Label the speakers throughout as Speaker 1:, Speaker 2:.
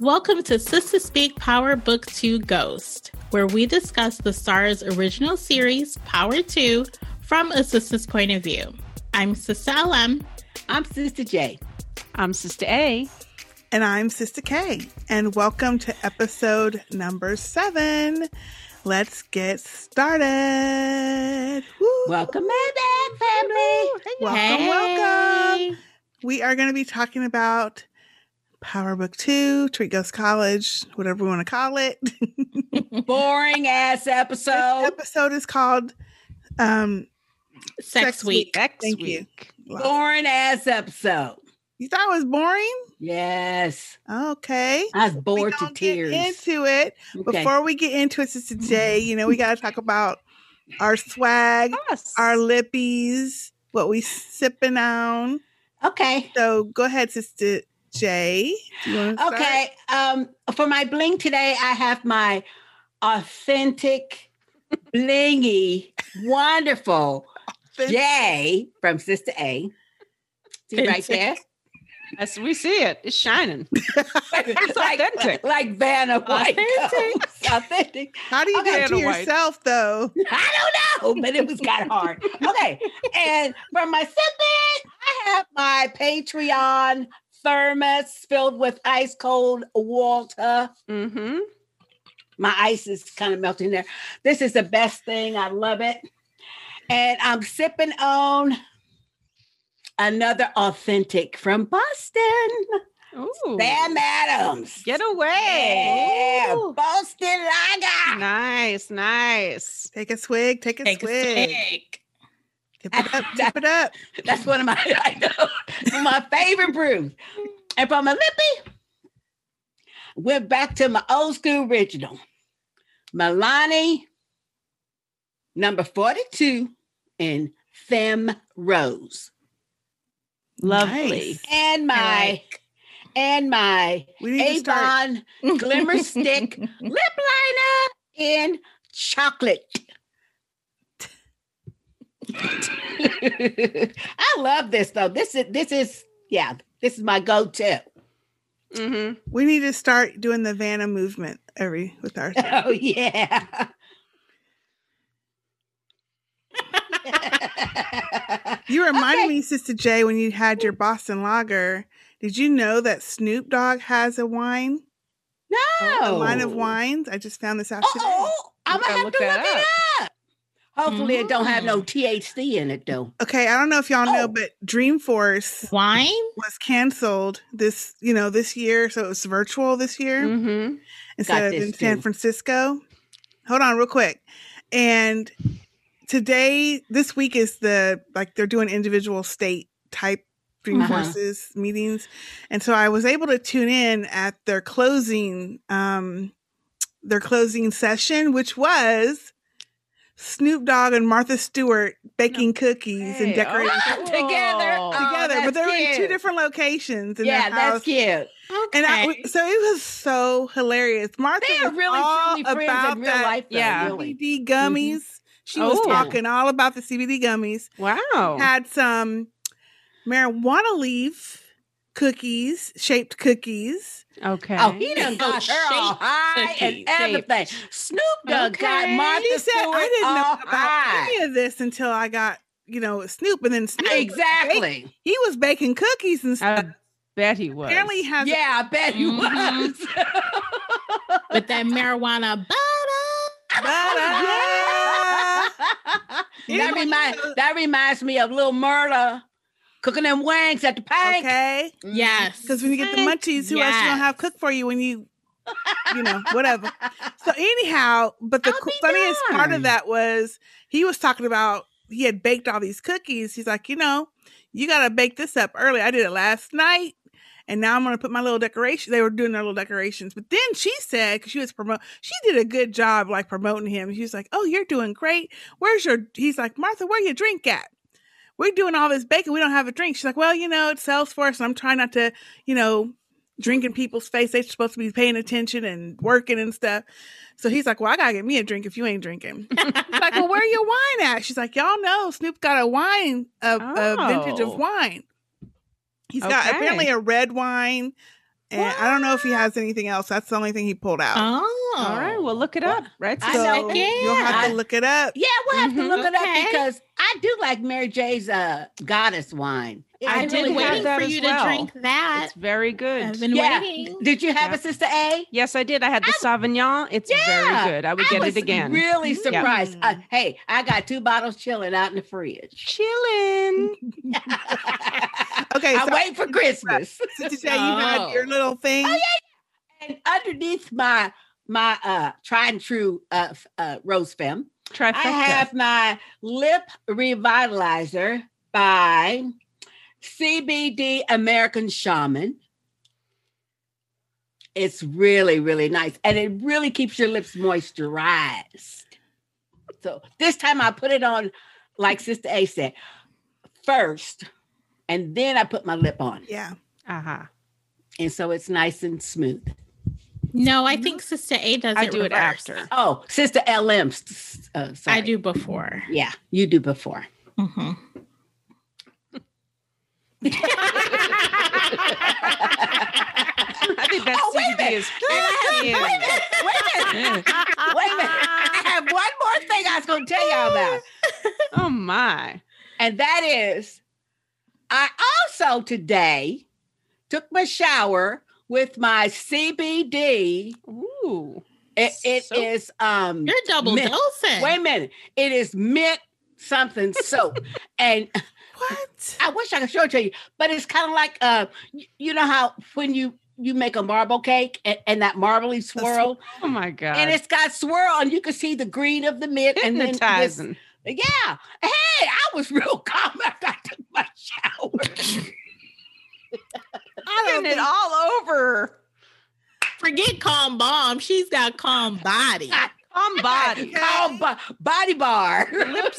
Speaker 1: Welcome to Sister Speak Power Book 2 Ghost, where we discuss the STAR's original series, Power 2, from a sister's point of view. I'm Sister LM.
Speaker 2: I'm Sister J.
Speaker 3: I'm Sister A.
Speaker 4: And I'm Sister K. And welcome to episode number seven. Let's get started. Woo.
Speaker 2: Welcome back, family.
Speaker 4: Welcome, welcome. We are going to be talking about Power Book 2, Treat Ghost College, whatever we want to call it.
Speaker 2: Boring ass
Speaker 4: This
Speaker 2: episode.
Speaker 4: episode is called um,
Speaker 1: Sex, Week.
Speaker 3: Next
Speaker 4: Thank you.
Speaker 3: week.
Speaker 4: Wow.
Speaker 2: Boring ass episode.
Speaker 4: You thought it was boring?
Speaker 2: Yes.
Speaker 4: Okay.
Speaker 2: I was
Speaker 4: We
Speaker 2: bored to
Speaker 4: gonna get
Speaker 2: tears.
Speaker 4: into it.
Speaker 2: Okay.
Speaker 4: Before we get into it Sister J, you know, we got to talk about our swag,
Speaker 3: Us.
Speaker 4: our lippies, what we sipping on.
Speaker 2: okay.
Speaker 4: So go ahead, Sister J. Do you wanna start?
Speaker 2: Okay. Um, for my bling today, I have my authentic, blingy, wonderful
Speaker 4: Then-
Speaker 2: J from Sister A. See right there?
Speaker 3: Yes, we see it. It's shining.
Speaker 2: it's
Speaker 3: authentic.
Speaker 2: Like Vanna White.
Speaker 3: Authentic.
Speaker 2: It's authentic.
Speaker 4: How do you do
Speaker 3: Okay.
Speaker 4: it to
Speaker 3: Vanna White.
Speaker 4: yourself, though?
Speaker 2: I don't know, but it was kind of hard. Okay. And from my sipping, I have my Patreon thermos filled with ice cold water.
Speaker 3: Mm-hmm.
Speaker 2: My ice is kind of melting there. This is the best thing. I love it. And I'm sipping on another authentic from Boston,
Speaker 3: Ooh.
Speaker 2: Sam Adams.
Speaker 3: Get away.
Speaker 2: Yeah,
Speaker 3: Ooh.
Speaker 2: Boston Lager.
Speaker 3: Nice, nice.
Speaker 4: Take a swig. Take a
Speaker 1: Take a
Speaker 4: swig.
Speaker 1: swig.
Speaker 4: Tip it up. Tip it up.
Speaker 2: That's one of my I know, my favorite brews. And from my lippy, went back to my old school original. Milani number 42 in Femme Rose.
Speaker 3: Lovely.
Speaker 2: And my and my
Speaker 4: We need to start.
Speaker 2: Avon Glimmer Stick lip liner in chocolate. I love this though. This is this is yeah, this is my go-to.
Speaker 3: Mm-hmm.
Speaker 4: We need to start doing the Vanna movement every with our.
Speaker 2: Oh yeah.
Speaker 4: You reminded
Speaker 2: Okay.
Speaker 4: me, Sister J, when you had your Boston Lager. Did you know that Snoop Dogg has a wine, a
Speaker 2: no.
Speaker 4: line of wines? I just found this out today.
Speaker 2: Oh, I'm
Speaker 3: Gotta
Speaker 2: gonna have
Speaker 3: look
Speaker 2: to look
Speaker 3: that Mm-hmm.
Speaker 2: it up. Hopefully it don't have no THC in it though.
Speaker 4: Okay, I don't know if y'all know,
Speaker 2: Oh.
Speaker 4: but Dreamforce
Speaker 1: Wine?
Speaker 4: was canceled this, you know, this year, so it was virtual this year.
Speaker 3: Mm-hmm.
Speaker 2: Mm, Got
Speaker 4: instead of
Speaker 2: this,
Speaker 4: in San
Speaker 2: dude.
Speaker 4: Francisco. Hold on, real quick. And today, this week is the like they're doing individual state type Dream
Speaker 2: Uh-huh.
Speaker 4: Forces meetings, and so I was able to tune in at their closing, um, their closing session, which was Snoop Dogg and Martha Stewart baking cookies and
Speaker 3: Hey,
Speaker 4: decorating.
Speaker 3: oh,
Speaker 2: Together.
Speaker 3: Oh.
Speaker 2: Oh,
Speaker 4: Together, but
Speaker 2: that's
Speaker 4: they were in two
Speaker 2: cute.
Speaker 4: different locations in
Speaker 2: yeah,
Speaker 4: their house.
Speaker 2: that's cute.
Speaker 1: Okay.
Speaker 4: And I, so it was so hilarious. Martha
Speaker 2: They are
Speaker 4: was
Speaker 2: really
Speaker 4: all
Speaker 2: truly friends
Speaker 4: about
Speaker 2: in real
Speaker 4: that
Speaker 2: life. Though,
Speaker 3: yeah.
Speaker 2: really.
Speaker 4: CBD gummies. She was
Speaker 3: Oh.
Speaker 4: talking all about the CBD gummies.
Speaker 3: Wow.
Speaker 4: Had some marijuana leaf cookies, shaped cookies.
Speaker 3: Okay.
Speaker 2: Oh, he done got
Speaker 1: Oh,
Speaker 2: her all
Speaker 1: shape
Speaker 2: high and
Speaker 1: cookie, shape.
Speaker 2: everything. Snoop Dogg got
Speaker 3: Okay.
Speaker 2: Martha
Speaker 4: She said,
Speaker 2: Stewart
Speaker 4: "I didn't know
Speaker 2: all
Speaker 4: about
Speaker 2: high."
Speaker 4: any of this until I got you know Snoop, and then Snoop was baking-
Speaker 2: Exactly.
Speaker 4: he was baking cookies and stuff.
Speaker 3: I bet he was.
Speaker 4: Apparently, has a
Speaker 2: Yeah, I bet you
Speaker 1: Mhm.
Speaker 2: was.
Speaker 1: With that marijuana butter.
Speaker 4: butter.
Speaker 2: that,
Speaker 4: Anyway,
Speaker 2: remind,
Speaker 4: so-
Speaker 2: that reminds me of Lil Murda cooking them wings at the bank.
Speaker 4: okay.
Speaker 3: Mm-hmm.
Speaker 1: Yes.
Speaker 4: Because when you get the
Speaker 1: Thank
Speaker 4: munchies, who else you don't
Speaker 1: yes.
Speaker 4: have cook for you when you, you know, whatever. So anyhow, but the
Speaker 2: I'll
Speaker 4: co-
Speaker 2: be
Speaker 4: funniest part of
Speaker 2: darned.
Speaker 4: that was he was talking about he had baked all these cookies. He's like, you know, you gotta bake this up early. I did it last night, and now I'm gonna put my little decoration. They were doing their little decorations, but then she said, because she was promote, she did a good job like promoting him. She was like, oh, you're doing great. Where's your? He's like, Martha, where your drink at? We're doing all this baking. We don't have a drink. She's like, well, you know, it's Salesforce, and I'm trying not to, you know, drink in people's face. They're supposed to be paying attention and working and stuff. So he's like, Well, I gotta get me a drink if you ain't drinking. He's like, Well, where your wine at? She's like, Y'all know Snoop got a wine, a, a vintage of
Speaker 3: Oh.
Speaker 4: wine. He's got
Speaker 3: Okay.
Speaker 4: apparently a red wine And I don't know if he has anything else. That's the only thing he pulled out.
Speaker 1: Oh,
Speaker 3: All right, well, look it up. Right?
Speaker 2: I
Speaker 4: so
Speaker 2: know.
Speaker 4: you'll have
Speaker 2: Yeah.
Speaker 4: to look it up.
Speaker 2: Yeah, we'll have to
Speaker 3: Mhm.
Speaker 2: look it
Speaker 1: Mm-hmm. Okay.
Speaker 2: up because I do like Mary J's uh, goddess wine.
Speaker 1: I've
Speaker 3: I
Speaker 1: been
Speaker 3: really have
Speaker 1: waiting
Speaker 3: that
Speaker 1: for
Speaker 3: as
Speaker 1: you
Speaker 3: well.
Speaker 1: to drink that.
Speaker 3: It's very
Speaker 1: I've
Speaker 3: good.
Speaker 1: been
Speaker 2: Yeah.
Speaker 1: waiting.
Speaker 2: Did you have
Speaker 3: Yeah.
Speaker 2: it, Sister A?
Speaker 3: Yes, I did. I had the Sauvignon. It's
Speaker 2: Yeah,
Speaker 3: very good. I would get
Speaker 2: I
Speaker 3: it
Speaker 2: was
Speaker 3: again.
Speaker 2: Really
Speaker 4: Mm.
Speaker 2: surprised. Uh, hey, I got two bottles chilling out in the fridge.
Speaker 3: Chilling.
Speaker 4: Okay,
Speaker 2: I
Speaker 4: so
Speaker 2: wait for Christmas.
Speaker 4: so today you had
Speaker 1: Oh.
Speaker 4: your little thing.
Speaker 2: And underneath my my uh tried and true uh, f- uh rose femme,
Speaker 3: Trifecta.
Speaker 2: I have my lip revitalizer by CBD American Shaman. It's really, really nice. And it really keeps your lips moisturized. So this time I put it on, like Sister A said, first, and then I put my lip on.
Speaker 4: Yeah.
Speaker 3: Uh-huh.
Speaker 2: And so it's nice and smooth.
Speaker 1: No,
Speaker 4: Mm-hmm.
Speaker 1: I think Sister A does
Speaker 3: I
Speaker 1: it
Speaker 3: do it
Speaker 1: reverse.
Speaker 3: after.
Speaker 2: Oh, Sister LM. s- Uh, sorry.
Speaker 1: I do before.
Speaker 2: Yeah, you do before.
Speaker 1: Mhm.
Speaker 3: I think that
Speaker 2: Oh, wait a
Speaker 3: CBD is
Speaker 2: Wait a
Speaker 3: kicking.
Speaker 2: minute, wait a minute. Wait a minute. I have one more thing I was going to tell y'all about.
Speaker 3: Oh my.
Speaker 2: And that is, I also today took my shower with my CBD.
Speaker 3: Ooh.
Speaker 2: It, it
Speaker 3: Soap.
Speaker 2: is, um,
Speaker 1: You're double
Speaker 2: Mint.
Speaker 1: dosing.
Speaker 2: wait a minute. It is mint something soap. and
Speaker 4: What?
Speaker 2: I wish I could show it to you, but it's kind of like, uh, y- you know how when you, you make a marble cake and, and that marbly swirl,
Speaker 3: Oh my god.
Speaker 2: and it's got swirl, and you can see the green of the mint, and then this
Speaker 3: hypnotizing.
Speaker 2: But Yeah. Hey, I was real calm after I took my shower.
Speaker 4: I don't
Speaker 3: Getting it
Speaker 4: think-
Speaker 3: all over.
Speaker 1: Forget calm bomb. She's got calm body.
Speaker 3: On body.
Speaker 2: Calm Oh, bo- body bar.
Speaker 3: Lips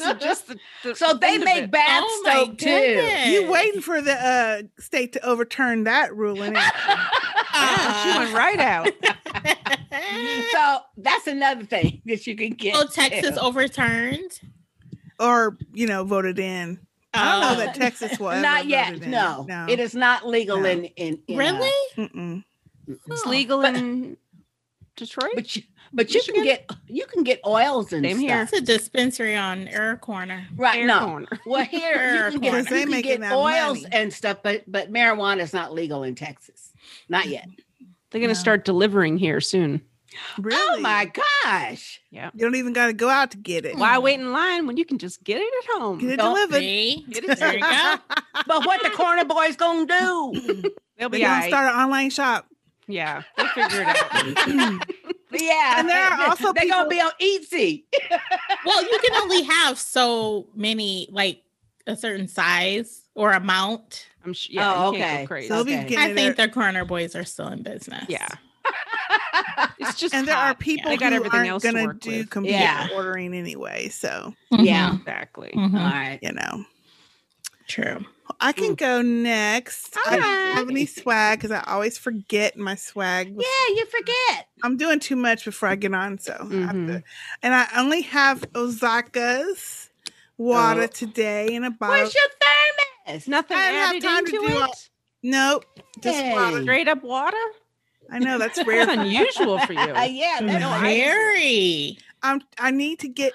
Speaker 3: are just the, the
Speaker 2: so they
Speaker 3: end of
Speaker 2: make
Speaker 3: it.
Speaker 2: bath
Speaker 1: Oh my
Speaker 2: soap too.
Speaker 1: goodness.
Speaker 4: You waiting for the uh, state to overturn that ruling?
Speaker 3: Yeah, she went right out.
Speaker 2: So that's another thing that you can get.
Speaker 1: oh, Texas
Speaker 2: too.
Speaker 1: overturned.
Speaker 4: or you know voted in. I don't
Speaker 1: Uh,
Speaker 4: know that Texas was
Speaker 2: Uh, Not yet. No.
Speaker 4: no.
Speaker 2: It is not legal
Speaker 4: No.
Speaker 2: in, in, in uh, mm,
Speaker 1: Really?
Speaker 4: Mm-mm.
Speaker 3: It's
Speaker 1: Huh.
Speaker 3: legal
Speaker 2: But-
Speaker 3: in Detroit.
Speaker 2: but you, but you can
Speaker 3: Michigan?
Speaker 2: get you can get oils and
Speaker 3: Same
Speaker 2: stuff.
Speaker 3: here.
Speaker 1: It's a dispensary on Air Corner.
Speaker 2: Right.
Speaker 3: Air
Speaker 2: no.
Speaker 3: corner.
Speaker 2: Well here
Speaker 1: Fair
Speaker 2: you can
Speaker 1: corner.
Speaker 2: get,
Speaker 4: They
Speaker 2: you can
Speaker 4: making
Speaker 2: get
Speaker 4: that
Speaker 2: oils
Speaker 4: money.
Speaker 2: and stuff, but but marijuana is not legal in Texas. Not yet.
Speaker 3: They're gonna
Speaker 4: No.
Speaker 3: start delivering here soon.
Speaker 4: Really?
Speaker 2: Oh my gosh.
Speaker 4: You don't even got to go out to get it.
Speaker 3: Why
Speaker 1: Mm.
Speaker 3: wait in line when you can just get it at home?
Speaker 4: Get it
Speaker 2: Don't
Speaker 4: delivered.
Speaker 1: See?
Speaker 3: Get it
Speaker 1: There you go.
Speaker 2: But what the corner boys gonna do?
Speaker 3: They'll
Speaker 4: They're
Speaker 3: be all
Speaker 4: gonna
Speaker 3: right.
Speaker 4: start an online shop.
Speaker 3: Yeah, they'll figure it out.
Speaker 2: Yeah,
Speaker 4: And there are also
Speaker 2: they're gonna be on Etsy.
Speaker 1: Well, you can only have so many, like a certain size or amount.
Speaker 3: I'm sure. Yeah,
Speaker 2: Oh,
Speaker 3: you can't
Speaker 2: okay.
Speaker 3: go crazy.
Speaker 4: So they'll be
Speaker 2: Okay.
Speaker 4: getting
Speaker 1: I
Speaker 4: it
Speaker 1: think
Speaker 4: at-
Speaker 1: the corner boys are still in business.
Speaker 3: yeah, it's just
Speaker 4: and there are
Speaker 3: hot.
Speaker 4: people
Speaker 3: They got
Speaker 4: who
Speaker 3: everything
Speaker 4: aren't
Speaker 3: else to
Speaker 4: gonna
Speaker 3: work
Speaker 4: do
Speaker 3: with.
Speaker 4: computer
Speaker 2: Yeah.
Speaker 4: ordering anyway. So
Speaker 1: Mm-hmm.
Speaker 2: Yeah.
Speaker 3: exactly.
Speaker 1: Mhm.
Speaker 2: All
Speaker 4: Uh,
Speaker 1: Mhm.
Speaker 2: right.
Speaker 4: you know,
Speaker 1: True.
Speaker 4: I
Speaker 2: Hmm.
Speaker 4: can go next. I don't have any swag because I always forget my swag.
Speaker 2: Yeah, you forget.
Speaker 4: I'm doing too much before I get on, so I
Speaker 2: Mm-hmm.
Speaker 4: have to.
Speaker 3: Mhm.
Speaker 4: And I only have Osaka's water
Speaker 3: Oh.
Speaker 4: today in a bottle.
Speaker 2: Where's your
Speaker 3: It's
Speaker 2: thermos?
Speaker 3: nothing
Speaker 4: I don't have
Speaker 3: added
Speaker 4: time to
Speaker 3: into
Speaker 4: do
Speaker 3: it.
Speaker 4: all- nope, just
Speaker 2: Hey.
Speaker 4: water.
Speaker 3: Straight up water.
Speaker 4: I know that's
Speaker 3: That's
Speaker 4: rare.
Speaker 3: unusual for
Speaker 2: Uh,
Speaker 3: you.
Speaker 2: yeah, that's
Speaker 4: No,
Speaker 2: right.
Speaker 1: Very.
Speaker 4: I'm I need to get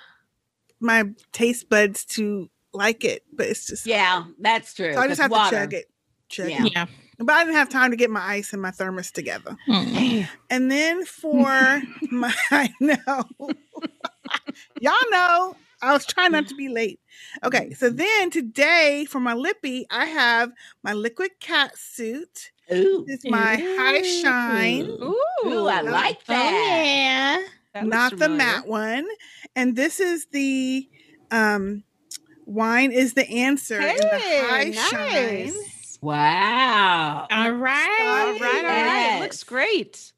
Speaker 4: my taste buds to like it, but it's just
Speaker 2: Yeah, that's true.
Speaker 4: So I just have
Speaker 2: water.
Speaker 4: to chug it. Chug
Speaker 2: Yeah.
Speaker 4: it.
Speaker 1: Yeah.
Speaker 4: But I didn't have time to get my ice and my thermos together.
Speaker 1: Mm.
Speaker 4: And then for my I know. Y'all know I was trying not to be late. Okay, so then today for my lippy, I have my liquid cat suit.
Speaker 2: Ooh.
Speaker 4: It's my high shine,
Speaker 1: Ooh.
Speaker 3: Ooh,
Speaker 2: Ooh, I like
Speaker 1: Oh, yeah.
Speaker 2: that.
Speaker 3: that looks
Speaker 4: not the
Speaker 3: familiar.
Speaker 4: matte one. And this is the um wine is the answer. in the high
Speaker 3: Hey,
Speaker 4: shine.
Speaker 3: nice.
Speaker 2: Wow.
Speaker 1: All
Speaker 3: All
Speaker 1: right.
Speaker 3: right, all right.
Speaker 2: Yes.
Speaker 3: It looks great.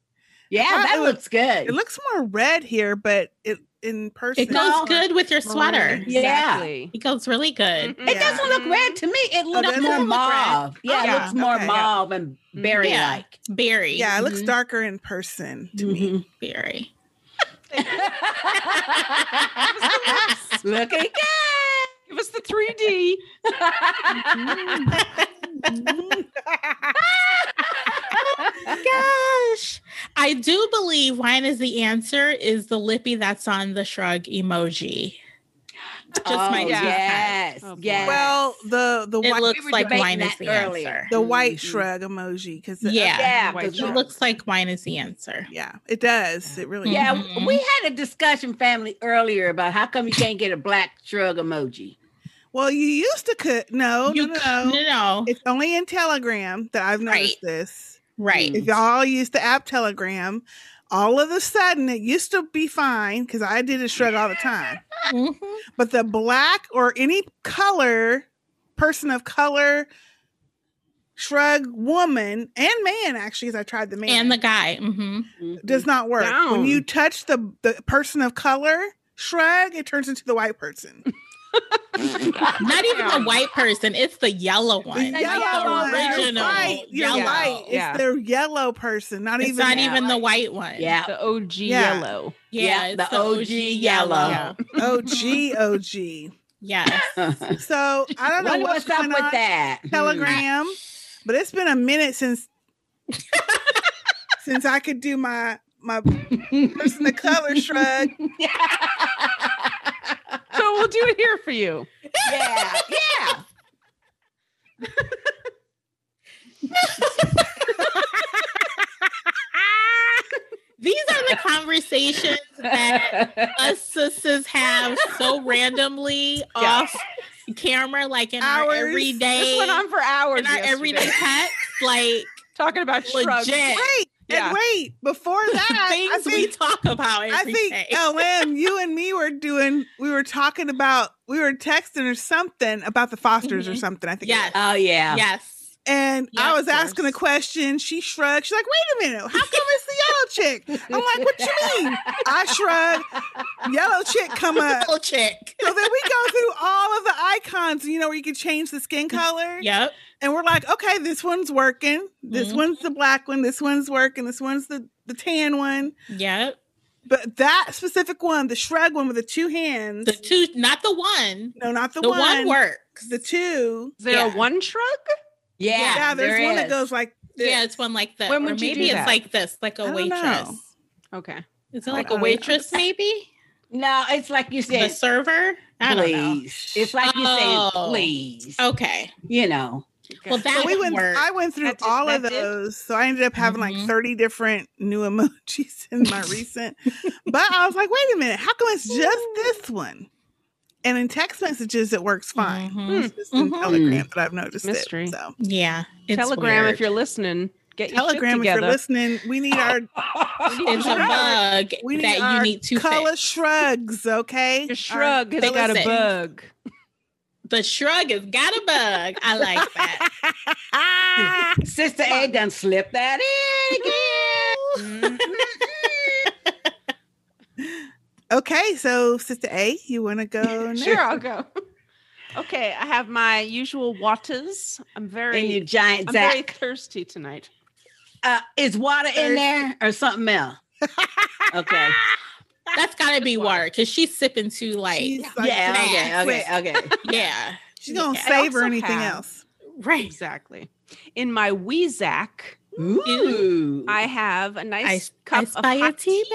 Speaker 2: Yeah,
Speaker 4: thought
Speaker 2: that
Speaker 4: it
Speaker 2: looks good.
Speaker 4: It looks more red here, but it in person
Speaker 1: It goes good with your
Speaker 4: Maroon.
Speaker 1: sweater.
Speaker 2: Yeah.
Speaker 3: Exactly.
Speaker 1: It goes really good.
Speaker 3: Mhm.
Speaker 2: It doesn't look red to me. It looks
Speaker 4: doesn't
Speaker 2: more
Speaker 1: look red.
Speaker 2: mauve. Yeah,
Speaker 1: Oh,
Speaker 2: it
Speaker 1: yeah.
Speaker 2: looks more
Speaker 4: Okay.
Speaker 2: mauve and berry like.
Speaker 1: Berry.
Speaker 4: Mm-hmm.
Speaker 1: Mm-hmm.
Speaker 4: Yeah, it looks
Speaker 2: Mhm.
Speaker 4: darker in person to me.
Speaker 1: Berry.
Speaker 2: Mm-hmm. Looking good.
Speaker 3: Give us the 3D.
Speaker 4: Mm.
Speaker 1: Guys,
Speaker 4: Oh,
Speaker 1: gosh. I do believe wine is the answer is the lippy that's on the shrug emoji. Just
Speaker 2: oh,
Speaker 1: my
Speaker 3: yeah.
Speaker 2: yes,
Speaker 3: Oh, boy.
Speaker 2: yes.
Speaker 4: Well, the the
Speaker 1: It
Speaker 4: white,
Speaker 1: looks like
Speaker 2: debating
Speaker 1: wine is
Speaker 2: that
Speaker 1: the
Speaker 2: earlier.
Speaker 1: answer.
Speaker 4: the white
Speaker 2: Mhm.
Speaker 4: shrug emoji because
Speaker 1: Yeah.
Speaker 2: yeah,
Speaker 3: White
Speaker 2: 'cause
Speaker 1: It
Speaker 3: shrug.
Speaker 2: you-
Speaker 1: looks like wine is the answer.
Speaker 4: yeah, it does. It really
Speaker 2: yeah.
Speaker 4: does.
Speaker 1: Mhm.
Speaker 2: We had a discussion, family, earlier about how come you can't get a black shrug emoji.
Speaker 4: Well, you used to cook. No,
Speaker 1: you
Speaker 4: no,
Speaker 1: c-
Speaker 4: no, no.
Speaker 1: no,
Speaker 4: It's only in Telegram that I've noticed
Speaker 1: Right.
Speaker 4: this.
Speaker 1: right.
Speaker 4: If y'all use the app Telegram, all of a sudden it used to be fine because I did a shrug all the time.
Speaker 1: Mhm.
Speaker 4: But the black or any color person of color shrug woman and man actually because I tried the man
Speaker 1: And the guy. hmm
Speaker 2: Mm-hmm.
Speaker 4: does not work. When
Speaker 3: Down.
Speaker 4: you touch the the person of color shrug, it turns into the white person.
Speaker 2: Oh,
Speaker 1: Not even
Speaker 3: Yeah.
Speaker 1: the white person. It's the yellow
Speaker 4: The
Speaker 1: one.
Speaker 4: yellow,
Speaker 1: like
Speaker 4: one.
Speaker 1: the
Speaker 4: You're
Speaker 1: original.
Speaker 4: right. You're
Speaker 1: yellow.
Speaker 4: right. It's
Speaker 3: Yeah.
Speaker 4: the yellow person, not
Speaker 1: It's
Speaker 4: even
Speaker 1: not
Speaker 2: Yeah.
Speaker 1: even the white one.
Speaker 2: yeah,
Speaker 3: The OG
Speaker 4: Yeah.
Speaker 3: yellow.
Speaker 1: Yeah.
Speaker 2: Yeah,
Speaker 1: it's
Speaker 2: the OG yellow.
Speaker 1: yellow.
Speaker 4: OG OG.
Speaker 1: Yes.
Speaker 2: I
Speaker 4: So I don't know
Speaker 2: wonder
Speaker 4: what's,
Speaker 2: what's up
Speaker 4: going
Speaker 2: with
Speaker 4: on
Speaker 2: that. Hmm.
Speaker 4: Telegram, but it's been a minute since since I could do my my person of color shrug.
Speaker 3: So we'll do it here for you.
Speaker 2: yeah, yeah.
Speaker 1: These are the conversations that us sisters have so randomly off camera, like in our
Speaker 4: Hours.
Speaker 3: This
Speaker 1: everyday,
Speaker 3: went on for hours.
Speaker 1: in our
Speaker 3: yesterday.
Speaker 1: everyday text, like
Speaker 3: talking about shrugs.
Speaker 1: legit
Speaker 4: Wait,
Speaker 3: Yeah.
Speaker 4: and wait, before that, I
Speaker 1: things we
Speaker 4: think,
Speaker 1: talk about
Speaker 4: I
Speaker 1: every
Speaker 4: think
Speaker 1: day.
Speaker 4: LM, you and me were doing we were talking about we were texting or something about the fosters or
Speaker 1: Mhm.
Speaker 4: something. I think it was.
Speaker 1: Yes.
Speaker 2: Oh
Speaker 4: uh,
Speaker 2: yeah.
Speaker 1: Yes.
Speaker 4: And
Speaker 1: Yeah,
Speaker 4: I
Speaker 1: of
Speaker 4: was asking a
Speaker 1: course.
Speaker 4: question. She shrugged. She's like, wait a minute. How come it's the yellow chick? I'm like, what you mean? I shrug. Yellow chick come up.
Speaker 1: Little chick.
Speaker 4: So then we go through all of the icons, you know, where you can change the skin
Speaker 1: Mm-hmm.
Speaker 4: color.
Speaker 1: Yep.
Speaker 4: And we're like, okay, this one's working. This
Speaker 1: Mhm.
Speaker 4: one's the black one. This one's working. This one's the, the tan one.
Speaker 1: Yep.
Speaker 4: But that specific one, the shrug one with the two hands,
Speaker 1: The two, not the one.
Speaker 4: no, not the,
Speaker 1: The one, works.
Speaker 4: the two.
Speaker 3: Is there a
Speaker 1: Yeah.
Speaker 3: one shrug?
Speaker 2: Yeah,
Speaker 4: Yeah, there's
Speaker 2: there
Speaker 4: one that
Speaker 2: is.
Speaker 4: goes like this.
Speaker 1: Yeah, it's one like that.
Speaker 3: When
Speaker 1: or
Speaker 3: would you
Speaker 1: maybe
Speaker 3: do
Speaker 1: it's
Speaker 3: that?
Speaker 1: like this, like
Speaker 4: I
Speaker 1: a
Speaker 4: don't know.
Speaker 1: waitress.
Speaker 3: Okay.
Speaker 1: Is it
Speaker 4: I
Speaker 1: like a
Speaker 4: don't know.
Speaker 1: waitress, maybe?
Speaker 2: No, it's like you
Speaker 1: The
Speaker 2: said,
Speaker 1: server? I don't know.
Speaker 2: please. It's like you saying,
Speaker 1: Oh.
Speaker 2: please.
Speaker 1: Okay.
Speaker 2: You know.
Speaker 1: Well,
Speaker 3: Okay.
Speaker 1: that
Speaker 4: So we
Speaker 1: would
Speaker 4: went.
Speaker 1: work.
Speaker 4: I went through
Speaker 3: That did-
Speaker 4: all of
Speaker 3: that did?
Speaker 4: those, so I ended up having
Speaker 1: Mhm.
Speaker 4: like thirty different new emojis in my recent. but I was like, wait a minute, how come it's just this one? And in text messages, it works fine. Hmm.
Speaker 1: Mhm.
Speaker 4: It's just in
Speaker 1: Mhm.
Speaker 4: Telegram that I've noticed
Speaker 3: Mystery.
Speaker 4: it. So
Speaker 1: Yeah. It's
Speaker 3: Telegram,
Speaker 1: weird.
Speaker 3: if you're listening, get your
Speaker 4: Telegram, if
Speaker 3: shit
Speaker 4: you're
Speaker 3: together.
Speaker 4: listening, we need our
Speaker 1: It's a
Speaker 4: Shrug.
Speaker 1: bug
Speaker 4: we need
Speaker 1: that you
Speaker 4: our
Speaker 1: need to
Speaker 4: color
Speaker 1: fix.
Speaker 4: shrugs. Okay,
Speaker 3: Your
Speaker 4: Our-
Speaker 3: shrug has
Speaker 1: They
Speaker 3: got a
Speaker 1: listen.
Speaker 3: bug.
Speaker 1: The shrug has got a bug. I like that.
Speaker 2: Sister A done slipped that in again.
Speaker 4: Mm-hmm. okay, so Sister A, you want to go? next?
Speaker 3: Sure, I'll go. Okay, I have my usual waters. I'm
Speaker 2: And your
Speaker 3: very,
Speaker 2: giant
Speaker 3: I'm
Speaker 2: Zach.
Speaker 3: very thirsty tonight.
Speaker 2: uh, is water in
Speaker 4: Thirsty.
Speaker 2: there or something else? Okay.
Speaker 1: That's got to be water because she's sipping too light.
Speaker 4: She's like,
Speaker 2: yeah.
Speaker 1: that.
Speaker 2: Okay. Okay. Okay.
Speaker 1: Yeah.
Speaker 4: she's gonna
Speaker 3: I
Speaker 4: savor
Speaker 3: also
Speaker 4: anything
Speaker 3: have-
Speaker 4: else.
Speaker 1: Right.
Speaker 3: Exactly. In my Weezak,
Speaker 2: Ooh.
Speaker 3: I have a nice
Speaker 1: I,
Speaker 3: cup
Speaker 1: I
Speaker 3: of
Speaker 1: spy a
Speaker 3: hot
Speaker 1: tea
Speaker 3: tea.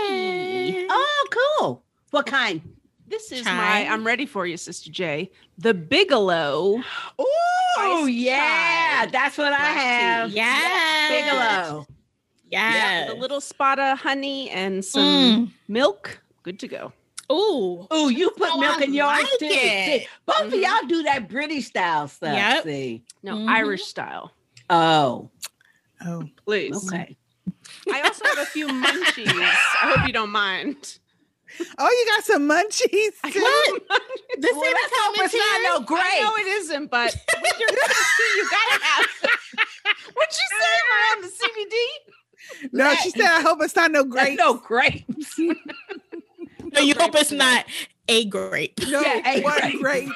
Speaker 1: bag.
Speaker 2: oh, cool. What kind?
Speaker 3: This is
Speaker 1: Chai.
Speaker 3: my. I'm ready for you, Sister J. The Bigelow.
Speaker 2: Oh,
Speaker 3: Spice
Speaker 2: yeah.
Speaker 3: pie.
Speaker 2: That's what I
Speaker 3: Black tea.
Speaker 2: have.
Speaker 1: Yeah.
Speaker 2: Bigelow.
Speaker 1: Yeah.
Speaker 3: The little spot of honey and some
Speaker 1: Mm.
Speaker 3: milk. Good to go.
Speaker 1: Ooh.
Speaker 2: Oh, you put
Speaker 1: Oh,
Speaker 2: milk
Speaker 1: I
Speaker 2: in yours
Speaker 1: like
Speaker 2: too.
Speaker 1: it.
Speaker 2: See, both of
Speaker 3: Mhm.
Speaker 2: y'all do that British style stuff.
Speaker 1: Yep.
Speaker 2: See.
Speaker 3: No,
Speaker 1: Mhm.
Speaker 3: Irish style.
Speaker 2: Oh,
Speaker 4: Oh,
Speaker 3: Please.
Speaker 2: okay.
Speaker 3: I also have a few munchies. I hope you don't mind.
Speaker 4: Oh, you got some munchies too.
Speaker 1: What? This
Speaker 2: Well,
Speaker 1: ain't a
Speaker 2: let's hope it's not
Speaker 1: commentary.
Speaker 2: no grape.
Speaker 3: I know it isn't, but with your CBD, you gotta have. what you saying around the CBD?
Speaker 4: No, she said, I hope it's not no
Speaker 2: That's
Speaker 4: grape.
Speaker 2: no grapes.
Speaker 1: No, you hope
Speaker 3: grapes
Speaker 1: it's
Speaker 3: in
Speaker 1: not a grape.
Speaker 4: No,
Speaker 2: Yeah, hey,
Speaker 4: one
Speaker 2: right.
Speaker 4: grape.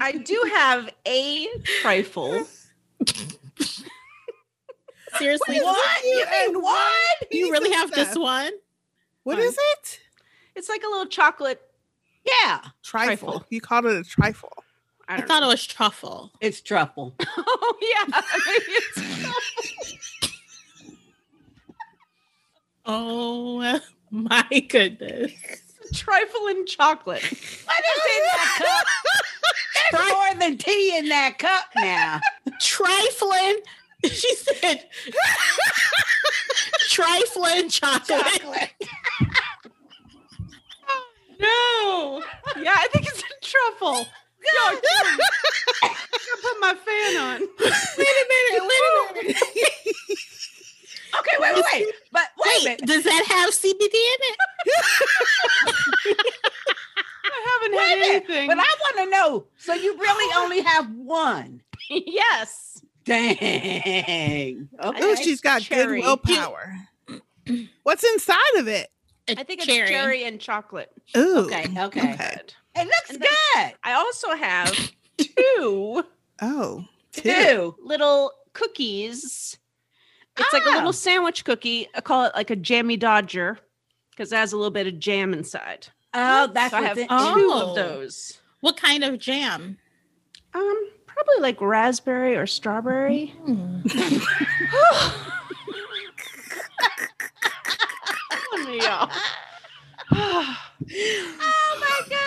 Speaker 3: I do have a trifle.
Speaker 1: Seriously.
Speaker 4: What?
Speaker 2: what? You mean one?
Speaker 1: You
Speaker 4: Piece
Speaker 1: really
Speaker 4: of
Speaker 1: have this
Speaker 4: stuff.
Speaker 1: one?
Speaker 4: What is it?
Speaker 3: It's like a little chocolate.
Speaker 2: Yeah,
Speaker 4: Trifle.
Speaker 3: Trifle.
Speaker 4: You called it a trifle.
Speaker 3: I,
Speaker 1: I
Speaker 3: don't
Speaker 1: thought it was truffle.
Speaker 2: it's truffle.
Speaker 3: know. oh yeah. Maybe it's-
Speaker 1: Oh my goodness.
Speaker 3: Trifle and chocolate.
Speaker 2: What is in that cup? There's more than tea in that cup now.
Speaker 1: Trifling. She said trifling chocolate.
Speaker 2: Chocolate.
Speaker 3: No. Yeah, I think it's a truffle. Yo, I gotta put my fan on.
Speaker 1: Wait a minute. Wait a minute.
Speaker 2: Okay, wait, wait, wait. But wait, a
Speaker 1: Wait,
Speaker 2: minute.
Speaker 1: does that have CBD in it?
Speaker 3: I haven't
Speaker 2: Wait a
Speaker 3: had
Speaker 2: minute.
Speaker 3: anything.
Speaker 2: But I want to know. So you really only have one.
Speaker 3: yes.
Speaker 2: Dang. Okay.
Speaker 4: Ooh, she's got
Speaker 3: Cherry.
Speaker 4: good willpower. What's inside of it?
Speaker 1: A
Speaker 3: I think it's cherry, and chocolate.
Speaker 4: Ooh.
Speaker 2: Okay, okay.
Speaker 3: Good.
Speaker 2: It looks
Speaker 3: And then-
Speaker 2: good.
Speaker 3: I also have two
Speaker 4: Oh. two.
Speaker 2: Ew.
Speaker 3: little cookies. It's like a
Speaker 2: Ah.
Speaker 3: little sandwich cookie. I call it like a jammy dodger because it has a little bit of jam inside.
Speaker 2: Oh, that's
Speaker 3: so I
Speaker 2: what's
Speaker 3: have two
Speaker 2: in-
Speaker 1: Oh.
Speaker 3: of those.
Speaker 1: What kind of jam?
Speaker 3: Um, probably like raspberry or strawberry.
Speaker 1: Hmm.
Speaker 3: Come on, y'all.
Speaker 2: Oh my god.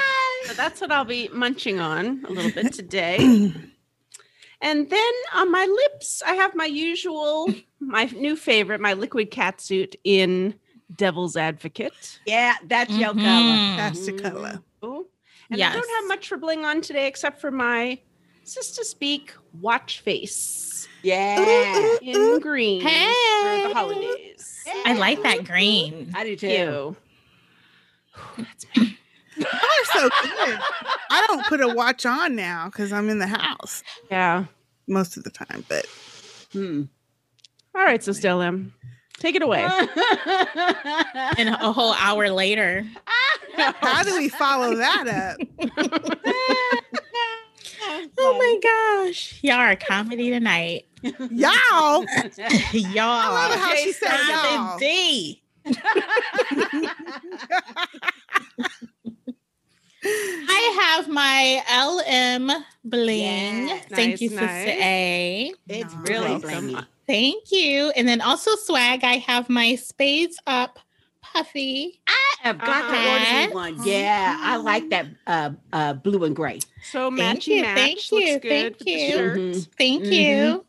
Speaker 3: So that's what I'll be munching on a little bit today. and then on my lips, I have my usual, my new favorite, my liquid catsuit in Devil's Advocate.
Speaker 2: Yeah, that's your color.
Speaker 1: Mhm.
Speaker 4: That's the color.
Speaker 3: Ooh. And I
Speaker 1: Yes.
Speaker 3: don't have much for bling on today except for my Sister Speak watch face
Speaker 2: Yeah.
Speaker 3: in green for
Speaker 1: Uh-uh. Hey.
Speaker 3: the holidays.
Speaker 1: I like that green.
Speaker 2: I do too.
Speaker 3: Thank you.
Speaker 4: They're so good. I don't put a watch on now because I'm in the house
Speaker 3: Yeah.
Speaker 4: most of the time, but
Speaker 2: Hmm.
Speaker 3: All right, so still M. Take it away.
Speaker 1: Uh, And a whole hour later.
Speaker 2: Oh.
Speaker 4: how do we follow that up?
Speaker 1: Oh my gosh. Y'all are comedy tonight. Oh
Speaker 4: Y'all.
Speaker 1: Y'all.
Speaker 4: I love how she said y'all.
Speaker 1: Stop the D. I have my LM bling.
Speaker 2: Yes.
Speaker 1: Thank you,
Speaker 3: Nice,
Speaker 1: Sister
Speaker 3: nice.
Speaker 1: A.
Speaker 2: It's
Speaker 4: No.
Speaker 2: really
Speaker 3: Welcome.
Speaker 2: blingy.
Speaker 1: Thank you. And then also swag. I have my spades up puffy.
Speaker 2: I've got to order
Speaker 1: Uh-huh.
Speaker 2: you one. Yeah, I like that uh, uh, blue and gray.
Speaker 3: So
Speaker 1: Thank
Speaker 3: matchy
Speaker 1: you,
Speaker 3: match.
Speaker 1: thank
Speaker 3: Looks
Speaker 1: you,
Speaker 3: good
Speaker 1: thank
Speaker 3: with the
Speaker 1: you.
Speaker 3: shirt.
Speaker 4: Mm,
Speaker 2: Mhm.
Speaker 1: Thank
Speaker 4: mm-hmm.
Speaker 1: you.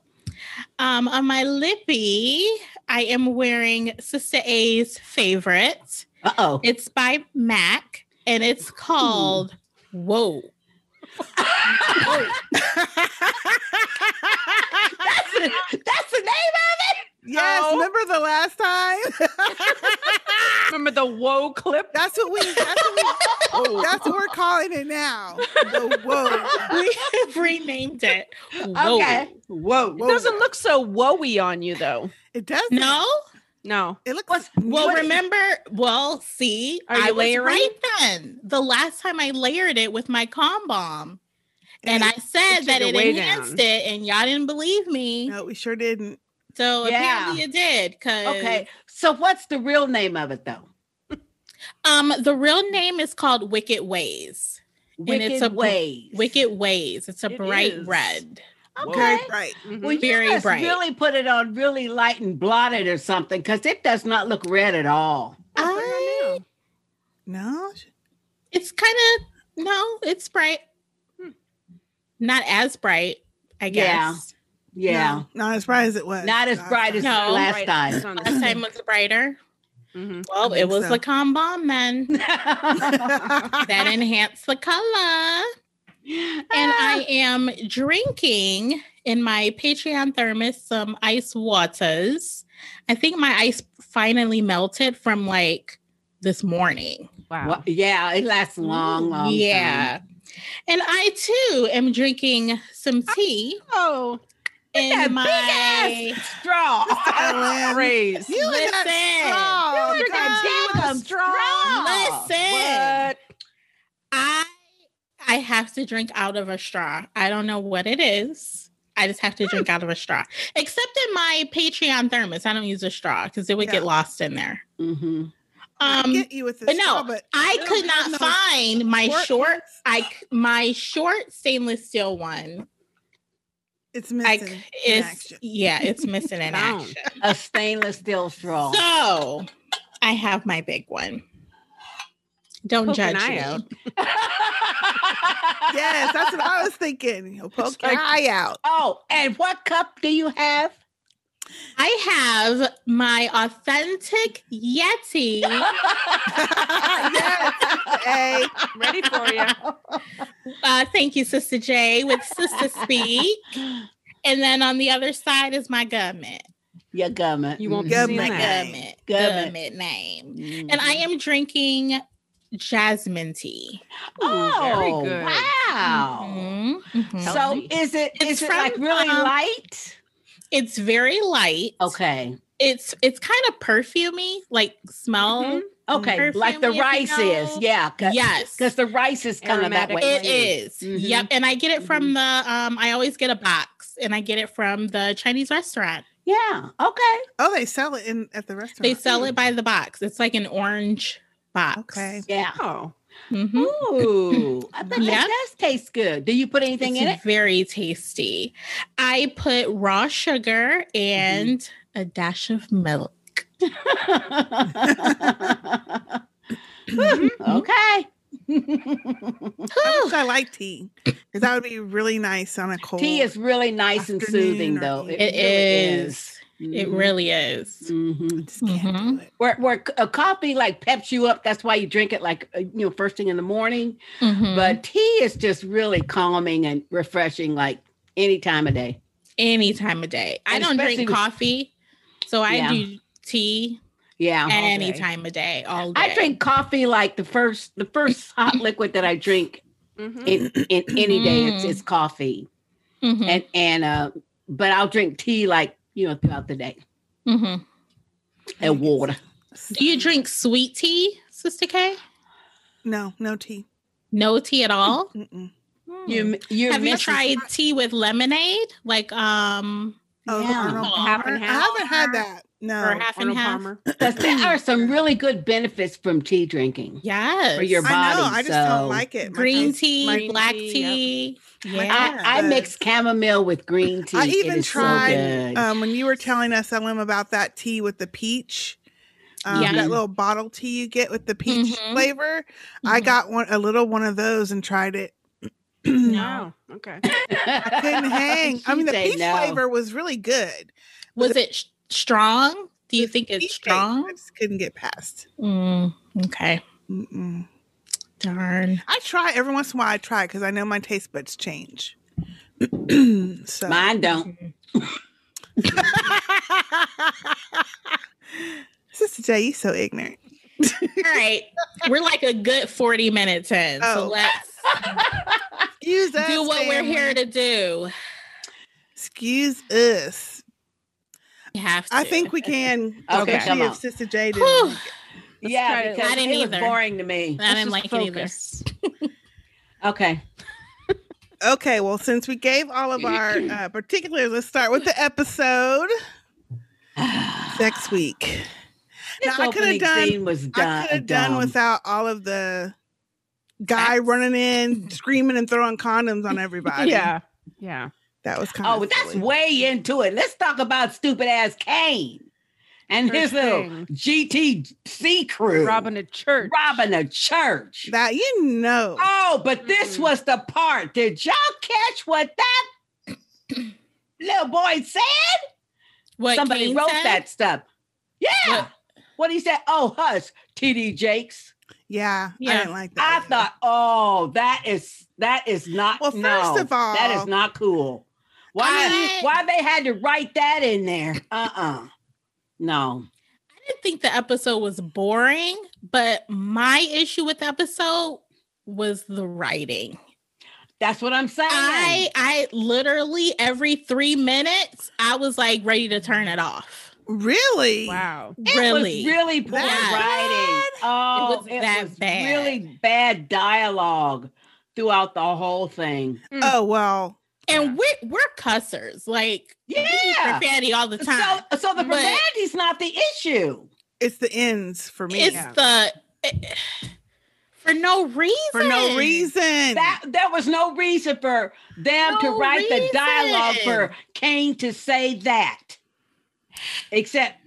Speaker 1: Um, on my lippy, I am wearing Sister A's favorite.
Speaker 2: Uh oh.
Speaker 1: It's by Mac and it's called Whoa.
Speaker 2: That's, that's the name of it.
Speaker 4: Yes,
Speaker 3: Oh.
Speaker 4: remember the last time?
Speaker 1: Mm-hmm.
Speaker 3: Remember the whoa clip?
Speaker 4: That's what we. That's what, we, that's what we're calling it now. The whoa.
Speaker 1: We have renamed it. Whoa.
Speaker 2: Okay. Whoa.
Speaker 3: It doesn't look so woey on you though.
Speaker 4: It does.
Speaker 1: No?
Speaker 3: No.
Speaker 4: It looks.
Speaker 2: What's-
Speaker 1: Well,
Speaker 4: what-
Speaker 1: remember, well, see,
Speaker 3: Are you
Speaker 1: I was
Speaker 3: layering?
Speaker 1: right then. The last time I layered it with my calm bomb. And I
Speaker 3: took
Speaker 1: said that
Speaker 3: it
Speaker 1: it
Speaker 3: way
Speaker 1: enhanced
Speaker 3: down.
Speaker 1: it, and y'all didn't believe me.
Speaker 4: No, we sure didn't.
Speaker 1: So
Speaker 2: Yeah.
Speaker 1: apparently it did. Cause
Speaker 2: Okay. So what's the real name of it though?
Speaker 1: um the real name is called Wicked Ways.
Speaker 2: Wicked
Speaker 1: it's a bl-
Speaker 2: ways.
Speaker 1: Wicked Ways. It's a
Speaker 3: It
Speaker 1: bright
Speaker 3: is.
Speaker 1: red.
Speaker 2: Okay.
Speaker 4: Very bright.
Speaker 3: Mhm.
Speaker 2: Well, you
Speaker 1: Very
Speaker 2: must
Speaker 1: bright.
Speaker 2: really put it on really light and blot it or something because it does not look red at all.
Speaker 1: I,
Speaker 4: No.
Speaker 1: it's kind of no, it's bright.
Speaker 3: Hmm.
Speaker 1: Not as bright, I guess.
Speaker 2: Yeah.
Speaker 4: No, not as bright as it was.
Speaker 2: Not as
Speaker 4: last
Speaker 2: bright as
Speaker 4: time.
Speaker 1: No.
Speaker 2: last
Speaker 3: Right, it's
Speaker 2: time.
Speaker 3: on
Speaker 1: Last
Speaker 3: the-
Speaker 1: time was brighter.
Speaker 3: Mhm.
Speaker 1: Well,
Speaker 4: I
Speaker 1: it
Speaker 4: think
Speaker 1: was
Speaker 4: so.
Speaker 1: the calm bomb then. that enhanced the color. And I am drinking in my Patreon thermos some ice waters. I think my ice finally melted from like this morning.
Speaker 3: Wow.
Speaker 2: Well, yeah, it lasts a long, long. time.
Speaker 1: yeah. And I too am drinking some tea
Speaker 3: Oh,
Speaker 2: that
Speaker 1: in
Speaker 2: big
Speaker 1: my
Speaker 2: Straw.
Speaker 4: Ellen.
Speaker 3: praise.
Speaker 4: You and
Speaker 1: listen.
Speaker 3: Oh,
Speaker 4: that
Speaker 2: Look at
Speaker 4: straw.
Speaker 2: tea with a straw.
Speaker 1: Listen. I I have to drink out of a straw. I don't know what it is. I just have to
Speaker 4: Hmm.
Speaker 1: drink out of a straw. Except in my Patreon thermos, I don't use a straw because it would
Speaker 4: Yeah.
Speaker 1: get lost in there.
Speaker 2: Mhm.
Speaker 4: I
Speaker 1: Um,
Speaker 4: get you with the
Speaker 1: but
Speaker 4: straw,
Speaker 1: no,
Speaker 4: but
Speaker 1: I
Speaker 4: don't
Speaker 1: could
Speaker 4: have
Speaker 1: not
Speaker 4: no
Speaker 1: find my
Speaker 4: fork
Speaker 1: short.
Speaker 4: cups.
Speaker 1: I c- my short stainless steel one.
Speaker 4: It's
Speaker 1: I
Speaker 4: missing.
Speaker 1: c-
Speaker 4: in
Speaker 1: it's
Speaker 4: action.
Speaker 1: yeah, it's missing in
Speaker 3: Wow.
Speaker 1: action.
Speaker 2: A stainless steel straw.
Speaker 1: So I have my big one. Don't
Speaker 3: Poke an
Speaker 1: judge
Speaker 3: eye
Speaker 1: me.
Speaker 3: out.
Speaker 4: Yes, that's what I was thinking. You'll poke your
Speaker 2: like-
Speaker 4: eye out.
Speaker 2: Oh, and what cup do you have?
Speaker 1: I have my authentic Yeti
Speaker 4: Hey,
Speaker 3: Ready for you.
Speaker 1: Uh, thank you, Sister J, with Sister Speak. And then on the other side is my government,
Speaker 2: Your gummy.
Speaker 3: You won't be
Speaker 4: Good
Speaker 3: seeing
Speaker 1: my
Speaker 4: man.
Speaker 1: government,
Speaker 3: that.
Speaker 2: Government.
Speaker 1: government name.
Speaker 2: Mhm.
Speaker 1: And I am drinking jasmine tea.
Speaker 3: Ooh, very
Speaker 2: Oh,
Speaker 3: good.
Speaker 2: Wow.
Speaker 1: Mhm, mhm.
Speaker 3: So-
Speaker 2: So is it
Speaker 1: It's
Speaker 2: is it
Speaker 1: from,
Speaker 2: like really
Speaker 1: um,
Speaker 2: light?
Speaker 1: Mm-hmm. it's very light.
Speaker 2: Okay.
Speaker 1: It's it's kind of perfumey, like smell.
Speaker 3: Mhm.
Speaker 2: Okay.
Speaker 1: Perfume,
Speaker 2: like the
Speaker 1: if you
Speaker 2: rice
Speaker 1: know.
Speaker 2: is. Yeah. Cause,
Speaker 1: Yes.
Speaker 2: 'cause the rice is kind
Speaker 3: Aromatic.
Speaker 2: of that
Speaker 1: It
Speaker 2: way.
Speaker 1: is. Yep. And I get it from the um I always get a box and I get it from the Chinese restaurant.
Speaker 2: Yeah. Okay.
Speaker 4: Oh, they sell it in at the restaurant.
Speaker 1: They sell it by the box. It's like an orange box.
Speaker 4: Okay.
Speaker 2: Yeah.
Speaker 3: Oh,
Speaker 1: Mhm.
Speaker 2: Ooh. Hmm? I bet
Speaker 1: Yeah.
Speaker 2: that does taste good. Do you put anything
Speaker 1: it's
Speaker 2: in it?
Speaker 1: Very tasty. I put raw sugar and a dash of milk.
Speaker 2: Hmm. okay.
Speaker 4: I wish I like tea because that would be really nice on a cold.
Speaker 2: Tea is really nice and
Speaker 4: Afternoon
Speaker 2: soothing,
Speaker 4: or
Speaker 2: though.
Speaker 4: evening.
Speaker 1: It is. Mm-hmm. It really is.
Speaker 2: Mm-hmm.
Speaker 4: I just can't do it.
Speaker 2: Where, where c- a coffee like peps you up, that's why you drink it like uh, you know first thing in the morning.
Speaker 1: Mhm.
Speaker 2: But tea is just really calming and refreshing, like any time of day.
Speaker 1: any time of day. I
Speaker 2: And
Speaker 1: don't
Speaker 2: especially
Speaker 1: drink
Speaker 2: with-
Speaker 1: coffee. So I
Speaker 2: Yeah.
Speaker 1: do tea
Speaker 2: Yeah,
Speaker 1: any
Speaker 3: day.
Speaker 1: time of day, all day.
Speaker 2: I drink coffee like the first the first hot liquid that I drink
Speaker 3: mhm.
Speaker 2: in,
Speaker 4: Mm-hmm.
Speaker 2: in any day. It's,
Speaker 1: Mm.
Speaker 2: it's coffee,
Speaker 1: Mhm,
Speaker 2: and and uh, but I'll drink tea like you know throughout the day
Speaker 1: mhm.
Speaker 2: and water.
Speaker 1: Do you drink sweet tea, Sister K?
Speaker 4: No, no tea.
Speaker 1: No tea at all?
Speaker 4: Mm-mm.
Speaker 1: Hmm.
Speaker 2: You you
Speaker 1: Have you tried tea with lemonade? Like um
Speaker 4: Oh,
Speaker 2: Yeah.
Speaker 4: Arnold
Speaker 1: Half
Speaker 4: Palmer?
Speaker 1: and
Speaker 4: I haven't
Speaker 1: half.
Speaker 4: had that. No.
Speaker 1: or half and
Speaker 3: Arnold
Speaker 1: half?
Speaker 3: Palmer.
Speaker 2: Because there are some really good benefits from tea drinking.
Speaker 1: Yes.
Speaker 2: For your
Speaker 4: I know.
Speaker 2: body,
Speaker 4: I just
Speaker 2: so-
Speaker 4: don't like it. My
Speaker 1: green
Speaker 4: taste-
Speaker 1: tea,
Speaker 4: my-
Speaker 3: green
Speaker 1: black
Speaker 3: tea,
Speaker 1: tea.
Speaker 4: My-
Speaker 1: Yeah.
Speaker 2: I, I mix chamomile with green tea.
Speaker 4: I
Speaker 2: It
Speaker 4: even
Speaker 2: is so
Speaker 4: tried
Speaker 2: good.
Speaker 4: um, when you were telling us, Elim, about that tea with the peach. Um,
Speaker 1: Yeah.
Speaker 4: That little bottle tea you get with the peach
Speaker 1: Mhm.
Speaker 4: flavor. I
Speaker 1: Mhm.
Speaker 4: got one, a little one of those, and tried it.
Speaker 3: Wow. Okay.
Speaker 4: I couldn't hang. I
Speaker 2: She
Speaker 4: mean, the
Speaker 2: said
Speaker 4: peach
Speaker 2: no.
Speaker 4: flavor was really good.
Speaker 1: Was it sh- strong? Do you think it's
Speaker 4: Peach flavor, I
Speaker 1: strong?
Speaker 4: just couldn't get past.
Speaker 1: Mm, okay.
Speaker 4: Mm-mm.
Speaker 1: Darn.
Speaker 4: I try every once in a while. I try because I know my taste buds change. so
Speaker 2: Mine don't.
Speaker 4: Sister J, you so ignorant.
Speaker 1: All right. We're like a good 40 minutes in.
Speaker 4: Oh.
Speaker 1: So let's
Speaker 4: Excuse us.
Speaker 1: do what we're here to do.
Speaker 4: Excuse us.
Speaker 1: We have to.
Speaker 4: I think we can.
Speaker 2: Okay,
Speaker 4: see
Speaker 2: come
Speaker 4: if
Speaker 2: on.
Speaker 4: Sister J did.
Speaker 1: Whew.
Speaker 3: Let's try
Speaker 2: yeah,
Speaker 3: to-
Speaker 2: because
Speaker 1: I didn't
Speaker 2: it was
Speaker 1: either.
Speaker 2: boring to me.
Speaker 1: I didn't like it either.
Speaker 3: it
Speaker 2: Okay.
Speaker 4: Okay, well, since we gave all of our uh, particulars, let's start with the episode next week.
Speaker 2: This
Speaker 4: Now, I coulda
Speaker 2: opening
Speaker 4: done-
Speaker 2: scene was
Speaker 4: I
Speaker 2: done.
Speaker 4: could have done without all of the guy running in, screaming and throwing condoms on everybody.
Speaker 3: Yeah. Yeah.
Speaker 4: that was kind
Speaker 2: Oh,
Speaker 4: of.
Speaker 2: that's way into it. Let's talk about stupid ass Kane and
Speaker 3: Sure
Speaker 2: his little
Speaker 3: thing.
Speaker 2: GTC crew
Speaker 3: Robbing a church.
Speaker 2: robbing a church.
Speaker 4: that you know.
Speaker 2: Oh, but this
Speaker 3: Mhm.
Speaker 2: was the part. Did y'all catch what that little boy said?
Speaker 1: What
Speaker 2: Somebody
Speaker 1: Kane
Speaker 2: wrote
Speaker 1: said?
Speaker 2: that stuff. Yeah.
Speaker 1: What-
Speaker 2: What he said? Oh, hush, TD Jakes.
Speaker 4: Yeah, I
Speaker 1: Yeah.
Speaker 4: didn't like
Speaker 2: I
Speaker 4: that. either.
Speaker 2: thought, oh, that is that is not.
Speaker 4: Well, first
Speaker 2: no,
Speaker 4: of all-
Speaker 2: that
Speaker 1: Oh.
Speaker 2: is not cool. Why?
Speaker 1: mean-
Speaker 2: why they had to write that in there? Uh uh No.
Speaker 1: I didn't think the episode was boring, but my issue with the episode was the writing.
Speaker 2: That's what I'm saying.
Speaker 1: I I literally every three minutes I was like ready to turn it off.
Speaker 4: really.
Speaker 3: Wow.
Speaker 2: It
Speaker 1: really.
Speaker 2: was really poor
Speaker 1: That
Speaker 2: writing. Oh,
Speaker 1: It was that bad.
Speaker 2: really bad dialogue throughout the whole thing.
Speaker 4: Oh well.
Speaker 1: and we're we're cussers. Like
Speaker 2: Yeah.
Speaker 1: profanity all the
Speaker 2: So,
Speaker 1: time.
Speaker 2: so the
Speaker 1: But-
Speaker 2: profanity's not the issue.
Speaker 4: It's the ends for me.
Speaker 1: it's
Speaker 3: yeah.
Speaker 1: the it- for no reason.
Speaker 4: for no reason.
Speaker 2: That there was no reason for them to
Speaker 1: No
Speaker 2: write the dialogue
Speaker 1: reason.
Speaker 2: for Kane to say that. Except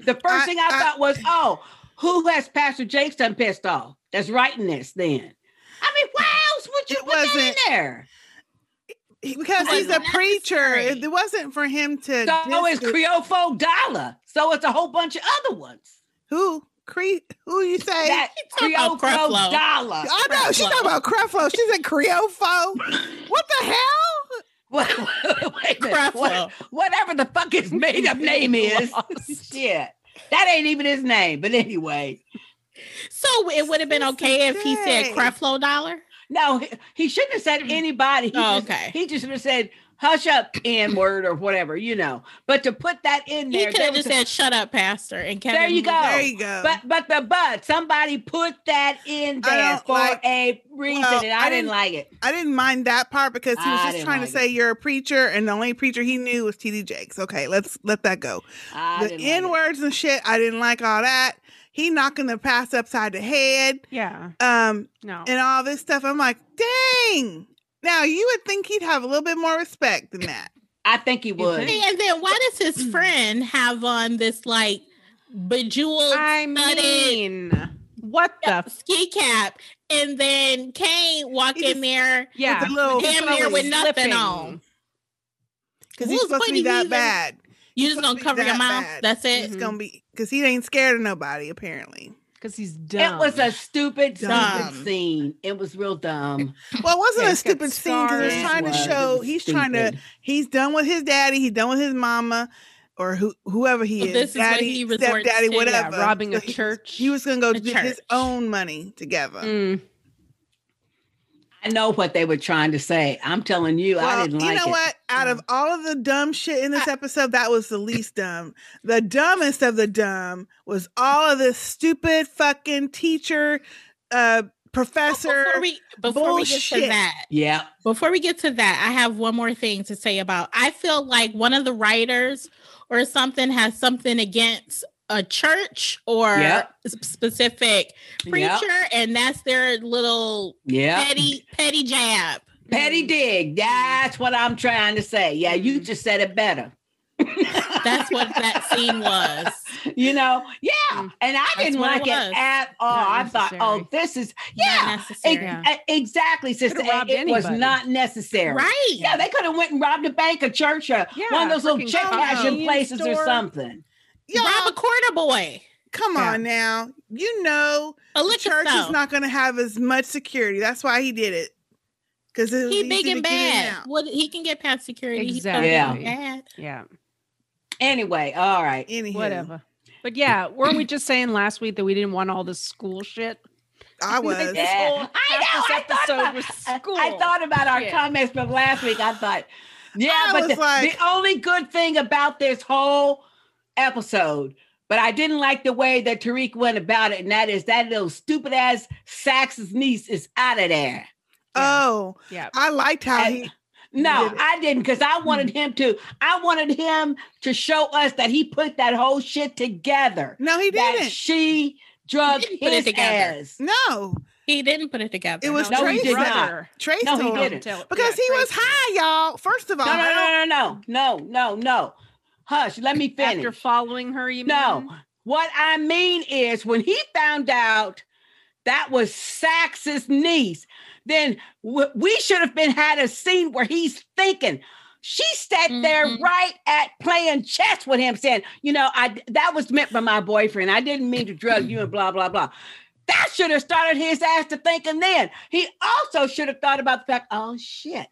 Speaker 2: the first
Speaker 4: I-
Speaker 2: thing I,
Speaker 4: I-
Speaker 2: thought was, oh, Who has Pastor Jakes done pissed off? That's writing this then. I mean, why else would you
Speaker 4: It
Speaker 2: put that in
Speaker 4: wasn't-
Speaker 2: there?
Speaker 4: He- because
Speaker 1: It
Speaker 4: he's a
Speaker 1: wasn't
Speaker 4: preacher.
Speaker 1: necessary.
Speaker 4: If it wasn't for him to
Speaker 2: So
Speaker 4: dis-
Speaker 2: is Creole folk dollar. So it's a whole bunch of other ones.
Speaker 4: who cre- who you say?
Speaker 2: That Oh,
Speaker 1: talking
Speaker 2: Creole
Speaker 1: about
Speaker 2: folk
Speaker 1: Creflo.
Speaker 2: dollar.
Speaker 4: I know she's talking about Creflo. She's a Creofo. What the hell?
Speaker 2: Wait a minute. What-
Speaker 1: Creflo.
Speaker 2: Whatever the fuck his made up name is. Shit. That ain't even his name. But anyway,
Speaker 1: So it would have been
Speaker 4: That's
Speaker 1: okay if he said
Speaker 4: okay.
Speaker 1: Creflo dollar.
Speaker 2: no, he, he shouldn't have
Speaker 4: Mm.
Speaker 2: said anybody. He
Speaker 1: Oh,
Speaker 2: just-
Speaker 1: okay.
Speaker 2: He just should have said, hush up, N word or whatever, you know. But to put that in
Speaker 1: He
Speaker 2: there,
Speaker 1: could
Speaker 2: there
Speaker 1: have
Speaker 2: was
Speaker 1: just
Speaker 2: a-
Speaker 1: said "Shut up, Pastor." And Kevin,
Speaker 2: you
Speaker 1: was
Speaker 2: go.
Speaker 1: like,
Speaker 4: There you go.
Speaker 2: But but but but somebody put that in
Speaker 4: um, I
Speaker 2: there
Speaker 4: don't
Speaker 2: for
Speaker 4: like-
Speaker 2: a reason,
Speaker 4: well,
Speaker 2: and
Speaker 4: I
Speaker 2: I, didn't
Speaker 4: didn't-
Speaker 2: like it.
Speaker 4: I didn't mind that part because he was
Speaker 2: I
Speaker 4: just
Speaker 2: didn't
Speaker 4: trying
Speaker 2: like
Speaker 4: to
Speaker 2: it.
Speaker 4: say you're a preacher, and the only preacher he knew was TD Jakes. Okay, let's let that go.
Speaker 2: I
Speaker 4: the
Speaker 2: didn't
Speaker 4: N
Speaker 2: like
Speaker 4: words and shit, I didn't like all that. He knocking the pass upside the head,
Speaker 3: Yeah.
Speaker 4: um,
Speaker 3: No.
Speaker 4: and all this stuff. I'm like, dang. Now you would think he'd have a little bit more respect than that.
Speaker 2: it. I think he would.
Speaker 3: think?
Speaker 1: Hey, and then why does
Speaker 4: Mm.
Speaker 1: his friend have on this like bejeweled
Speaker 3: I
Speaker 1: studded
Speaker 3: mean, what the? F-
Speaker 1: ski cap, and then Kane walk
Speaker 4: He just- Oh,
Speaker 1: in there
Speaker 3: yeah.
Speaker 4: With the little
Speaker 1: damn near
Speaker 4: frilly.
Speaker 1: with nothing
Speaker 3: Slipping.
Speaker 1: on?
Speaker 4: because
Speaker 1: Who's
Speaker 4: he's supposed to
Speaker 1: putting
Speaker 4: be
Speaker 1: you
Speaker 4: that
Speaker 1: even-
Speaker 4: bad.
Speaker 1: You just gonna
Speaker 4: Supposed to
Speaker 1: cover
Speaker 4: be
Speaker 1: your
Speaker 4: that
Speaker 1: mouth?
Speaker 4: bad. Mm-hmm.
Speaker 1: That's it.
Speaker 4: It's
Speaker 2: Hmm.
Speaker 4: gonna be because he ain't scared of nobody apparently.
Speaker 3: Because he's
Speaker 2: It
Speaker 3: dumb.
Speaker 2: was a stupid,
Speaker 1: Dumb.
Speaker 2: stupid scene. It was real dumb.
Speaker 4: Well, it wasn't
Speaker 3: Yeah,
Speaker 4: a
Speaker 3: he's got
Speaker 4: stupid scene because
Speaker 3: scars.
Speaker 4: it's trying to
Speaker 2: It was. It
Speaker 4: show
Speaker 2: was
Speaker 4: he's trying to
Speaker 2: stupid.
Speaker 4: he's done with his daddy, he's done with his mama, or who whoever he
Speaker 1: Well,
Speaker 4: is.
Speaker 1: this is what
Speaker 4: daddy,
Speaker 1: he resorts
Speaker 4: stepdaddy,
Speaker 1: to, yeah,
Speaker 4: whatever.
Speaker 3: yeah, robbing
Speaker 4: So
Speaker 3: a
Speaker 4: he-
Speaker 3: church.
Speaker 4: He was gonna go
Speaker 1: A
Speaker 4: get his
Speaker 1: church.
Speaker 4: own money together.
Speaker 3: Mm.
Speaker 2: I know what they were trying to say. I'm telling you, I
Speaker 4: Well,
Speaker 2: didn't
Speaker 4: you
Speaker 2: like
Speaker 4: know
Speaker 2: it.
Speaker 4: what? Out
Speaker 1: Mm.
Speaker 4: of all of the dumb shit in this episode, that was the least dumb. The dumbest of the dumb was all of this stupid fucking teacher, uh, professor.
Speaker 1: Before we before we get
Speaker 4: Bullshit.
Speaker 1: to that,
Speaker 2: Yeah,
Speaker 1: before we get to that, I have one more thing to say about. I feel like one of the writers or something has something against a church or
Speaker 2: Yep.
Speaker 1: s- specific
Speaker 2: yeah,
Speaker 1: preacher, and that's their little
Speaker 2: yeah.
Speaker 1: petty petty jab.
Speaker 2: Petty dig. That's what I'm trying to say. Yeah, you
Speaker 3: Mm.
Speaker 2: just said it better.
Speaker 1: That's what that scene was.
Speaker 2: You know, yeah.
Speaker 3: Mm.
Speaker 2: And I didn't
Speaker 1: what it
Speaker 2: like it,
Speaker 1: was.
Speaker 2: at all.
Speaker 3: Not
Speaker 2: I thought, oh,
Speaker 3: necessary.
Speaker 2: this is
Speaker 1: Not
Speaker 2: yeah.
Speaker 1: necessary.
Speaker 2: Ex- e- Exactly, sister.
Speaker 3: Could've robbed
Speaker 2: It, it was
Speaker 3: anybody.
Speaker 2: not necessary.
Speaker 1: Right.
Speaker 2: Yeah, they could have went and robbed a bank, a church, or one of
Speaker 3: Yeah,
Speaker 2: those little
Speaker 3: freaking
Speaker 2: check cashing
Speaker 3: convenience
Speaker 2: places or
Speaker 3: store.
Speaker 2: something.
Speaker 4: Y'all,
Speaker 1: Rob a corner boy.
Speaker 4: come
Speaker 3: Yeah.
Speaker 4: on now. You know
Speaker 1: A
Speaker 4: the
Speaker 1: liquor
Speaker 4: church is
Speaker 1: store.
Speaker 4: not going to have as much security. That's why he did it. Because it was
Speaker 1: He
Speaker 4: easy
Speaker 1: big
Speaker 4: to
Speaker 1: and
Speaker 4: get in
Speaker 1: bad.
Speaker 4: out.
Speaker 1: What he can get past security. He's
Speaker 3: Exactly.
Speaker 1: yeah.
Speaker 2: Yeah.
Speaker 1: bad.
Speaker 3: Yeah.
Speaker 2: Anyway, all right.
Speaker 4: Anywho,
Speaker 3: Whatever. But yeah, weren't we just saying last week that we didn't want all this school shit?
Speaker 4: I was.
Speaker 3: This
Speaker 2: Yeah.
Speaker 3: whole
Speaker 2: I know.
Speaker 3: half
Speaker 2: I
Speaker 3: this
Speaker 2: thought
Speaker 3: episode
Speaker 2: about-
Speaker 3: was
Speaker 2: I-
Speaker 3: school.
Speaker 2: I thought about our
Speaker 3: Yeah.
Speaker 2: comments from last week. I thought, yeah,
Speaker 4: I
Speaker 2: but
Speaker 4: was
Speaker 2: the,
Speaker 4: like-
Speaker 2: the only good thing about this whole episode, but I didn't like the way that Tariq went about it, and that is that little stupid ass Sax's niece is out of there.
Speaker 4: Oh,
Speaker 3: yeah.
Speaker 4: I liked how
Speaker 2: And-
Speaker 4: he.
Speaker 2: No,
Speaker 4: Did it.
Speaker 2: I didn't because I wanted him to. I wanted him to show us that he put that whole shit together.
Speaker 4: No, he
Speaker 2: That
Speaker 4: didn't.
Speaker 2: she drugged
Speaker 1: He didn't put it
Speaker 2: his
Speaker 1: together.
Speaker 2: ass.
Speaker 4: No,
Speaker 1: He didn't put it together.
Speaker 4: It was
Speaker 2: No, he
Speaker 4: Trace
Speaker 2: did not.
Speaker 4: brother. Trace
Speaker 2: No, he
Speaker 4: told him.
Speaker 2: didn't.
Speaker 4: because he was high, y'all. First of all,
Speaker 2: No,
Speaker 4: I don't-
Speaker 2: no, no, no, no, no, no, no. Hush, let me finish.
Speaker 3: After following her, you
Speaker 2: No,
Speaker 3: mean?
Speaker 2: what I mean is when he found out that was Sax's niece, then w- we should have been had a scene where he's thinking. She sat there
Speaker 1: Mhm.
Speaker 2: right at playing chess with him, saying, "You know, I that was meant for my boyfriend. I didn't mean to drug you and blah blah blah." That should have started his ass to thinking. Then he also should have thought about the fact, "Oh shit."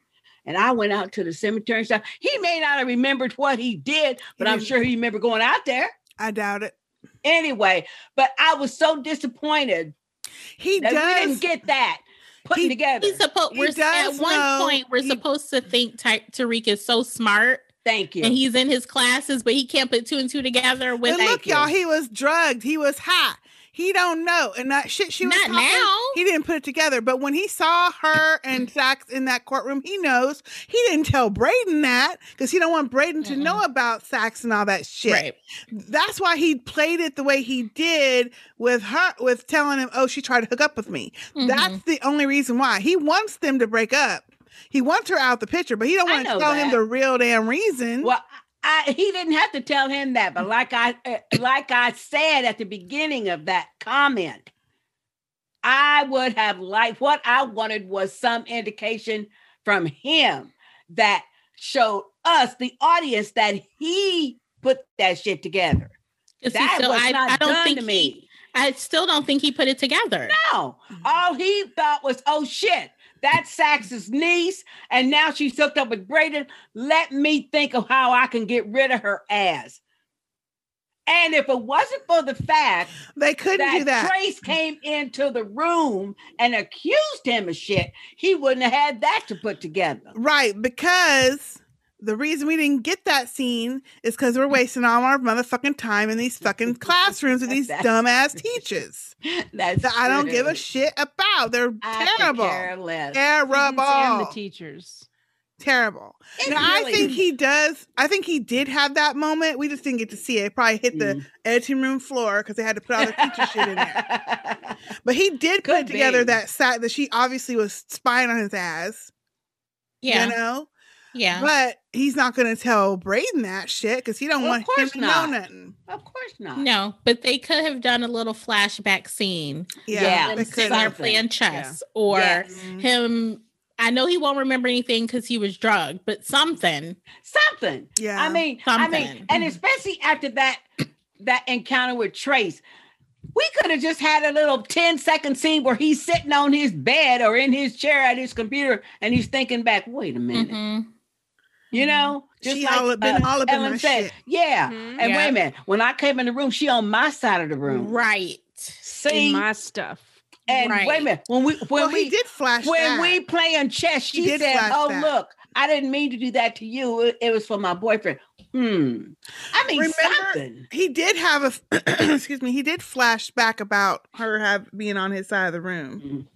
Speaker 2: And I went out to the cemetery and stuff. He may not have remembered what he did, but I'm
Speaker 4: didn't.
Speaker 2: sure he remembered going out there
Speaker 4: I doubt it.
Speaker 2: anyway. But I was so disappointed
Speaker 4: He
Speaker 2: that we
Speaker 4: does.
Speaker 2: didn't get that putting
Speaker 4: He-
Speaker 2: together.
Speaker 1: He's supposed.
Speaker 4: He
Speaker 1: We're at
Speaker 4: does
Speaker 1: one
Speaker 4: know-
Speaker 1: point we're
Speaker 4: he-
Speaker 1: supposed to think Ty- Tariq is so smart
Speaker 2: Thank you.
Speaker 1: and he's in his classes, but he can't put two and two together with
Speaker 4: But look,
Speaker 2: you.
Speaker 4: y'all, he was drugged. He was high. He don't know. And that shit she was
Speaker 1: not
Speaker 4: talking,
Speaker 1: now.
Speaker 4: He didn't put it together. But when he saw her and Zach in that courtroom, he knows. He didn't tell Braden that because he don't want Braden to
Speaker 1: Mm-mm.
Speaker 4: know about Sax and all that shit.
Speaker 1: Right.
Speaker 4: That's why he played it the way he did with her, with telling him, "Oh, she tried to hook up with me."
Speaker 1: Mhm.
Speaker 2: Mm-hmm.
Speaker 4: That's the only reason why he wants them to break up. He wants her out the picture, but he don't
Speaker 2: I
Speaker 4: want to
Speaker 2: know
Speaker 4: tell him
Speaker 2: that.
Speaker 4: the real damn reason.
Speaker 2: well, I, he didn't have to tell him that, but like I uh, like I said at the beginning of that comment, I would have liked what I wanted was some indication from him that showed us the audience that he put that shit together.
Speaker 1: You see,
Speaker 2: that
Speaker 1: so
Speaker 2: was
Speaker 1: I,
Speaker 2: not
Speaker 1: I don't
Speaker 2: done
Speaker 1: think
Speaker 2: to
Speaker 1: he-
Speaker 2: me.
Speaker 1: I still don't think he put it together.
Speaker 2: No,
Speaker 4: Mm-hmm.
Speaker 2: all he thought was, oh shit, that's Sax's niece, and now she's hooked up with Braden. Let me think of how I can get rid of her ass. And if it wasn't for the fact
Speaker 4: They couldn't
Speaker 2: that,
Speaker 4: do that.
Speaker 2: Trace came into the room and accused him of shit, he wouldn't have had that to put together.
Speaker 4: Right, because the reason we didn't get that scene is because we're wasting all our motherfucking time in these fucking classrooms with these
Speaker 2: That's-
Speaker 4: dumbass teachers
Speaker 2: That's
Speaker 4: that I don't give a
Speaker 2: shit.
Speaker 4: shit about. They're terrible.
Speaker 2: Care less.
Speaker 3: Students and the
Speaker 4: Terrible.
Speaker 3: teachers.
Speaker 4: Terrible.
Speaker 2: It
Speaker 4: Now, I
Speaker 2: really-
Speaker 4: think he does. I think he did have that moment. We just didn't get to see it. It probably hit
Speaker 2: Mm.
Speaker 4: the editing room floor because they had to put all the teacher shit in there. But he did
Speaker 2: Could
Speaker 4: put together
Speaker 2: be.
Speaker 4: that side that she obviously was spying on his ass.
Speaker 1: Yeah,
Speaker 4: You know?
Speaker 1: yeah.
Speaker 4: But he's not going to tell Braden that shit because he don't
Speaker 2: Of
Speaker 4: want him
Speaker 2: course
Speaker 4: to
Speaker 2: not.
Speaker 4: know nothing.
Speaker 2: of course not.
Speaker 1: No, but they could have done a little flashback scene.
Speaker 2: Yeah,
Speaker 4: Yeah. they
Speaker 1: Them sitting
Speaker 4: could
Speaker 1: there
Speaker 4: have.
Speaker 2: something.
Speaker 1: playing chess or
Speaker 2: Yes.
Speaker 4: Mhm.
Speaker 1: him. I know he won't remember anything because he was drugged, but something.
Speaker 2: Something.
Speaker 4: Yeah.
Speaker 2: I mean, I mean,
Speaker 1: Something.
Speaker 2: and especially after that that encounter with Trace, we could have just had a little 10 second scene where he's sitting on his bed or in his chair at his computer and he's thinking back, wait a minute,
Speaker 1: Mhm.
Speaker 2: you know, just
Speaker 4: Mm-hmm. She
Speaker 2: like
Speaker 4: all up in-
Speaker 2: uh,
Speaker 4: all up in
Speaker 2: Ellen
Speaker 4: my
Speaker 2: said,
Speaker 4: shit.
Speaker 2: yeah.
Speaker 3: Mhm.
Speaker 2: And wait
Speaker 1: Yeah.
Speaker 2: a minute, when I came in the room, she on my side of the room.
Speaker 1: Mm-hmm. Right.
Speaker 2: See,
Speaker 3: In my stuff.
Speaker 2: and
Speaker 1: right.
Speaker 2: wait a minute, when we when
Speaker 4: well,
Speaker 2: we
Speaker 4: he did flash
Speaker 2: when
Speaker 4: that.
Speaker 2: we playing chess, she
Speaker 4: He did
Speaker 2: said,
Speaker 4: flash
Speaker 2: "Oh
Speaker 4: that.
Speaker 2: look, I didn't mean to do that to you. It, it was for my boyfriend." Hmm. I mean
Speaker 4: Remember-
Speaker 2: something.
Speaker 4: he did have a f- excuse me. He did flash back about her have being on his side of the room,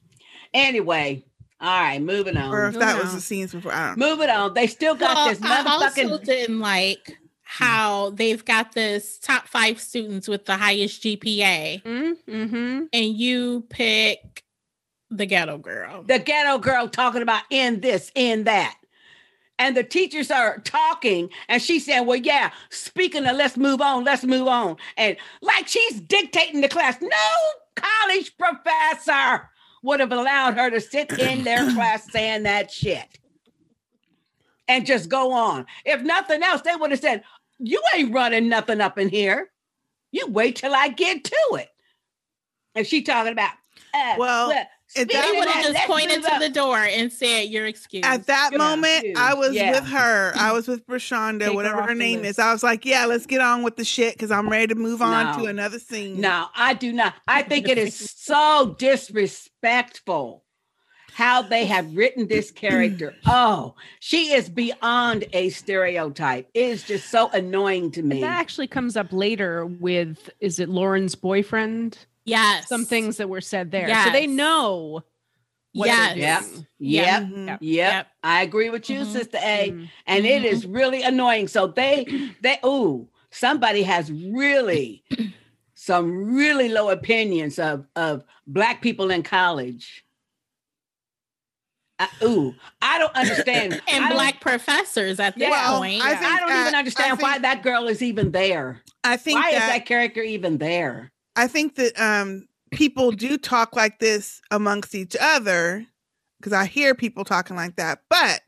Speaker 2: Anyway, all right, moving on.
Speaker 4: or if that was
Speaker 3: no.
Speaker 4: the scenes before. I don't know.
Speaker 2: moving on. They still got
Speaker 1: Well,
Speaker 2: this
Speaker 1: I also
Speaker 2: motherfucking.
Speaker 1: didn't like how they've got this top five students with the highest GPA,
Speaker 3: Hmm? Mm-hmm.
Speaker 1: and you pick the ghetto girl.
Speaker 2: the ghetto girl talking about in this, in that. And the teachers are talking, and she's saying, Well, yeah, speaking of let's move on, let's move on. And like she's dictating the class. No college professor would have allowed her to sit in their class saying that shit and just go on. If nothing else, they would have said, You ain't running nothing up in here. You wait till I get to it. And she talking about, uh,
Speaker 4: Well, at
Speaker 2: speaking
Speaker 4: that
Speaker 1: They
Speaker 2: of
Speaker 1: would
Speaker 2: that,
Speaker 1: have just
Speaker 2: let's
Speaker 1: pointed
Speaker 2: move
Speaker 1: to
Speaker 2: up.
Speaker 1: the door and said, "You're excused."
Speaker 4: At that
Speaker 2: Yeah,
Speaker 4: moment,
Speaker 2: dude.
Speaker 4: I was
Speaker 2: Yeah.
Speaker 4: with her. I was with Brashonda,
Speaker 2: Take her
Speaker 4: whatever
Speaker 2: off
Speaker 4: her
Speaker 2: the
Speaker 4: name
Speaker 2: list.
Speaker 4: is. I was like, "Yeah, let's get on with the shit because I'm ready to move on
Speaker 2: No.
Speaker 4: to another scene."
Speaker 2: No, I do not. I think it is so disrespectful how they have written this character. Oh, she is beyond a stereotype. It is just so annoying to me.
Speaker 3: That actually comes up later with is it Lauren's boyfriend?
Speaker 1: yes,
Speaker 3: Some things that were said there. So they
Speaker 1: Yes.
Speaker 3: know. what they're
Speaker 1: Yes.
Speaker 2: Yep.
Speaker 3: doing.
Speaker 2: Yep. Yep.
Speaker 4: Mhm.
Speaker 3: Yep.
Speaker 1: Yep.
Speaker 2: I agree with you,
Speaker 1: Mhm.
Speaker 2: Sister A.
Speaker 3: Mhm.
Speaker 2: And
Speaker 4: Mm-hmm.
Speaker 2: it is really annoying. So they they ooh, somebody has really some really low opinions of of black people in college. I, ooh, I don't understand.
Speaker 1: and
Speaker 2: I don't-
Speaker 1: black professors at this
Speaker 2: Well,
Speaker 1: point.
Speaker 4: I
Speaker 2: I,
Speaker 4: think
Speaker 2: don't
Speaker 4: that-
Speaker 2: even
Speaker 4: I
Speaker 2: understand why
Speaker 4: think-
Speaker 2: that girl is even there.
Speaker 4: I think
Speaker 2: Why is
Speaker 4: that
Speaker 2: that character even there?
Speaker 4: I think that um people do talk like this amongst each other because I hear people talking like that, but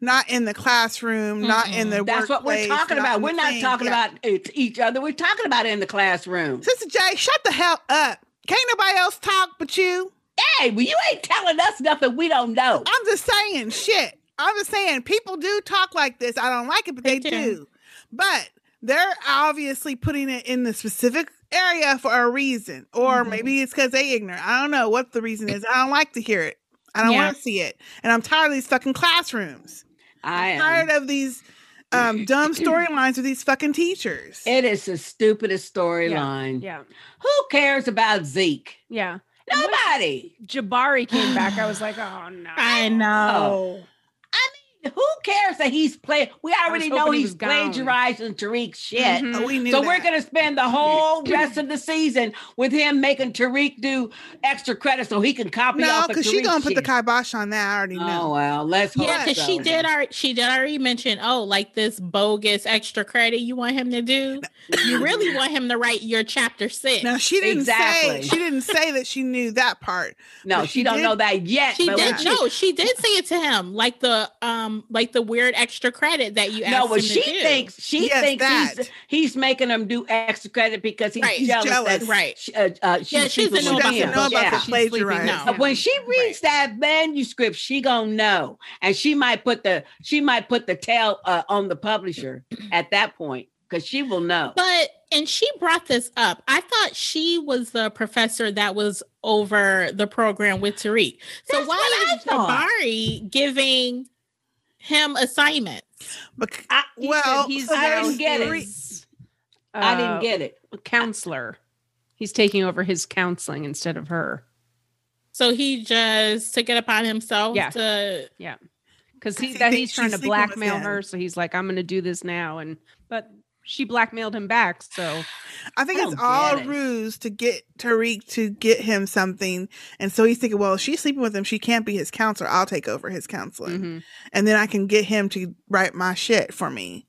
Speaker 4: not in the classroom, not in the
Speaker 2: That's what we're
Speaker 4: workplace,
Speaker 2: talking
Speaker 4: not
Speaker 2: about.
Speaker 4: in the
Speaker 2: We're not
Speaker 4: thing.
Speaker 2: talking
Speaker 4: Yeah.
Speaker 2: about it to each other. We're talking about it in the classroom.
Speaker 4: Sister J, shut the hell up. Can't nobody else talk but you.
Speaker 2: Hey, well, you ain't telling us nothing we don't know.
Speaker 4: I'm just saying shit. I'm just saying people do talk like this. I don't like it, but they,
Speaker 1: They
Speaker 4: do.
Speaker 1: do.
Speaker 4: But they're obviously putting it in the specific area for a reason. Or
Speaker 2: Mm-hmm.
Speaker 1: Mhm.
Speaker 4: maybe it's because they ignorant. I don't know what the reason is. I don't like to hear it. I don't
Speaker 1: Yeah.
Speaker 4: want to see it. And I'm tired of these fucking classrooms.
Speaker 2: I
Speaker 4: I'm
Speaker 2: am.
Speaker 4: tired of these um, dumb storylines with these fucking teachers.
Speaker 2: It is the stupidest storyline.
Speaker 3: Yeah.
Speaker 2: Who cares about Zeke?
Speaker 3: Yeah.
Speaker 2: Nobody.
Speaker 3: Jabari came back. I was like, oh no.
Speaker 1: I know.
Speaker 2: Who cares that he's playing? We already know
Speaker 3: hoping he
Speaker 2: he's
Speaker 3: was gone.
Speaker 2: plagiarizing Tariq's shit.
Speaker 3: Mhm.
Speaker 4: Oh, we knew
Speaker 2: So
Speaker 4: that.
Speaker 2: we're gonna spend the whole rest of the season with him making Tariq do extra credit so he can copy
Speaker 4: no,
Speaker 2: off.
Speaker 4: because
Speaker 2: she
Speaker 4: she's gonna put the kibosh on that. I already
Speaker 2: Oh
Speaker 4: know.
Speaker 2: well, let's hope
Speaker 1: Yeah, because she
Speaker 2: so.
Speaker 1: did already she did already mention, oh, like this bogus extra credit you want him to do. You really want him to write your chapter six.
Speaker 4: Now she didn't say
Speaker 2: Exactly.
Speaker 4: she didn't say that she knew that part.
Speaker 2: No,
Speaker 4: But
Speaker 2: she,
Speaker 4: she
Speaker 2: don't
Speaker 4: did-
Speaker 2: know that yet.
Speaker 1: she
Speaker 2: but when
Speaker 1: did no, she did say it to him, like the um like the weird extra credit that you asked
Speaker 2: No,
Speaker 1: him
Speaker 2: but
Speaker 1: to
Speaker 2: she
Speaker 1: do.
Speaker 2: thinks she
Speaker 4: Yes,
Speaker 2: thinks he's,
Speaker 4: that.
Speaker 2: he's making him do extra credit because he's
Speaker 1: Right. He's
Speaker 2: jealous.
Speaker 4: jealous.
Speaker 2: That
Speaker 1: Right.
Speaker 2: She, uh, uh, she,
Speaker 1: Yeah, she doesn't
Speaker 2: people
Speaker 1: know
Speaker 2: with
Speaker 1: about
Speaker 2: him.
Speaker 1: the
Speaker 4: know about
Speaker 2: Yeah.
Speaker 4: the
Speaker 3: She's sleeping
Speaker 4: plagiarizing.
Speaker 1: now.
Speaker 2: Uh, When she reads that manuscript, she gonna know, and she might put the she might put the tail uh, on the publisher at that point because she will know.
Speaker 1: But and she brought this up. I thought she was the professor that was over the program with Tariq. So
Speaker 2: That's
Speaker 1: why
Speaker 2: what I
Speaker 1: is
Speaker 2: thought.
Speaker 1: Jabari giving him assignments?
Speaker 4: Bec-
Speaker 2: I,
Speaker 3: He said
Speaker 4: Well,
Speaker 3: he's
Speaker 4: so
Speaker 2: I
Speaker 3: now
Speaker 2: didn't get it.
Speaker 3: his,
Speaker 2: I
Speaker 3: uh,
Speaker 2: didn't get it.
Speaker 3: counselor. He's taking over his counseling instead of her
Speaker 1: So he just took it upon himself
Speaker 3: Yeah.
Speaker 1: to
Speaker 3: because
Speaker 4: Because
Speaker 3: he,
Speaker 4: he
Speaker 3: that
Speaker 4: thinks
Speaker 3: he's trying
Speaker 4: she's
Speaker 3: to
Speaker 4: sleeping with
Speaker 3: blackmail
Speaker 4: him.
Speaker 3: her. So he's like, "I'm going to do this now," and but she blackmailed him back. So
Speaker 4: I think
Speaker 2: I
Speaker 4: it's
Speaker 2: don't
Speaker 4: all
Speaker 2: get it.
Speaker 4: ruse to get Tariq to get him something, and so he's thinking, well, if she's sleeping with him. She can't be his counselor. I'll take over his counseling,
Speaker 3: mhm.
Speaker 4: and then I can get him to write my shit for me.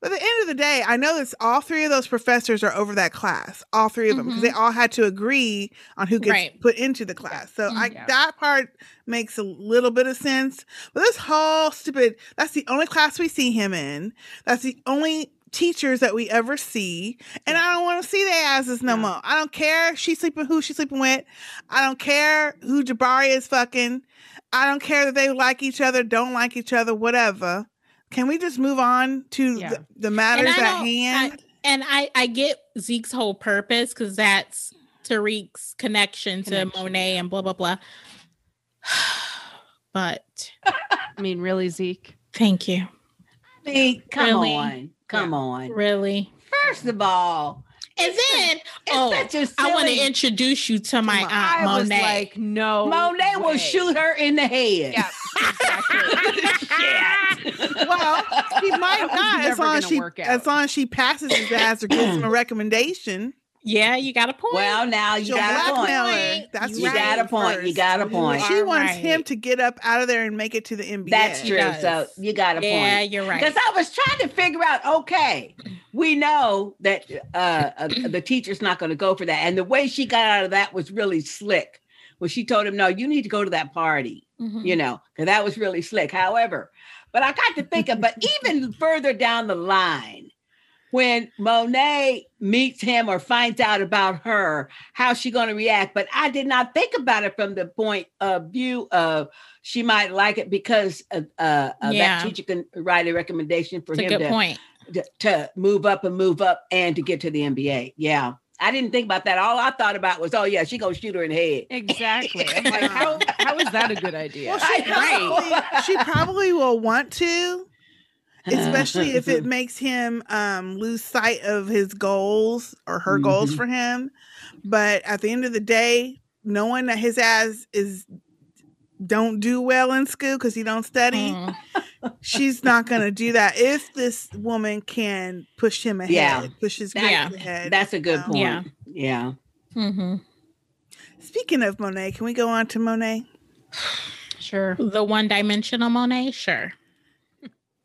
Speaker 4: But at the end of the day, I know it's all three of those professors are over that class. All three of them because
Speaker 1: Mhm.
Speaker 4: they all had to agree on who gets
Speaker 1: Right.
Speaker 4: put into the class. So I,
Speaker 3: Yeah.
Speaker 4: that part makes a little bit of sense. But this whole stupid that's the only class we see him in. That's the only teachers that we ever see. And I don't want to see their asses no
Speaker 3: No.
Speaker 4: more. I don't care if she's sleeping who she's sleeping with. I don't care who Jabari is fucking. I don't care that they like each other, don't like each other, whatever. Can we just move on to
Speaker 3: Yeah.
Speaker 4: the, the matters
Speaker 1: I
Speaker 4: at
Speaker 1: don't-
Speaker 4: hand?
Speaker 1: and I I get Zeke's whole purpose because that's Tariq's connection, to
Speaker 3: Connection,
Speaker 1: Monet and blah blah blah. But
Speaker 3: I mean, really, Zeke.
Speaker 1: thank you,
Speaker 2: I mean, come
Speaker 1: uh, Really?
Speaker 2: on, come on.
Speaker 1: really.
Speaker 2: First of all,
Speaker 1: And then
Speaker 2: it's
Speaker 1: oh,
Speaker 2: such a silly.
Speaker 1: I want to introduce you to my
Speaker 4: Come
Speaker 1: aunt
Speaker 4: on.
Speaker 3: I was
Speaker 1: Monet.
Speaker 3: like, "No,
Speaker 2: Monet will
Speaker 3: way.
Speaker 2: shoot her in the head.
Speaker 3: Yeah, exactly.
Speaker 4: well, she might
Speaker 3: was
Speaker 4: not as
Speaker 3: never
Speaker 4: long as
Speaker 3: gonna
Speaker 4: she
Speaker 3: work out.
Speaker 4: as long as she passes his ass or gives him a recommendation.
Speaker 1: yeah, you got a point.
Speaker 2: Well, now you
Speaker 4: She'll
Speaker 2: got a point.
Speaker 4: blackmail her.
Speaker 1: point.
Speaker 4: That's
Speaker 2: You
Speaker 4: what
Speaker 2: got a
Speaker 4: she
Speaker 2: point. You
Speaker 4: prefers.
Speaker 2: got a point.
Speaker 4: She
Speaker 1: are
Speaker 4: wants him
Speaker 1: right.
Speaker 4: to get up out of there and make it to the NBA.
Speaker 2: That's
Speaker 1: She
Speaker 2: true.
Speaker 1: does.
Speaker 2: So you got a point.
Speaker 1: yeah, you're right.
Speaker 2: Because I was trying to figure out, okay, we know that uh, uh, the teacher's not going to go for that. And the way she got out of that was really slick. When she told him, no, you need to go to that party,
Speaker 1: Mhm.
Speaker 2: you know, because that was really slick. However, but I got to thinking, but even further down the line, when Monet meets him or finds out about her, how's she going to react? But I did not think about it from the point of view of she might like it because uh, uh,
Speaker 1: Yeah.
Speaker 2: uh, that teacher can write a recommendation for
Speaker 1: It's a
Speaker 2: him
Speaker 1: good
Speaker 2: to,
Speaker 1: point.
Speaker 2: to, to move up and move up and to get to the NBA. Yeah. I didn't think about that. All I thought about was, oh, yeah, she going to shoot her in the head.
Speaker 3: exactly. I'm like, how, how is that a good idea?
Speaker 4: Well, she,
Speaker 2: I know.
Speaker 4: probably, she probably will want to, especially if it makes him um, lose sight of his goals or her goals
Speaker 2: Mhm.
Speaker 4: for him. But at the end of the day, knowing that his ass is don't do well in school because he don't study,
Speaker 1: Mm.
Speaker 4: she's not gonna do that. If this woman can push him ahead,
Speaker 2: Yeah.
Speaker 4: push his
Speaker 2: That-
Speaker 4: goals
Speaker 1: Yeah.
Speaker 4: ahead.
Speaker 2: That's a good
Speaker 4: Um,
Speaker 2: point.
Speaker 1: Yeah.
Speaker 2: Yeah.
Speaker 1: Mhm.
Speaker 4: Speaking of Monet, can we go on to Monet
Speaker 3: Sure.
Speaker 1: The one dimensional Monet, sure.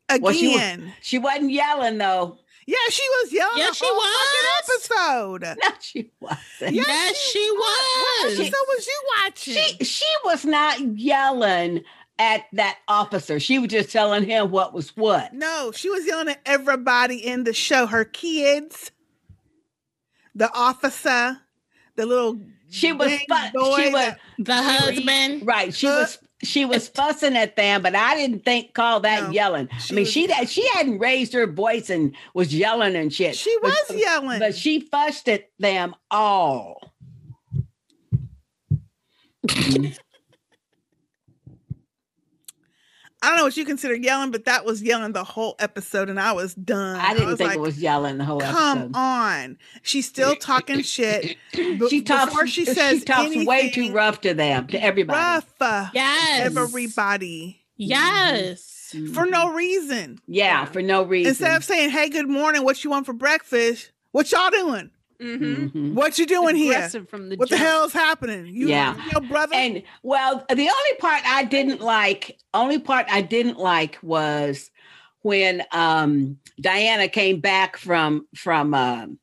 Speaker 4: again?
Speaker 2: Well, she was- She wasn't yelling, though.
Speaker 4: yeah, she was yelling.
Speaker 1: Yeah,
Speaker 4: the
Speaker 1: she
Speaker 4: whole
Speaker 1: was.
Speaker 4: fucking episode.
Speaker 2: No, she wasn't.
Speaker 4: Yes,
Speaker 1: Yes,
Speaker 4: she
Speaker 1: she was.
Speaker 4: So was you watching?
Speaker 2: She she was not yelling at that officer. She was just telling him what was what.
Speaker 4: No, she was yelling at everybody in the show. Her kids, the officer, the little
Speaker 2: She was
Speaker 4: big
Speaker 2: fu-
Speaker 4: boy
Speaker 2: she was
Speaker 4: that-
Speaker 1: the husband.
Speaker 2: right. She
Speaker 4: Huh?
Speaker 2: was she was fussing at them, but I didn't think call that
Speaker 4: No,
Speaker 2: yelling.
Speaker 4: she
Speaker 2: I mean,
Speaker 4: was-
Speaker 2: she that she hadn't raised her voice and was yelling and shit.
Speaker 4: she
Speaker 2: But-
Speaker 4: was yelling.
Speaker 2: but she fussed at them all.
Speaker 4: Mm-hmm. I don't know what you consider yelling, but that was yelling the whole episode, and I was done.
Speaker 2: I didn't
Speaker 4: was
Speaker 2: think
Speaker 4: like,
Speaker 2: it was yelling the whole
Speaker 4: Come
Speaker 2: episode.
Speaker 4: on, she's still talking shit. B-
Speaker 2: She talks.
Speaker 4: before she says
Speaker 2: talks way too
Speaker 4: anything
Speaker 2: rough to them to everybody.
Speaker 4: rough. uh,
Speaker 1: Yes.
Speaker 4: Everybody.
Speaker 1: Yes.
Speaker 4: for no reason.
Speaker 2: Mm-hmm. Yeah, for no reason.
Speaker 4: Instead of saying, "Hey, good morning. What you want for breakfast? What y'all doing?
Speaker 3: Mm-hmm.
Speaker 2: Mhm.
Speaker 4: What you doing here?
Speaker 3: Aggressive from the
Speaker 4: What the
Speaker 3: jump.
Speaker 4: hell's happening? You,
Speaker 2: Yeah.
Speaker 4: your brother.
Speaker 2: And well, the only part I didn't like, only part I didn't like was when um Diana came back from from um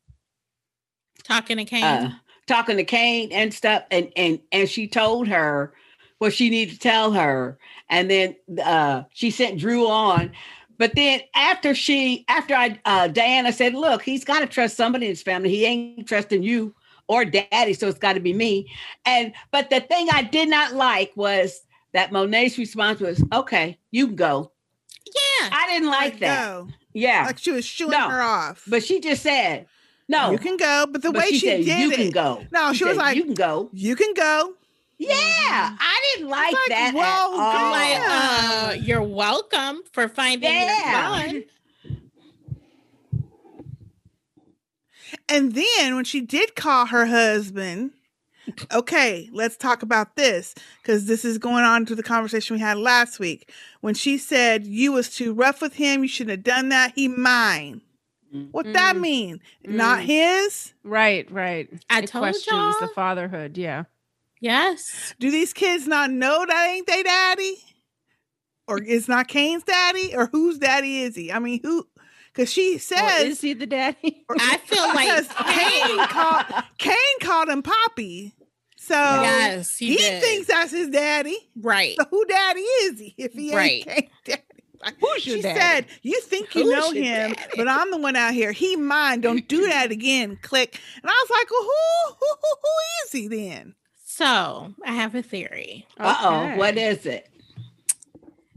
Speaker 1: Talking to Kane.
Speaker 2: uh, talking to Kane and stuff, and and and she told her what she needed to tell her, and then uh, she sent Drew on. But then after she, after I, uh, Diana said, "Look, he's got to trust somebody in his family. He ain't trusting you or Daddy, so it's got to be me." And but the thing I did not like was that Monet's response was, "Okay, you can go."
Speaker 1: yeah.
Speaker 2: I didn't like that.
Speaker 4: Go.
Speaker 2: Yeah,
Speaker 4: Like she was shooing
Speaker 2: No.
Speaker 4: her off.
Speaker 2: but she just said, "No."
Speaker 4: you can go. But the
Speaker 2: But
Speaker 4: way she,
Speaker 2: said,
Speaker 4: did
Speaker 2: "You
Speaker 4: it,
Speaker 2: can go."
Speaker 4: no, she, was
Speaker 2: said,
Speaker 4: like,
Speaker 2: "You
Speaker 4: you,
Speaker 2: can go."
Speaker 4: can go."
Speaker 2: Yeah, I didn't Mm-hmm. like,
Speaker 4: like,
Speaker 2: that
Speaker 4: whoa,
Speaker 1: I'm
Speaker 2: at all.
Speaker 4: girl.
Speaker 1: like, uh, you're welcome for finding
Speaker 2: Yeah.
Speaker 1: your son.
Speaker 4: And then when she did call her husband, okay, let's talk about this because this is going on to the conversation we had last week when she said you was too rough with him, you shouldn't have done that. He mine. What that
Speaker 3: Mm.
Speaker 4: mean? Not
Speaker 3: Mm.
Speaker 4: his.
Speaker 3: Right, right.
Speaker 1: I
Speaker 3: It
Speaker 1: told
Speaker 3: questions
Speaker 1: y'all.
Speaker 3: the fatherhood. Yeah.
Speaker 1: Yes.
Speaker 4: Do these kids not know that ain't they daddy, or it's not Kane's daddy, or whose daddy is he? I mean, who? Because she
Speaker 3: Well,
Speaker 4: says
Speaker 3: is he the daddy?
Speaker 1: I feel
Speaker 4: because
Speaker 2: uh,
Speaker 1: like
Speaker 4: Kane called Kane called him Poppy, so
Speaker 1: Yes, he,
Speaker 4: he
Speaker 1: did.
Speaker 4: thinks that's his daddy.
Speaker 1: right.
Speaker 4: So who daddy is he if he
Speaker 1: Right.
Speaker 4: ain't Kane's daddy? Like,
Speaker 3: Who's your
Speaker 4: she
Speaker 3: daddy?
Speaker 4: said, "You think you
Speaker 1: Who's
Speaker 4: know
Speaker 1: your
Speaker 4: him,
Speaker 1: daddy?
Speaker 4: but I'm the one out here. He mine. Don't do that again." Click. And I was like, "Well, who who who, who is he then?"
Speaker 1: So I have a theory.
Speaker 2: Uh oh,
Speaker 3: Okay.
Speaker 2: what is it?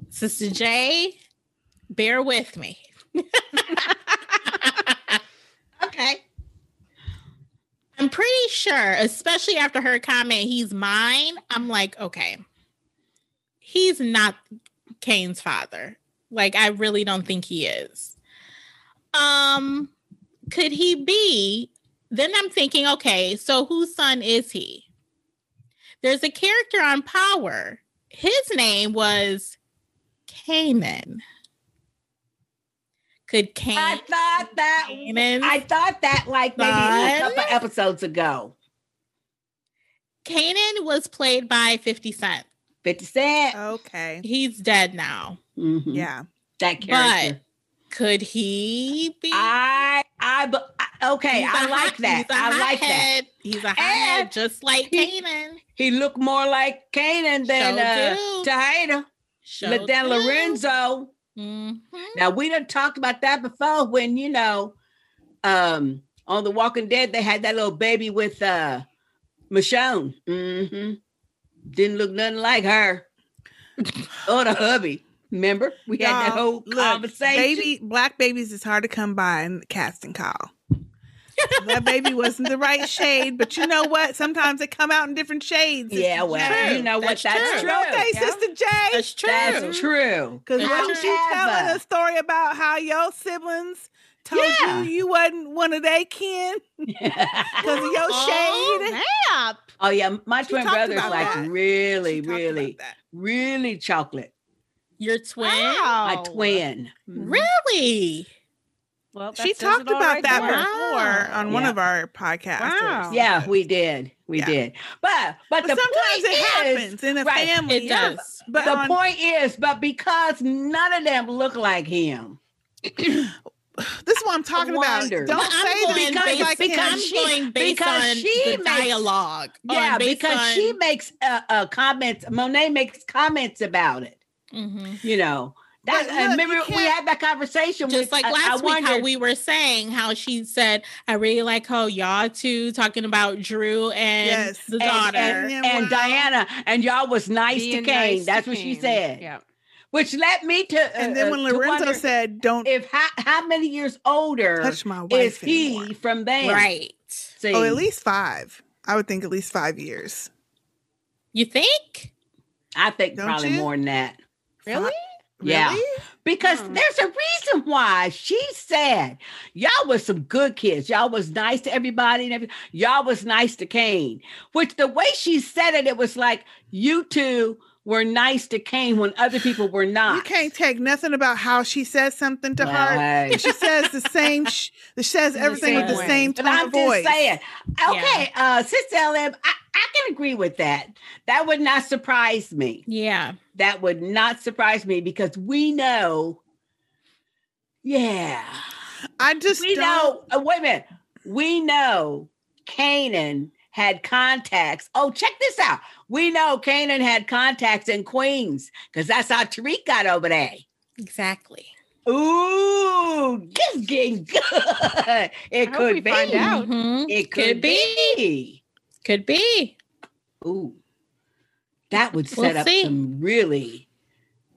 Speaker 1: Sister J, bear with me.
Speaker 2: Okay.
Speaker 1: I'm pretty sure, especially after her comment, he's mine. I'm like, okay, he's not Kane's father. Like, I really don't think he is. Um, could he be? Then I'm thinking, okay, so whose son is he? There's a character on Power. His name was Kanan. Could
Speaker 2: I
Speaker 1: Kanan?
Speaker 2: thought that
Speaker 1: Kanan
Speaker 2: I thought that like maybe a couple
Speaker 1: Son?
Speaker 2: episodes ago.
Speaker 1: Kanan was played by 50 Cent.
Speaker 2: 50
Speaker 1: Uh,
Speaker 2: Cent.
Speaker 4: Okay.
Speaker 1: He's dead now.
Speaker 2: Mhm.
Speaker 4: Yeah.
Speaker 2: That character.
Speaker 1: Could he be?
Speaker 2: I I bu- I- okay,
Speaker 1: He's
Speaker 2: I
Speaker 1: a
Speaker 2: like
Speaker 1: hot-
Speaker 2: that.
Speaker 1: he's a
Speaker 2: I like that.
Speaker 1: hothead. He's a hothead,
Speaker 2: And-
Speaker 1: just like Kanan.
Speaker 2: He looked more like Kanan than uh
Speaker 1: Sure do.
Speaker 2: Tejada, but then Lorenzo.
Speaker 1: Mm-hmm.
Speaker 2: Now we done talked about that before when you know, um, on The Walking Dead they had that little baby with uh Michonne. hmm Didn't look nothing like her or the hubby. Remember we had that
Speaker 4: Y'all,
Speaker 2: whole
Speaker 4: look,
Speaker 2: conversation.
Speaker 4: Baby, black babies is hard to come by in the casting call. that baby wasn't the right shade, but you know what? Sometimes they come out in different shades.
Speaker 2: yeah, well,
Speaker 1: true.
Speaker 2: you know what?
Speaker 1: That's true.
Speaker 2: That's true.
Speaker 4: Okay,
Speaker 3: Yeah.
Speaker 4: Sister J.
Speaker 1: That's true.
Speaker 2: That's true.
Speaker 4: Because
Speaker 1: That's
Speaker 4: wasn't you telling
Speaker 2: However,
Speaker 4: a story about how your siblings told
Speaker 2: Yeah.
Speaker 4: you you wasn't one of they kin because of your shade?
Speaker 1: Oh, snap.
Speaker 2: oh yeah, my
Speaker 4: She
Speaker 2: twin
Speaker 4: talked
Speaker 2: brother's
Speaker 4: about
Speaker 2: like
Speaker 4: that.
Speaker 2: really,
Speaker 4: She talked about
Speaker 2: really,
Speaker 4: that.
Speaker 2: really chocolate.
Speaker 1: Your twin?
Speaker 4: Oh,
Speaker 2: My twin.
Speaker 1: Really?
Speaker 3: Well, that
Speaker 4: She
Speaker 3: says it
Speaker 4: talked
Speaker 3: all
Speaker 4: about
Speaker 3: right
Speaker 4: that
Speaker 3: there.
Speaker 1: Wow.
Speaker 4: before on one
Speaker 2: Yeah.
Speaker 4: of our podcasts.
Speaker 3: Wow.
Speaker 2: Yeah, we did. We
Speaker 4: Oh, Yeah.
Speaker 2: did. But
Speaker 4: But
Speaker 2: but, the
Speaker 4: sometimes
Speaker 2: point
Speaker 4: it
Speaker 2: is,
Speaker 4: happens in a
Speaker 2: right,
Speaker 4: family.
Speaker 1: It does.
Speaker 4: But
Speaker 2: the
Speaker 4: on-
Speaker 2: point is, but because none of them look like him.
Speaker 4: This is what I'm talking about.
Speaker 2: wonder.
Speaker 4: Don't
Speaker 1: But
Speaker 4: say
Speaker 1: I'm going
Speaker 4: these
Speaker 1: based,
Speaker 4: things like
Speaker 1: because
Speaker 4: him.
Speaker 1: I'm
Speaker 2: she-
Speaker 1: going based
Speaker 2: because
Speaker 1: on
Speaker 2: she
Speaker 1: the
Speaker 2: makes-
Speaker 1: dialogue.
Speaker 4: Oh,
Speaker 1: on-
Speaker 2: Yeah,
Speaker 1: based
Speaker 2: because
Speaker 1: on-
Speaker 2: she makes uh, uh, comments. Monet makes comments about it.
Speaker 1: Mhm.
Speaker 2: You know that. and
Speaker 4: But look, you
Speaker 2: remember, we
Speaker 4: can't-
Speaker 2: had that conversation.
Speaker 1: Just
Speaker 2: with,
Speaker 1: like
Speaker 2: I- I
Speaker 1: last week, how
Speaker 2: wondered-
Speaker 1: we were saying how she said, "I really like how y'all two talking about Drew and
Speaker 4: Yes.
Speaker 1: the
Speaker 2: and,
Speaker 1: daughter."
Speaker 2: and,
Speaker 4: daughter.
Speaker 2: and Diana and y'all was nice
Speaker 3: Being
Speaker 2: to Kane.
Speaker 3: nice to
Speaker 2: That's what she
Speaker 3: Cain.
Speaker 2: said.
Speaker 3: Yeah.
Speaker 2: Which led me to. uh,
Speaker 4: And then when
Speaker 2: uh, to
Speaker 4: Lorenzo
Speaker 2: wonder
Speaker 4: said, "Don't
Speaker 2: if how, how many years older
Speaker 4: touch my
Speaker 2: is
Speaker 4: wife,"
Speaker 2: he
Speaker 4: anymore.
Speaker 2: from them?
Speaker 1: Right.
Speaker 2: See,
Speaker 4: Oh, at least five. I would think at least five years.
Speaker 1: You think?
Speaker 2: I think
Speaker 4: Don't
Speaker 2: probably
Speaker 4: you?
Speaker 2: more than that.
Speaker 4: Really?
Speaker 2: Yeah.
Speaker 4: Really?
Speaker 2: because
Speaker 3: Hmm.
Speaker 2: there's a reason why she said y'all was some good kids y'all was nice to everybody and every, y'all was nice to kane which the way she said it it was like you two were nice to Kane when other people were not.
Speaker 4: You can't take nothing about how she says something to her.
Speaker 2: Right.
Speaker 4: She says the same. Sh- she says
Speaker 1: In the
Speaker 4: everything with
Speaker 1: same
Speaker 4: the
Speaker 1: way.
Speaker 4: same
Speaker 2: But
Speaker 4: tone
Speaker 2: I'm
Speaker 4: of voice.
Speaker 2: just saying. Okay, uh, Sister LM, I, I can agree with that. That would not surprise me.
Speaker 1: Yeah.
Speaker 2: That would not surprise me because we know. Yeah.
Speaker 4: I just
Speaker 2: we
Speaker 4: don't-
Speaker 2: know. uh, wait a minute. We know Canaan had contacts. Oh, check this out. We know Canaan had contacts in Queens because that's how Tariq got over there.
Speaker 1: Exactly.
Speaker 2: Ooh, this is getting good. It
Speaker 3: I hope
Speaker 2: could
Speaker 3: we
Speaker 2: be.
Speaker 3: find out.
Speaker 1: Mhm.
Speaker 2: It could,
Speaker 1: Could
Speaker 2: be.
Speaker 1: Could be.
Speaker 2: Ooh, that would set
Speaker 1: We'll
Speaker 2: up
Speaker 1: see.
Speaker 2: some really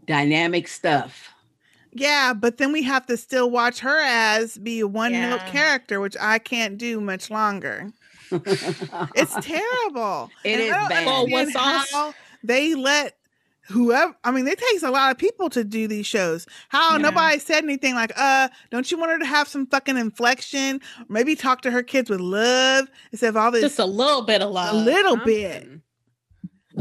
Speaker 2: dynamic stuff.
Speaker 4: Yeah, but then we have to still watch her as be a one note
Speaker 1: Yeah.
Speaker 4: character, which I can't do much longer. It's terrible.
Speaker 2: It
Speaker 4: And
Speaker 2: is
Speaker 4: I don't
Speaker 2: bad. Well,
Speaker 4: understand
Speaker 1: what's
Speaker 4: how they let whoever I mean, it takes a lot of people to do these shows. How
Speaker 1: Yeah.
Speaker 4: nobody said anything like, uh, don't you want her to have some fucking inflection? Maybe talk to her kids with love instead of all this
Speaker 1: Just a little bit of
Speaker 4: a
Speaker 1: love.
Speaker 4: little bit.
Speaker 3: Something.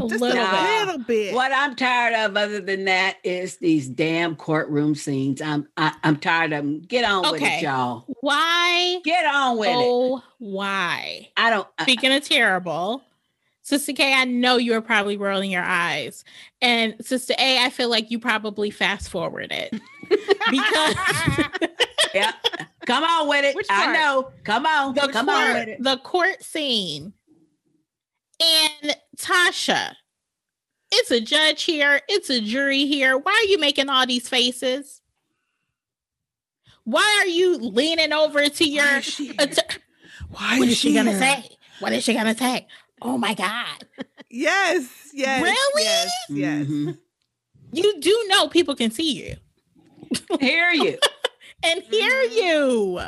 Speaker 1: A
Speaker 4: Just
Speaker 1: little
Speaker 4: a
Speaker 1: bit.
Speaker 2: bit.
Speaker 4: little bit.
Speaker 2: What I'm tired of, other than that, is these damn courtroom scenes. I'm I, I'm tired of them. Get on with it,
Speaker 1: Okay.
Speaker 2: y'all.
Speaker 1: Why?
Speaker 2: Get on with it.
Speaker 1: Oh, why?
Speaker 2: I don't. uh, I,
Speaker 1: Speaking of terrible, Sister K, I know you were probably rolling your eyes. And Sister A, I feel like you probably fast forwarded because
Speaker 2: yeah. Come on with it.
Speaker 3: Which
Speaker 2: I
Speaker 3: part?
Speaker 2: know. Come on.
Speaker 1: the
Speaker 2: Come on with
Speaker 1: court,
Speaker 2: it.
Speaker 1: the court scene and Tasha. It's a judge here. It's a jury here. Why are you making all these faces? Why are you leaning over to your?
Speaker 4: Why is she here?
Speaker 1: atta-
Speaker 4: Why
Speaker 1: what
Speaker 4: is
Speaker 1: is she gonna
Speaker 4: here?
Speaker 1: say? What is she gonna say? Oh my god!
Speaker 4: Yes, yes.
Speaker 1: Really? Mm-hmm.
Speaker 4: Yes. yes.
Speaker 2: Mhm.
Speaker 1: You do know people can see you
Speaker 2: Hear you.
Speaker 1: and hear
Speaker 4: Mm-hmm.
Speaker 1: you.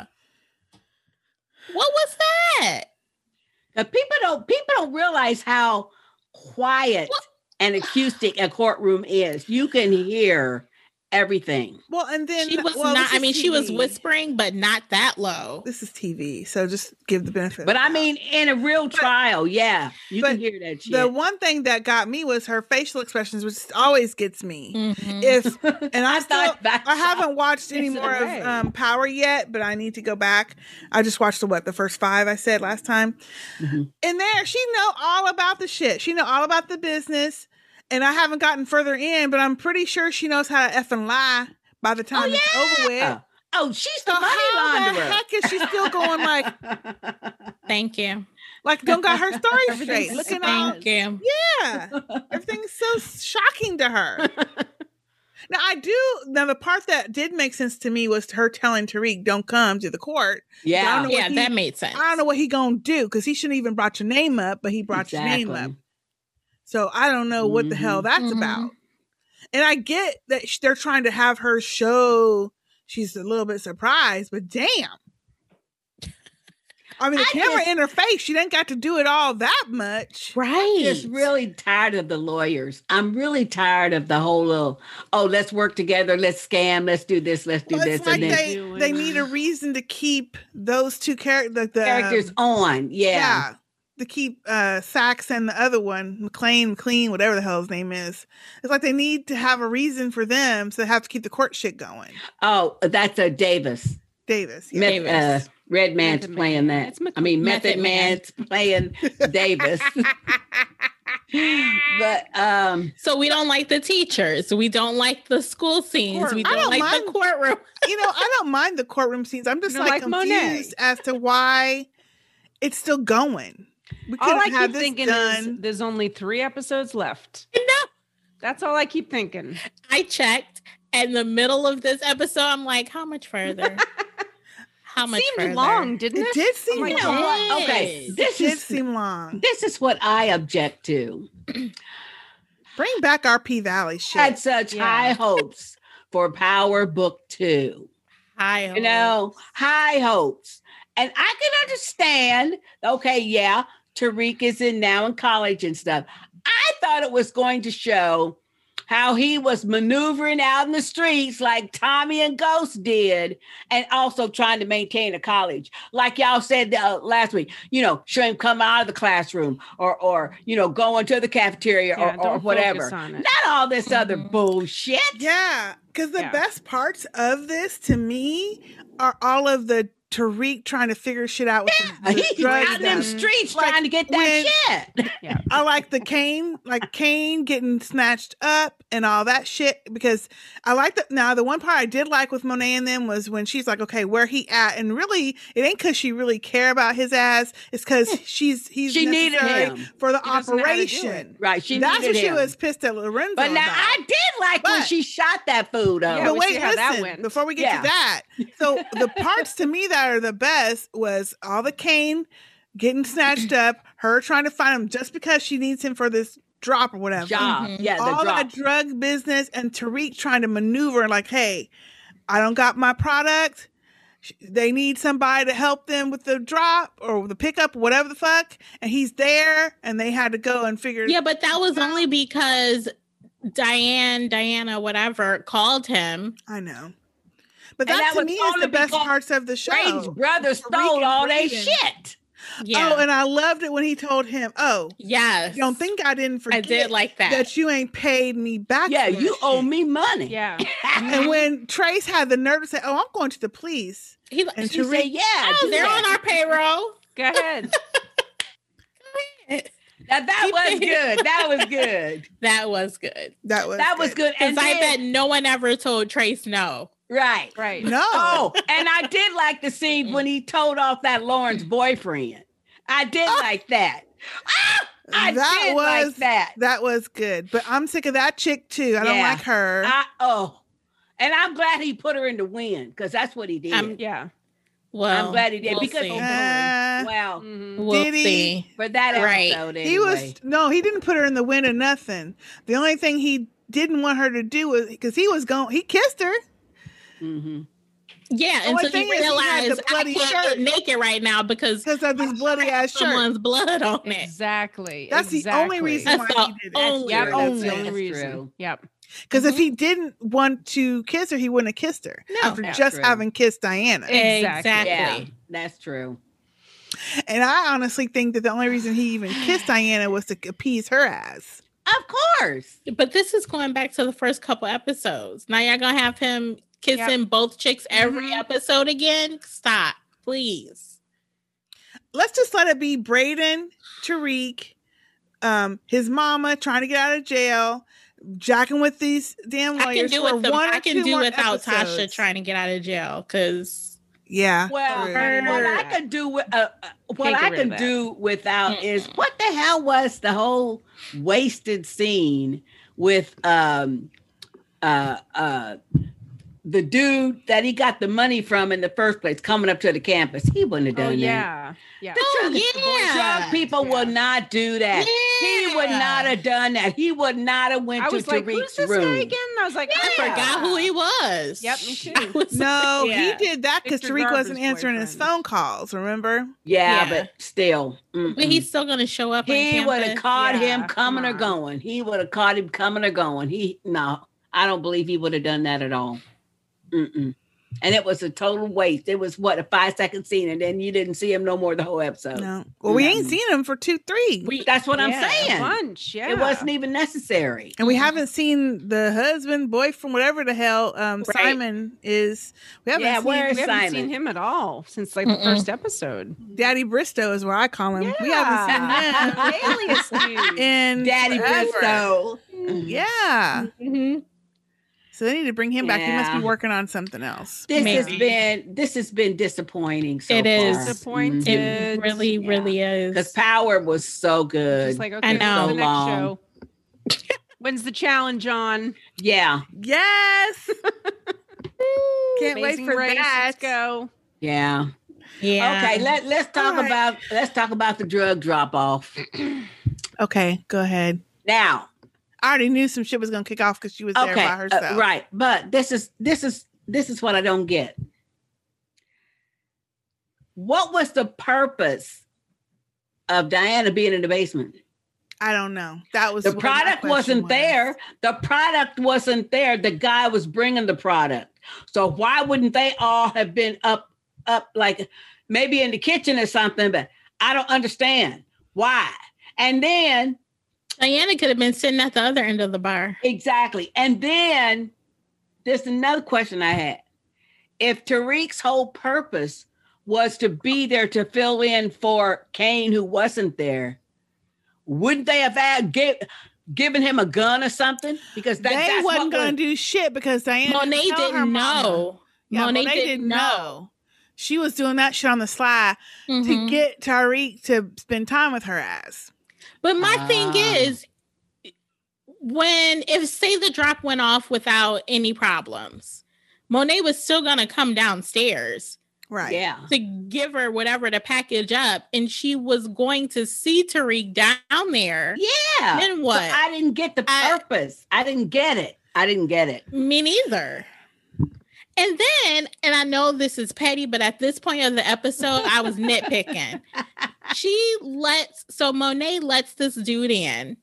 Speaker 1: What was that?
Speaker 2: Now, people don't people don't realize how quiet
Speaker 1: What?
Speaker 2: and acoustic a courtroom is. You can hear everything.
Speaker 4: Well, and then
Speaker 1: She was
Speaker 4: well,
Speaker 1: not.
Speaker 4: this
Speaker 1: I
Speaker 4: is
Speaker 1: mean, she was
Speaker 4: TV.
Speaker 1: whispering, but not that low.
Speaker 4: This is TV, so just give the benefit. of
Speaker 2: But I
Speaker 4: the doubt.
Speaker 2: mean, in a real trial, yeah, you can
Speaker 4: but
Speaker 2: hear that shit.
Speaker 4: the one thing that got me was her facial expressions, which always gets me.
Speaker 1: Mhm.
Speaker 4: If and I
Speaker 2: I
Speaker 4: still,
Speaker 2: thought that-
Speaker 4: I haven't watched any
Speaker 2: It's
Speaker 4: more
Speaker 2: okay.
Speaker 4: of um, Power yet, but I need to go back. I just watched the what the first five I said last time.
Speaker 2: Mhm.
Speaker 4: And there, she know all about the shit. She know all about the business, and I haven't gotten further in, but I'm pretty sure she knows how to effing lie by the time it's over with.
Speaker 2: Oh, oh, she's the
Speaker 4: So
Speaker 2: money
Speaker 4: how the
Speaker 2: launderer.
Speaker 4: heck is she still going like
Speaker 1: Thank you.
Speaker 4: like don't got her story straight?
Speaker 3: Everything's
Speaker 4: Looking all
Speaker 1: Thank you.
Speaker 4: yeah. Everything's so shocking to her. Now I do now the part that did make sense to me was her telling Tariq, "Don't come to the court."
Speaker 2: yeah,
Speaker 4: know what
Speaker 1: Yeah,
Speaker 4: he-
Speaker 1: that made sense.
Speaker 4: I don't know what he gonna do because he shouldn't even brought your name up, but he brought your name up. So I don't know what the hell
Speaker 2: Mhm.
Speaker 4: that's
Speaker 1: Mhm.
Speaker 4: about. And I get that sh- they're trying to have her show she's a little bit surprised, but damn. I mean, the
Speaker 2: I
Speaker 4: camera
Speaker 2: just-
Speaker 4: in her face, she didn't got to do it all that much.
Speaker 1: Right.
Speaker 2: just really tired of the lawyers. I'm really tired of the whole little, oh, let's work together, let's scam, let's do this, let's do
Speaker 4: Well,
Speaker 2: this,
Speaker 4: it's like
Speaker 2: and then
Speaker 4: they,
Speaker 3: Doing-
Speaker 4: they need a reason to keep those two characters, the, the
Speaker 2: characters
Speaker 4: um,
Speaker 2: on. Yeah.
Speaker 4: to keep uh Sachs and the other one, McLean, McLean, whatever the hell his name is. It's like they need to have a reason for them, so they have to keep the court shit going.
Speaker 2: Oh, that's a Davis.
Speaker 4: Davis, yeah.
Speaker 2: Meth-
Speaker 1: Davis.
Speaker 2: uh, Red Man's
Speaker 3: Method
Speaker 2: playing
Speaker 3: Man.
Speaker 2: that.
Speaker 3: It's Mc-
Speaker 2: I mean, Method,
Speaker 1: Method Man.
Speaker 2: Man's playing Davis. but um,
Speaker 1: so we don't like the teachers. We don't like the school scenes. We
Speaker 3: Courtroom. I
Speaker 1: don't,
Speaker 4: don't
Speaker 1: like the
Speaker 4: mind-
Speaker 1: courtroom.
Speaker 4: you know, I don't mind the courtroom scenes. I'm just
Speaker 3: You don't
Speaker 4: like,
Speaker 3: like Monet.
Speaker 4: confused as to why it's still going. We could
Speaker 3: All I
Speaker 4: have
Speaker 3: keep
Speaker 4: had this
Speaker 3: thinking is
Speaker 4: done.
Speaker 3: there's only three episodes left.
Speaker 1: No,
Speaker 3: That's all I keep thinking.
Speaker 1: I checked in the middle of this episode. I'm like, how much further? How much
Speaker 3: Seemed
Speaker 1: further?
Speaker 3: long, didn't
Speaker 4: It
Speaker 3: it?
Speaker 4: did seem
Speaker 3: oh my
Speaker 4: long.
Speaker 2: you
Speaker 3: God.
Speaker 2: know what? Okay,
Speaker 1: Yes.
Speaker 4: It
Speaker 2: this
Speaker 4: did
Speaker 2: is
Speaker 4: seem long.
Speaker 2: this is what I object to.
Speaker 4: Bring back our P Valley shit.
Speaker 2: Had such
Speaker 3: Yeah.
Speaker 2: high hopes for Power Book Two.
Speaker 3: Oh.
Speaker 1: High
Speaker 2: you know, high hopes. And I can understand, okay, yeah, Tariq is in now in college and stuff. I thought it was going to show how he was maneuvering out in the streets like Tommy and Ghost did, and also trying to maintain a college. Like y'all said uh, last week, you know, shouldn't come out of the classroom or, or you know, going to the cafeteria
Speaker 3: Yeah,
Speaker 2: or, or
Speaker 3: don't
Speaker 2: whatever.
Speaker 3: focus on it.
Speaker 2: Not all this other
Speaker 4: Mm-hmm.
Speaker 1: Mhm.
Speaker 2: bullshit.
Speaker 4: Yeah, because the
Speaker 3: Yeah.
Speaker 4: best parts of this to me are all of the Tariq trying to figure shit out with the, the
Speaker 2: He's
Speaker 4: drug
Speaker 2: out in them
Speaker 4: stuff.
Speaker 2: streets
Speaker 4: Like,
Speaker 2: trying to get that
Speaker 4: when-
Speaker 2: shit.
Speaker 4: I like the cane, like cane getting snatched up and all that shit because I like the now the one part I did like with Monet and them was when she's like, okay, where he at? And really, it ain't because she really care about his ass. It's because she's he's
Speaker 2: She needed
Speaker 4: necessary
Speaker 2: him.
Speaker 4: for the
Speaker 3: She doesn't know how to do it.
Speaker 4: operation.
Speaker 2: Right. She
Speaker 4: That's
Speaker 2: needed
Speaker 4: what she
Speaker 2: him.
Speaker 4: was pissed at Lorenzo.
Speaker 2: But now
Speaker 4: about.
Speaker 2: I did like when
Speaker 4: But-
Speaker 2: she shot that food up.
Speaker 3: Yeah,
Speaker 4: but
Speaker 3: we
Speaker 4: wait,
Speaker 3: see how that
Speaker 4: listen,
Speaker 3: went.
Speaker 4: before we get
Speaker 2: Yeah.
Speaker 4: to that. So the parts to me that are the best was all the cane getting snatched up, her trying to find him just because she needs him for this drop or whatever.
Speaker 2: job.
Speaker 1: Mhm.
Speaker 2: Yeah, the
Speaker 4: Mm-hmm. all
Speaker 2: drop.
Speaker 4: that drug business and Tariq trying to maneuver like, hey, I don't got my product. Sh- They need somebody to help them with the drop or the pickup, whatever the fuck. And he's there, and they had to go and figure.
Speaker 1: Yeah, but that was only because Diane, Diana, whatever, called him.
Speaker 4: I know. But
Speaker 2: And
Speaker 4: that,
Speaker 2: that
Speaker 4: to
Speaker 2: was
Speaker 4: me is
Speaker 2: only
Speaker 4: the best
Speaker 2: because
Speaker 4: parts of the show.
Speaker 2: Braden's brother stole
Speaker 4: Rican
Speaker 2: all their
Speaker 4: Braden.
Speaker 2: shit.
Speaker 1: Yeah.
Speaker 4: Oh, and I loved it when he told him, "Oh,
Speaker 1: yes.
Speaker 4: you don't think I didn't
Speaker 1: I
Speaker 4: forget
Speaker 1: did like that.
Speaker 4: that. you ain't paid me back?
Speaker 2: Yeah,
Speaker 4: for
Speaker 2: you
Speaker 4: that
Speaker 2: owe
Speaker 4: shit."
Speaker 2: me money.
Speaker 3: Yeah.
Speaker 4: And when Trace had the nerve to say, "Oh, I'm going to the police,"
Speaker 1: He,
Speaker 4: and
Speaker 2: She
Speaker 4: Tariq,
Speaker 2: said, yeah.
Speaker 1: oh,
Speaker 2: do
Speaker 1: they're
Speaker 2: that.
Speaker 1: on our payroll.
Speaker 3: Go ahead.
Speaker 2: Now, that was good. That was good.
Speaker 1: That was good.
Speaker 4: that was
Speaker 2: that was good.
Speaker 1: Because
Speaker 2: And
Speaker 1: I
Speaker 2: then-
Speaker 1: bet no one ever told Trace no.
Speaker 2: Right.
Speaker 3: Right.
Speaker 4: No,
Speaker 2: Oh, and I did like the scene
Speaker 4: Mm-hmm.
Speaker 2: when he told off that Lauren's boyfriend. I did like that. I
Speaker 4: Oh. that
Speaker 2: did
Speaker 4: was
Speaker 2: like that.
Speaker 4: that was good. But I'm sick of that chick too. I don't
Speaker 2: Yeah.
Speaker 4: like her.
Speaker 2: I, oh, and I'm glad he put her in the wind because that's what he did.
Speaker 1: I'm-
Speaker 3: Yeah.
Speaker 1: Well,
Speaker 2: I'm glad he did
Speaker 1: we'll
Speaker 2: because
Speaker 1: see.
Speaker 4: Uh,
Speaker 2: wow,
Speaker 3: Mhm.
Speaker 1: we'll
Speaker 4: Did he?
Speaker 1: see.
Speaker 2: for that
Speaker 1: Right.
Speaker 2: episode, anyway.
Speaker 4: he was no, he didn't put her in the wind or nothing. The only thing he didn't want her to do was because he was going, he kissed her.
Speaker 2: Mhm.
Speaker 1: Yeah,
Speaker 4: The
Speaker 1: and
Speaker 4: only
Speaker 1: so
Speaker 4: thing
Speaker 1: you
Speaker 4: is he had the
Speaker 1: realize I
Speaker 4: bloody
Speaker 1: can't
Speaker 4: shirt.
Speaker 1: get naked right now because
Speaker 4: because of this bloody ass shirt.
Speaker 1: someone's blood on it.
Speaker 3: Exactly.
Speaker 4: That's the only
Speaker 3: exactly.
Speaker 4: reason
Speaker 1: That's
Speaker 4: why
Speaker 1: the
Speaker 4: he did
Speaker 1: only-
Speaker 4: it.
Speaker 2: That's
Speaker 3: Yep.
Speaker 2: true.
Speaker 3: That's the
Speaker 4: That's
Speaker 3: only reason.
Speaker 2: true.
Speaker 3: Yep.
Speaker 4: Because if he didn't want to kiss her, he wouldn't have kissed her
Speaker 1: Mm-hmm. No. Eh.
Speaker 4: after
Speaker 2: Yeah,
Speaker 4: just
Speaker 2: true.
Speaker 4: having kissed Diana.
Speaker 3: Exactly.
Speaker 2: Yeah,
Speaker 1: Exactly.
Speaker 2: that's true.
Speaker 4: And I honestly think that the only reason he even kissed Diana was to appease her ass.
Speaker 2: Of course.
Speaker 1: But this is going back to the first couple episodes. Now y'all gonna have him kissing both chicks every
Speaker 2: Mm-hmm.
Speaker 3: Mhm.
Speaker 1: episode again? Stop, please.
Speaker 4: Let's just let it be Braden, Tariq, um, his mama trying to get out of jail, jacking with these damn lawyers.
Speaker 1: I can do
Speaker 4: for
Speaker 1: with them.
Speaker 4: one or
Speaker 1: I can
Speaker 4: two
Speaker 1: do
Speaker 4: more
Speaker 1: without Tasha
Speaker 4: episodes.
Speaker 1: trying to get out of jail because
Speaker 4: Yeah.
Speaker 2: Well,
Speaker 4: true.
Speaker 3: her-
Speaker 2: what I could do with uh, uh, what
Speaker 3: Can't get
Speaker 2: I
Speaker 3: rid of
Speaker 2: could
Speaker 3: that.
Speaker 2: do without
Speaker 1: Mm-mm.
Speaker 2: is what the hell was the whole wasted scene with um uh uh the dude that he got the money from in the first place coming up to the campus. He wouldn't have done
Speaker 3: Oh
Speaker 2: that.
Speaker 3: yeah. Yeah.
Speaker 2: The
Speaker 1: Oh,
Speaker 2: drug,
Speaker 1: yeah.
Speaker 2: drug people
Speaker 3: Yeah.
Speaker 2: will not do that. He would not have done that. He would not have went
Speaker 3: I
Speaker 2: to
Speaker 3: was like, who's
Speaker 2: Tariq's
Speaker 3: this
Speaker 2: room.
Speaker 3: guy again? I was like,
Speaker 1: I forgot who he was.
Speaker 3: Yep, me too.
Speaker 1: I was-
Speaker 4: No,
Speaker 1: Yeah.
Speaker 4: he did that because
Speaker 3: Victor
Speaker 4: Tariq wasn't
Speaker 3: Garber's
Speaker 4: answering his
Speaker 3: boyfriend.
Speaker 4: phone calls, remember?
Speaker 1: Yeah.
Speaker 2: Yeah, but still.
Speaker 1: but
Speaker 2: mm-mm.
Speaker 1: he's still gonna show up.
Speaker 2: He
Speaker 1: on
Speaker 2: would have
Speaker 1: campus.
Speaker 2: caught
Speaker 3: Yeah,
Speaker 2: him coming or
Speaker 3: come on.
Speaker 2: going. He would have caught him coming or going. He no, I don't believe he would have done that at all. Mm-mm. And it was a total waste. It was what a five second scene, and then you didn't see him no more the whole
Speaker 1: Oh.
Speaker 2: episode.
Speaker 4: No. Well, we ain't
Speaker 2: No.
Speaker 4: seen him for two, three.
Speaker 1: We-
Speaker 2: That's what I'm
Speaker 3: Yeah, a
Speaker 2: saying.
Speaker 3: Bunch. Yeah.
Speaker 2: It wasn't even necessary.
Speaker 4: and we haven't seen the husband, boyfriend, whatever the hell um,
Speaker 1: Right.
Speaker 4: Simon is. We haven't
Speaker 2: Yeah,
Speaker 4: seen
Speaker 2: where
Speaker 3: We haven't
Speaker 2: Simon.
Speaker 3: seen him at all since like
Speaker 1: Mm-mm.
Speaker 3: the first episode.
Speaker 4: Daddy Bristow is what I call him. We haven't seen him
Speaker 3: Alias dude.
Speaker 4: in
Speaker 2: Daddy
Speaker 4: forever.
Speaker 2: Bristow.
Speaker 4: Yeah.
Speaker 1: Mhm.
Speaker 4: So they need to bring him back. He must be
Speaker 2: Yeah.
Speaker 4: working on something else.
Speaker 2: This has
Speaker 1: Maybe.
Speaker 2: been this has been disappointing. So
Speaker 1: It is.
Speaker 3: Disappointing.
Speaker 1: It really,
Speaker 2: Yeah.
Speaker 1: really is.
Speaker 2: because Power was so good.
Speaker 3: Just like okay, when's
Speaker 1: know.
Speaker 3: the next
Speaker 2: Long.
Speaker 3: show. When's the challenge on?
Speaker 2: yeah,
Speaker 4: Yes. Can't
Speaker 3: Amazing
Speaker 4: wait for
Speaker 3: Race,
Speaker 4: that.
Speaker 3: Let's go.
Speaker 2: yeah.
Speaker 1: yeah.
Speaker 2: Okay, let let's talk
Speaker 4: All right.
Speaker 2: about let's talk about the drug drop off
Speaker 4: Okay, go ahead.
Speaker 2: now.
Speaker 4: I already knew some shit was gonna kick off because she was there
Speaker 2: okay,
Speaker 4: by
Speaker 2: uh,
Speaker 4: herself.
Speaker 2: right? But this is this is this is what I don't get. What was the purpose of Diana being in the basement?
Speaker 4: I don't know. That was
Speaker 2: The
Speaker 4: what my
Speaker 2: product
Speaker 4: question
Speaker 2: wasn't
Speaker 4: was.
Speaker 2: there. The product wasn't there. The guy was bringing the product. So why wouldn't they all have been up, up like maybe in the kitchen or something? But I don't understand why. And then
Speaker 1: Diana could have been sitting at the other end of the bar.
Speaker 2: exactly. And then there's another question I had. If Tariq's whole purpose was to be there to fill in for Kane, who wasn't there, wouldn't they have had, give, given him a gun or something? Because that,
Speaker 4: they
Speaker 2: that's what
Speaker 4: wasn't
Speaker 2: would-
Speaker 4: going to do shit because Diana didn't
Speaker 1: Monet
Speaker 4: tell her
Speaker 1: didn't
Speaker 4: mama.
Speaker 1: know.
Speaker 4: Yeah, Monet, didn't know. She was doing that shit on the sly
Speaker 1: Mhm.
Speaker 4: to get Tariq to spend time with her ass.
Speaker 1: But my thing
Speaker 2: Ah.
Speaker 1: is, when if say the drop went off without any problems, Monet was still gonna come downstairs
Speaker 4: Right.
Speaker 2: Yeah.
Speaker 1: to give her whatever to package up, and she was going to see Tariq down there.
Speaker 2: Yeah.
Speaker 1: Then
Speaker 2: So
Speaker 1: what?
Speaker 2: I didn't get the
Speaker 1: I-
Speaker 2: purpose. I didn't get it. I didn't get it.
Speaker 1: Me neither. And then, and I know this is petty, but at this point of the episode, I was nitpicking. She lets, so Monet lets this dude in.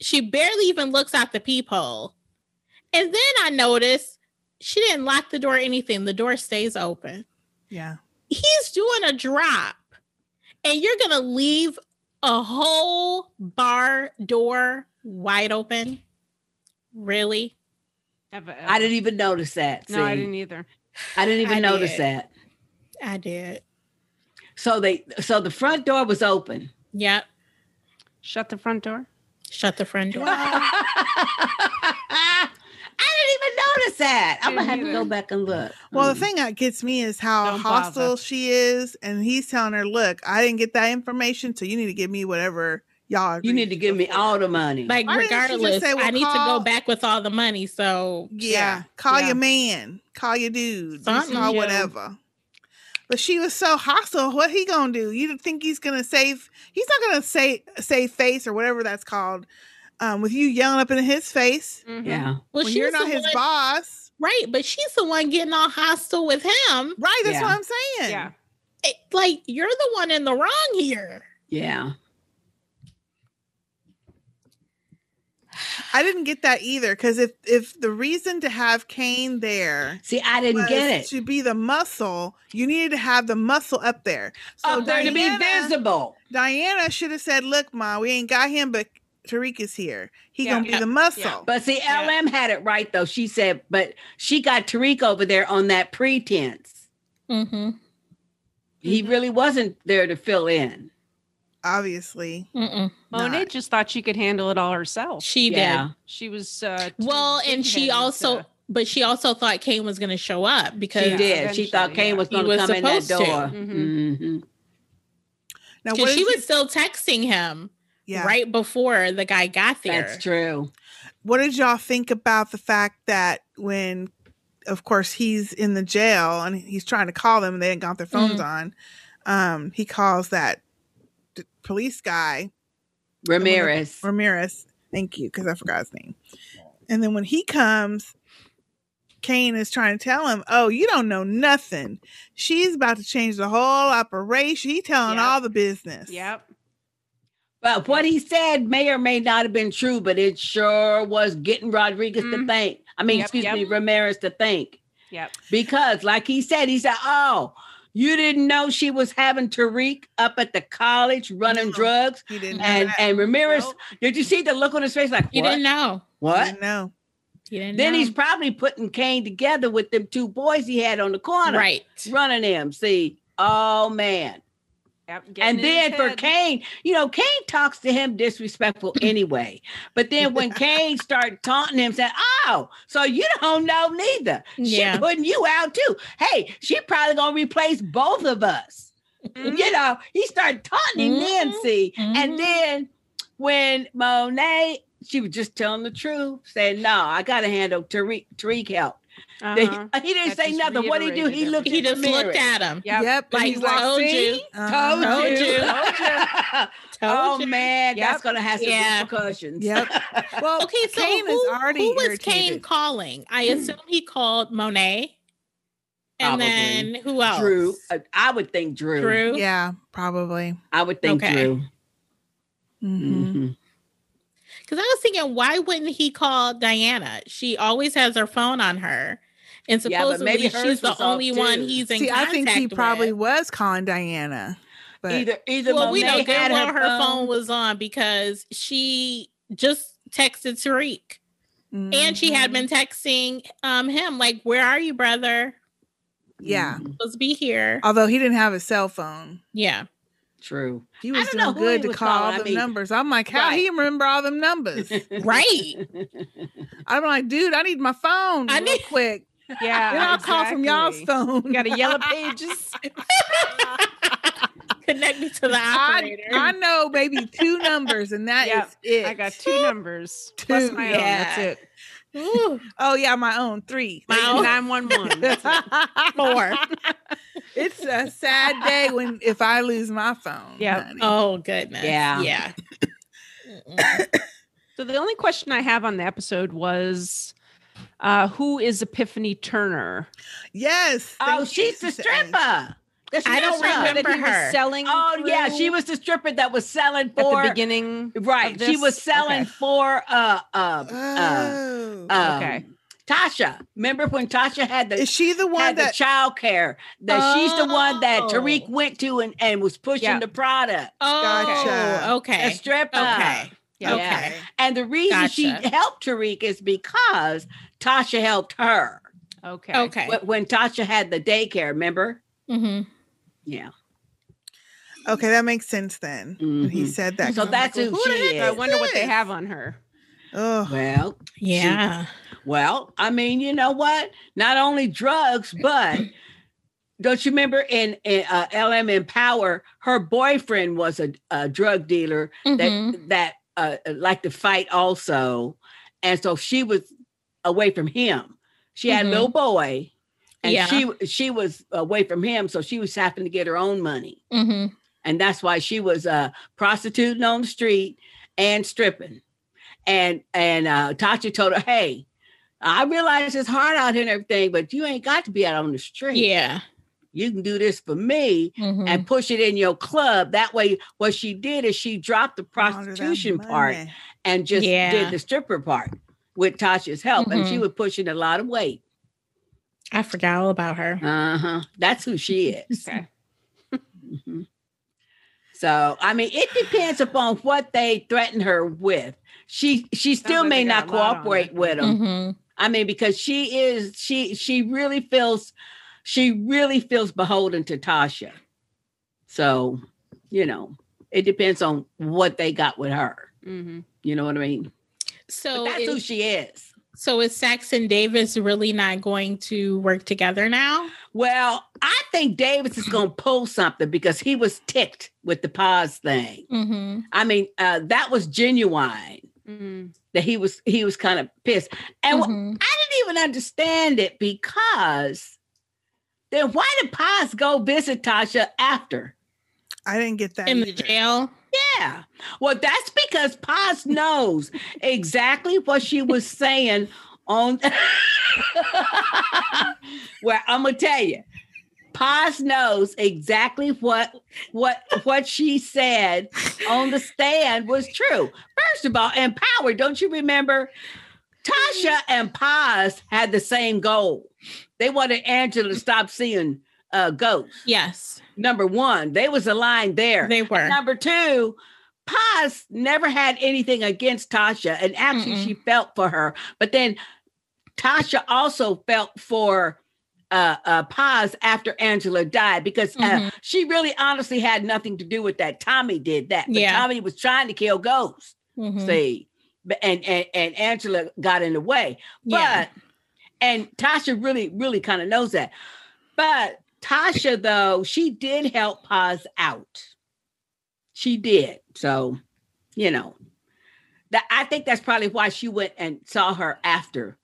Speaker 1: She barely even looks out the peephole. And then I noticed she didn't lock the door or anything. The door stays open.
Speaker 4: Yeah.
Speaker 1: He's doing a drop, and you're going to leave a whole bar door wide open. Really?
Speaker 3: Ever,
Speaker 2: I didn't even notice that.
Speaker 3: No, I
Speaker 2: see.
Speaker 3: didn't either.
Speaker 2: I didn't even
Speaker 1: I
Speaker 2: notice
Speaker 1: did.
Speaker 2: that.
Speaker 1: I did.
Speaker 2: So they so the front door was open.
Speaker 1: Yep.
Speaker 3: Shut the front door.
Speaker 1: Shut the front door.
Speaker 2: I didn't even notice that. I'm gonna have to go back and look. Mm.
Speaker 4: Well, the thing that gets me is how
Speaker 3: Don't
Speaker 4: hostile
Speaker 3: bother.
Speaker 4: she is, and he's telling her, "Look, I didn't get that information, so you need to give me whatever y'all."
Speaker 2: you
Speaker 4: agreed
Speaker 2: need to give me
Speaker 4: before."
Speaker 2: all the money.
Speaker 1: Like
Speaker 4: Why didn't she just
Speaker 1: regardless,
Speaker 4: say, well,
Speaker 1: I need to
Speaker 4: call-
Speaker 1: go back with all the money. So
Speaker 4: Yeah,
Speaker 3: Yeah,
Speaker 4: call
Speaker 3: yeah.
Speaker 4: your man, call your dude,
Speaker 1: Something,
Speaker 4: call
Speaker 1: yeah.
Speaker 4: whatever. But she was so hostile. What he gonna do? You think he's gonna save? He's not gonna say save face or whatever that's called. Um, with you yelling up in his face
Speaker 3: Mhm.
Speaker 2: yeah.
Speaker 1: well,
Speaker 4: when
Speaker 1: she
Speaker 4: you're
Speaker 1: was
Speaker 4: not
Speaker 1: the
Speaker 4: his
Speaker 1: one,
Speaker 4: boss,
Speaker 1: right? But she's the one getting all hostile with him.
Speaker 4: right? That's
Speaker 2: Yeah.
Speaker 4: what I'm saying.
Speaker 3: Yeah.
Speaker 1: It- like you're the one in the wrong here.
Speaker 2: Yeah.
Speaker 4: I didn't get that either because if if the reason to have Kane there
Speaker 2: See, I didn't
Speaker 4: was
Speaker 2: get it.
Speaker 4: to be the muscle, you needed to have the muscle up there. So
Speaker 2: Up Oh, there to be
Speaker 4: Diana-
Speaker 2: visible.
Speaker 4: Diana should have said, "Look, ma, we ain't got him, but Tariq is here. He
Speaker 3: Yeah.
Speaker 4: gonna be
Speaker 1: Yeah.
Speaker 4: the muscle."
Speaker 2: But see,
Speaker 3: Yeah.
Speaker 2: LM had it right though. She said, but she got Tariq over there on that pretense.
Speaker 1: Mm-hmm.
Speaker 2: He really wasn't there to fill in.
Speaker 4: Obviously,
Speaker 1: Mm-mm.
Speaker 3: Monet
Speaker 4: Not.
Speaker 3: just thought she could handle it all herself.
Speaker 1: She
Speaker 2: yeah.
Speaker 3: She was uh, too
Speaker 1: did well, and she
Speaker 3: big-headed
Speaker 1: also,
Speaker 3: to-
Speaker 1: but she also thought Kane was going to show up because
Speaker 2: She
Speaker 3: Yeah,
Speaker 2: did. She thought
Speaker 3: eventually,
Speaker 2: Kane
Speaker 3: yeah.
Speaker 2: was
Speaker 1: He
Speaker 2: going to
Speaker 1: was
Speaker 2: come in that door.
Speaker 1: supposed to.
Speaker 2: Mhm.
Speaker 4: now
Speaker 1: 'cause
Speaker 4: what?
Speaker 1: she
Speaker 4: did
Speaker 1: was
Speaker 4: you-
Speaker 1: still texting him
Speaker 4: yeah.
Speaker 1: right before the guy got there.
Speaker 2: That's true.
Speaker 4: What did y'all think about the fact that when, of course, he's in the jail and he's trying to call them, and they ain't got their phones
Speaker 2: Mm.
Speaker 4: on. Um, he calls that d- police guy
Speaker 2: Ramirez.
Speaker 4: Ramirez. Thank you, because I forgot his name. And then when he comes, Kane is trying to tell him, "Oh, you don't know nothing. She's about to change the whole operation. He telling
Speaker 3: Yep.
Speaker 4: all the business."
Speaker 3: Yep.
Speaker 2: But what he said may or may not have been true, but it sure was getting Rodriguez to
Speaker 3: Mhm.
Speaker 2: think. I mean,
Speaker 3: Yep,
Speaker 2: excuse
Speaker 3: yep.
Speaker 2: me, Ramirez to think.
Speaker 3: Yep.
Speaker 2: Because, like he said, he said, Oh, you didn't know she was having Tariq up at the college running
Speaker 4: No.
Speaker 2: drugs.
Speaker 4: He didn't know.
Speaker 2: And
Speaker 4: that.
Speaker 2: and Ramirez,
Speaker 3: Nope.
Speaker 2: did you see the look on his face? Like,
Speaker 1: He
Speaker 2: what?
Speaker 1: didn't know.
Speaker 4: He
Speaker 2: What?
Speaker 4: didn't know.
Speaker 1: He didn't.
Speaker 2: Then
Speaker 1: know.
Speaker 2: he's probably putting Kane together with them two boys he had on the corner.
Speaker 1: right.
Speaker 2: running him. See, oh man.
Speaker 3: Yep.
Speaker 2: And
Speaker 3: Getting in
Speaker 2: then
Speaker 3: his
Speaker 2: for
Speaker 3: head.
Speaker 2: Kane, you know, Kane talks to him disrespectful anyway. But then when Kane started taunting him, said, Oh, so you don't know neither. She
Speaker 1: Yeah.
Speaker 2: putting you out too. Hey, she probably gonna replace both of us.
Speaker 1: Mm-hmm.
Speaker 3: Mhm.
Speaker 2: You know, he started taunting him then,
Speaker 1: Mhm.
Speaker 2: see.
Speaker 1: Mhm.
Speaker 2: And then when Monet, she was just telling the truth, saying, No, I gotta handle Tariq Tariq help. Then he-
Speaker 3: Uh-huh.
Speaker 2: He, didn't
Speaker 3: That
Speaker 2: say
Speaker 3: just
Speaker 2: nothing. What did he do? He
Speaker 3: reiterated
Speaker 2: looked
Speaker 1: He
Speaker 2: at the
Speaker 1: just
Speaker 2: mirror.
Speaker 1: looked at him.
Speaker 3: Yep.
Speaker 4: Yep.
Speaker 2: Like,
Speaker 4: he's like,
Speaker 1: told you.
Speaker 2: "See?
Speaker 4: uh-huh."
Speaker 2: Told,
Speaker 1: Told
Speaker 2: you.
Speaker 1: you.
Speaker 2: oh
Speaker 1: Told you.
Speaker 2: man,
Speaker 3: Yep.
Speaker 2: that's gonna have some
Speaker 1: Yeah.
Speaker 2: repercussions.
Speaker 4: Yep. Well,
Speaker 1: Okay, so
Speaker 4: Oh, Kane
Speaker 1: who,
Speaker 4: is already
Speaker 1: who was Kane
Speaker 4: irritated.
Speaker 1: calling? I assume he called Monet, and
Speaker 2: Probably.
Speaker 1: then who else?
Speaker 2: Drew, uh, I would think Drew.
Speaker 1: Drew.
Speaker 4: Yeah, probably.
Speaker 2: I would think
Speaker 1: Okay.
Speaker 2: Drew.
Speaker 1: Mm-hmm.
Speaker 4: Mhm.
Speaker 2: Mhm.
Speaker 1: Because I was thinking, why wouldn't he call Diana? She always has her phone on her, and
Speaker 2: Yeah, but
Speaker 1: supposedly
Speaker 2: maybe hers
Speaker 1: she's the
Speaker 2: was off
Speaker 1: only one
Speaker 2: too.
Speaker 1: he's in
Speaker 4: See, I
Speaker 1: contact
Speaker 4: think he
Speaker 1: with.
Speaker 4: probably was calling Diana. But
Speaker 2: Either either
Speaker 1: well, we
Speaker 2: Monet
Speaker 1: know
Speaker 2: had
Speaker 1: good well her phone was on because she just texted Tariq, and she had
Speaker 4: Mhm.
Speaker 1: been texting um him like, "Where are you, brother?
Speaker 2: Mm-hmm.
Speaker 4: Yeah.
Speaker 1: Supposed to be here."
Speaker 4: Although he didn't have a cell phone.
Speaker 1: yeah,
Speaker 2: True.
Speaker 4: He
Speaker 2: I
Speaker 4: was
Speaker 2: don't
Speaker 4: doing
Speaker 2: know who
Speaker 4: good
Speaker 2: he
Speaker 4: to
Speaker 2: was
Speaker 4: call all
Speaker 2: calling, I
Speaker 4: them
Speaker 2: mean-
Speaker 4: numbers. I'm like, how
Speaker 2: Right.
Speaker 4: he remember all them numbers?
Speaker 1: right.
Speaker 4: I'm like, dude, I need my phone
Speaker 1: I
Speaker 4: I real
Speaker 1: need-
Speaker 4: quick.
Speaker 3: Yeah.
Speaker 4: Then I'll call from y'all's
Speaker 3: exactly.
Speaker 4: phone.
Speaker 3: You got a yellow pages.
Speaker 1: Connect me to the
Speaker 4: I,
Speaker 1: operator.
Speaker 4: I know maybe two numbers, and that is
Speaker 3: Yep,
Speaker 4: it.
Speaker 3: I got two numbers plus
Speaker 4: Two,
Speaker 3: my own.
Speaker 1: yeah.
Speaker 3: That's it.
Speaker 1: Ooh,
Speaker 4: Oh yeah, my own three.
Speaker 1: My own.
Speaker 3: Nine one one.
Speaker 4: it's
Speaker 1: four.
Speaker 4: a sad day when if I lose my phone.
Speaker 3: Yep.
Speaker 4: honey.
Speaker 1: Oh goodness.
Speaker 2: Yeah.
Speaker 1: Yeah. Mm-mm.
Speaker 3: So the only question I have on the episode was, uh, who is Epiphany Turner?
Speaker 4: Yes.
Speaker 2: oh,
Speaker 4: thank
Speaker 2: she's
Speaker 4: you,
Speaker 2: the
Speaker 4: Sister Ann.
Speaker 2: stripper. The
Speaker 1: I don't
Speaker 2: stripper.
Speaker 1: remember
Speaker 3: uh, that he
Speaker 1: her.
Speaker 3: was selling.
Speaker 2: Oh yeah, she
Speaker 3: through
Speaker 2: was the stripper that was selling
Speaker 3: at
Speaker 2: for
Speaker 3: the beginning.
Speaker 2: right.
Speaker 3: of
Speaker 2: She was
Speaker 3: this?
Speaker 2: selling
Speaker 3: Okay.
Speaker 2: for uh uh uh,
Speaker 4: Oh.
Speaker 2: um,
Speaker 3: Okay.
Speaker 2: Tasha. Remember when Tasha had the
Speaker 4: is she the one
Speaker 2: had
Speaker 4: that?
Speaker 2: the child care that she's the one that Tariq
Speaker 1: Oh.
Speaker 2: went to and, and was pushing
Speaker 3: Yeah.
Speaker 2: the product.
Speaker 1: Oh,
Speaker 4: Gotcha.
Speaker 2: The
Speaker 1: okay.
Speaker 2: stripper.
Speaker 1: Okay.
Speaker 3: Yeah.
Speaker 1: Okay.
Speaker 2: And the reason she
Speaker 1: Gotcha.
Speaker 2: helped Tariq is because Tasha helped her
Speaker 3: Okay.
Speaker 1: Okay.
Speaker 2: Wh- when Tasha had the daycare. Remember?
Speaker 1: Mhm.
Speaker 2: Yeah.
Speaker 4: Okay, that makes sense then.
Speaker 1: Mm-hmm.
Speaker 4: When He
Speaker 2: Mhm.
Speaker 4: said that.
Speaker 2: So
Speaker 1: Oh
Speaker 4: 'cause I'm
Speaker 2: that's
Speaker 4: like,
Speaker 2: who
Speaker 4: well, the
Speaker 2: she
Speaker 4: heck
Speaker 3: So I
Speaker 2: is.
Speaker 3: wonder what they
Speaker 4: this?
Speaker 3: have on her.
Speaker 4: Oh,
Speaker 2: Well,
Speaker 1: Yeah.
Speaker 2: well, I mean, you know what? Not only drugs, but don't you remember in, in uh, LM in Power, her boyfriend was a, a drug dealer that
Speaker 1: Mhm.
Speaker 2: that uh, liked to fight also, and so she was away from him. She had
Speaker 1: Mhm.
Speaker 2: a little boy, and
Speaker 1: Yeah.
Speaker 2: she she was away from him, so she was having to get her own money,
Speaker 1: Mhm.
Speaker 2: and that's why she was uh, prostituting on the street and stripping. And and uh, Tasha told her, "Hey, I realize it's hard out here and everything, but you ain't got to be out on the street.
Speaker 1: Yeah.
Speaker 2: You can do this for me."
Speaker 1: Mhm.
Speaker 2: and push it in your club. That way, what she did is she dropped the
Speaker 4: all of that
Speaker 2: prostitution part
Speaker 4: money.
Speaker 2: and just
Speaker 1: Yeah.
Speaker 2: did the stripper part with Tasha's help, and she
Speaker 1: Mhm.
Speaker 2: was pushing a lot of weight.
Speaker 1: I forgot all about her.
Speaker 2: Uh huh. That's who she is.
Speaker 3: Okay.
Speaker 2: Mhm. So, I mean, it depends upon what they threaten her with. She she still
Speaker 3: like
Speaker 2: may
Speaker 3: they got
Speaker 2: not
Speaker 3: a lot on her.
Speaker 2: cooperate with them.
Speaker 1: Mhm.
Speaker 2: I mean, because she is she she really feels she really feels beholden to Tasha. So, you know, it depends on what they got with her.
Speaker 3: Mm-hmm.
Speaker 2: You know what I mean? But
Speaker 1: So
Speaker 2: that's who
Speaker 1: is,
Speaker 2: she is.
Speaker 1: so is Saxon Davis really not going to work together now?
Speaker 2: Well, I think Davis is gonna pull something because he was ticked with the pause thing.
Speaker 1: Mm-hmm.
Speaker 2: I mean, uh, that was genuine
Speaker 3: Mm-hmm.
Speaker 2: that he was he was kind of pissed. And wh-
Speaker 1: Mhm.
Speaker 2: I didn't even understand it because then why did Paz go visit Tasha after?
Speaker 4: I didn't get that
Speaker 1: in the
Speaker 4: either.
Speaker 1: jail.
Speaker 2: Yeah. Well, that's because Paz knows exactly what she was saying on. well, I'm gonna tell you, Paz knows exactly what what what she said on the stand was true. First of all, and power. Don't you remember? Tasha and Paz had the same goal. They wanted Angela to stop seeing uh, ghosts.
Speaker 1: Yes,
Speaker 2: Number one, they was aligned there.
Speaker 1: they were.
Speaker 2: Number two, Paz never had anything against Tasha, and actually
Speaker 1: Mm-mm.
Speaker 2: she felt for her. But then Tasha also felt for uh, uh, Paz after Angela died because uh,
Speaker 1: Mhm.
Speaker 2: she really honestly had nothing to do with that. Tommy did that. But
Speaker 1: Yeah.
Speaker 2: Tommy was trying to kill ghosts.
Speaker 1: Mhm.
Speaker 2: See, But- and, and and Angela got in the way.
Speaker 1: yeah.
Speaker 2: But and Tasha really, really kind of knows that. But Tasha, though, she did help Paz out. She did. So, you know, that I think that's probably why she went and saw her after.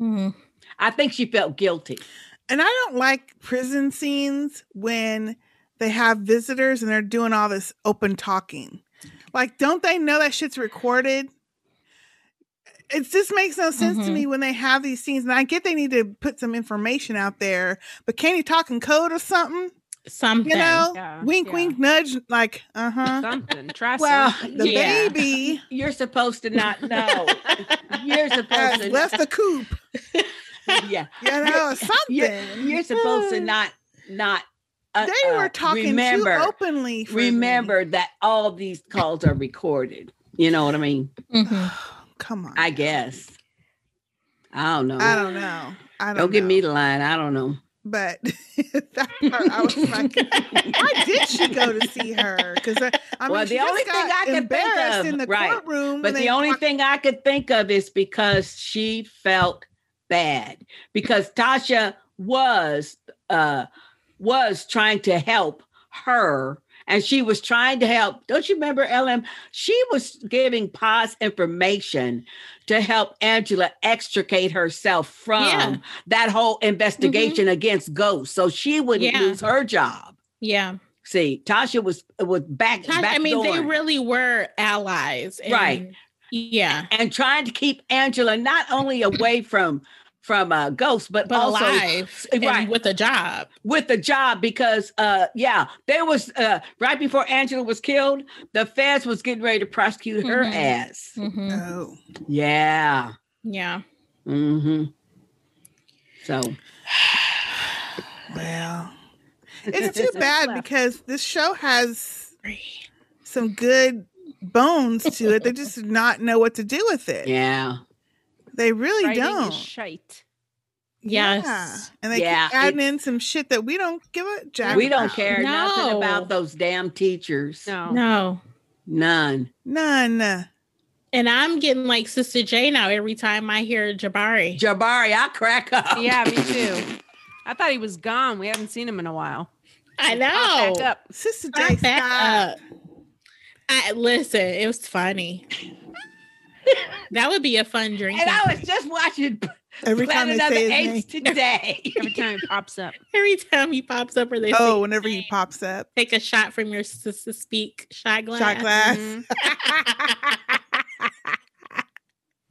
Speaker 1: Mhm.
Speaker 2: I think she felt guilty.
Speaker 4: And I don't like prison scenes when they have visitors and they're doing all this open talking. Like, don't they know that shit's recorded? It just makes no sense to
Speaker 1: Mhm.
Speaker 4: me
Speaker 2: Mm-hmm.
Speaker 4: when they have these scenes. And I get they need to put some information out there, but can you talk in code or something?
Speaker 1: something.
Speaker 4: You know,
Speaker 3: Yeah,
Speaker 4: wink,
Speaker 3: yeah.
Speaker 4: wink, nudge, like, uh huh.
Speaker 3: Something. Try
Speaker 2: Well,
Speaker 3: something.
Speaker 4: The
Speaker 1: Yeah.
Speaker 4: baby
Speaker 2: You're supposed to not know. You're supposed
Speaker 4: has
Speaker 2: to
Speaker 4: left the coop.
Speaker 2: yeah.
Speaker 4: You know,
Speaker 2: You're,
Speaker 4: something.
Speaker 2: you're supposed to not not. uh,
Speaker 4: they
Speaker 2: uh,
Speaker 4: were talking
Speaker 2: remember,
Speaker 4: too openly. For me.
Speaker 2: Remember that all these calls are recorded. You know what I mean?
Speaker 1: Mhm.
Speaker 4: Come on.
Speaker 2: I guess. I don't know.
Speaker 4: I don't know. I don't,
Speaker 2: Don't give
Speaker 4: know.
Speaker 2: me the line. I don't know.
Speaker 4: But that part, I was like, why did she go to see her? Because I, I mean,
Speaker 2: Well,
Speaker 4: she
Speaker 2: the
Speaker 4: just
Speaker 2: only thing
Speaker 4: got
Speaker 2: I could think
Speaker 4: embarrassed
Speaker 2: of,
Speaker 4: in the
Speaker 2: right.
Speaker 4: courtroom. when
Speaker 2: But
Speaker 4: they
Speaker 2: the only
Speaker 4: talked-
Speaker 2: thing I could think of is because she felt bad because Tasha was uh was trying to help her and she was trying to help. Don't you remember LM? She was giving Paz information to help Angela extricate herself from
Speaker 1: Yeah.
Speaker 2: that whole investigation
Speaker 4: Mm-hmm.
Speaker 2: against Ghost so she wouldn't
Speaker 1: Yeah.
Speaker 2: lose her job.
Speaker 1: Yeah.
Speaker 2: See, Tasha was was back
Speaker 1: Tasha- I mean, they
Speaker 2: backdooring.
Speaker 1: really were allies. and-
Speaker 2: Right.
Speaker 1: Yeah.
Speaker 2: and trying to keep Angela not only away from from uh, ghosts, but,
Speaker 1: But
Speaker 2: also
Speaker 1: alive.
Speaker 2: s- right.
Speaker 1: And with a job.
Speaker 2: with the job because uh, yeah, there was uh, right before Angela was killed, the feds was getting ready to prosecute her
Speaker 1: Mhm.
Speaker 2: ass.
Speaker 1: Mhm.
Speaker 4: Oh.
Speaker 2: Yeah.
Speaker 1: Yeah.
Speaker 2: hmm So
Speaker 4: Well, it's too bad
Speaker 3: left.
Speaker 4: because this show has some good bones to it. They just do not know what to do with it.
Speaker 2: yeah,
Speaker 4: They really
Speaker 3: Writing is
Speaker 4: don't.
Speaker 3: Shite.
Speaker 1: Yes.
Speaker 4: And they
Speaker 2: Yeah,
Speaker 4: keep adding in some shit that we don't give a jack.
Speaker 2: we don't
Speaker 4: about.
Speaker 2: care nothing
Speaker 1: No.
Speaker 2: about those damn teachers.
Speaker 3: No.
Speaker 1: No.
Speaker 2: None.
Speaker 4: None.
Speaker 1: And I'm getting like Sister J now every time I hear Jabari.
Speaker 2: Jabari, I crack up.
Speaker 3: Yeah, me too. I thought he was gone. We haven't seen him in a while.
Speaker 1: I
Speaker 3: Pop
Speaker 1: know.
Speaker 3: Back up.
Speaker 4: Sister
Speaker 1: I
Speaker 4: J.
Speaker 1: back
Speaker 4: Scott.
Speaker 1: up. I listen. It was funny. that would be a fun drink.
Speaker 2: And I was just watching
Speaker 4: Every time they
Speaker 2: Planet of
Speaker 4: say
Speaker 2: the
Speaker 4: his name.
Speaker 2: Apes today.
Speaker 3: Every time he pops up.
Speaker 1: every time he pops up or they
Speaker 4: Oh,
Speaker 1: oh.
Speaker 4: whenever he pops up.
Speaker 1: take a shot from your sister speak shot glass.
Speaker 4: Shot glass.
Speaker 3: Mhm.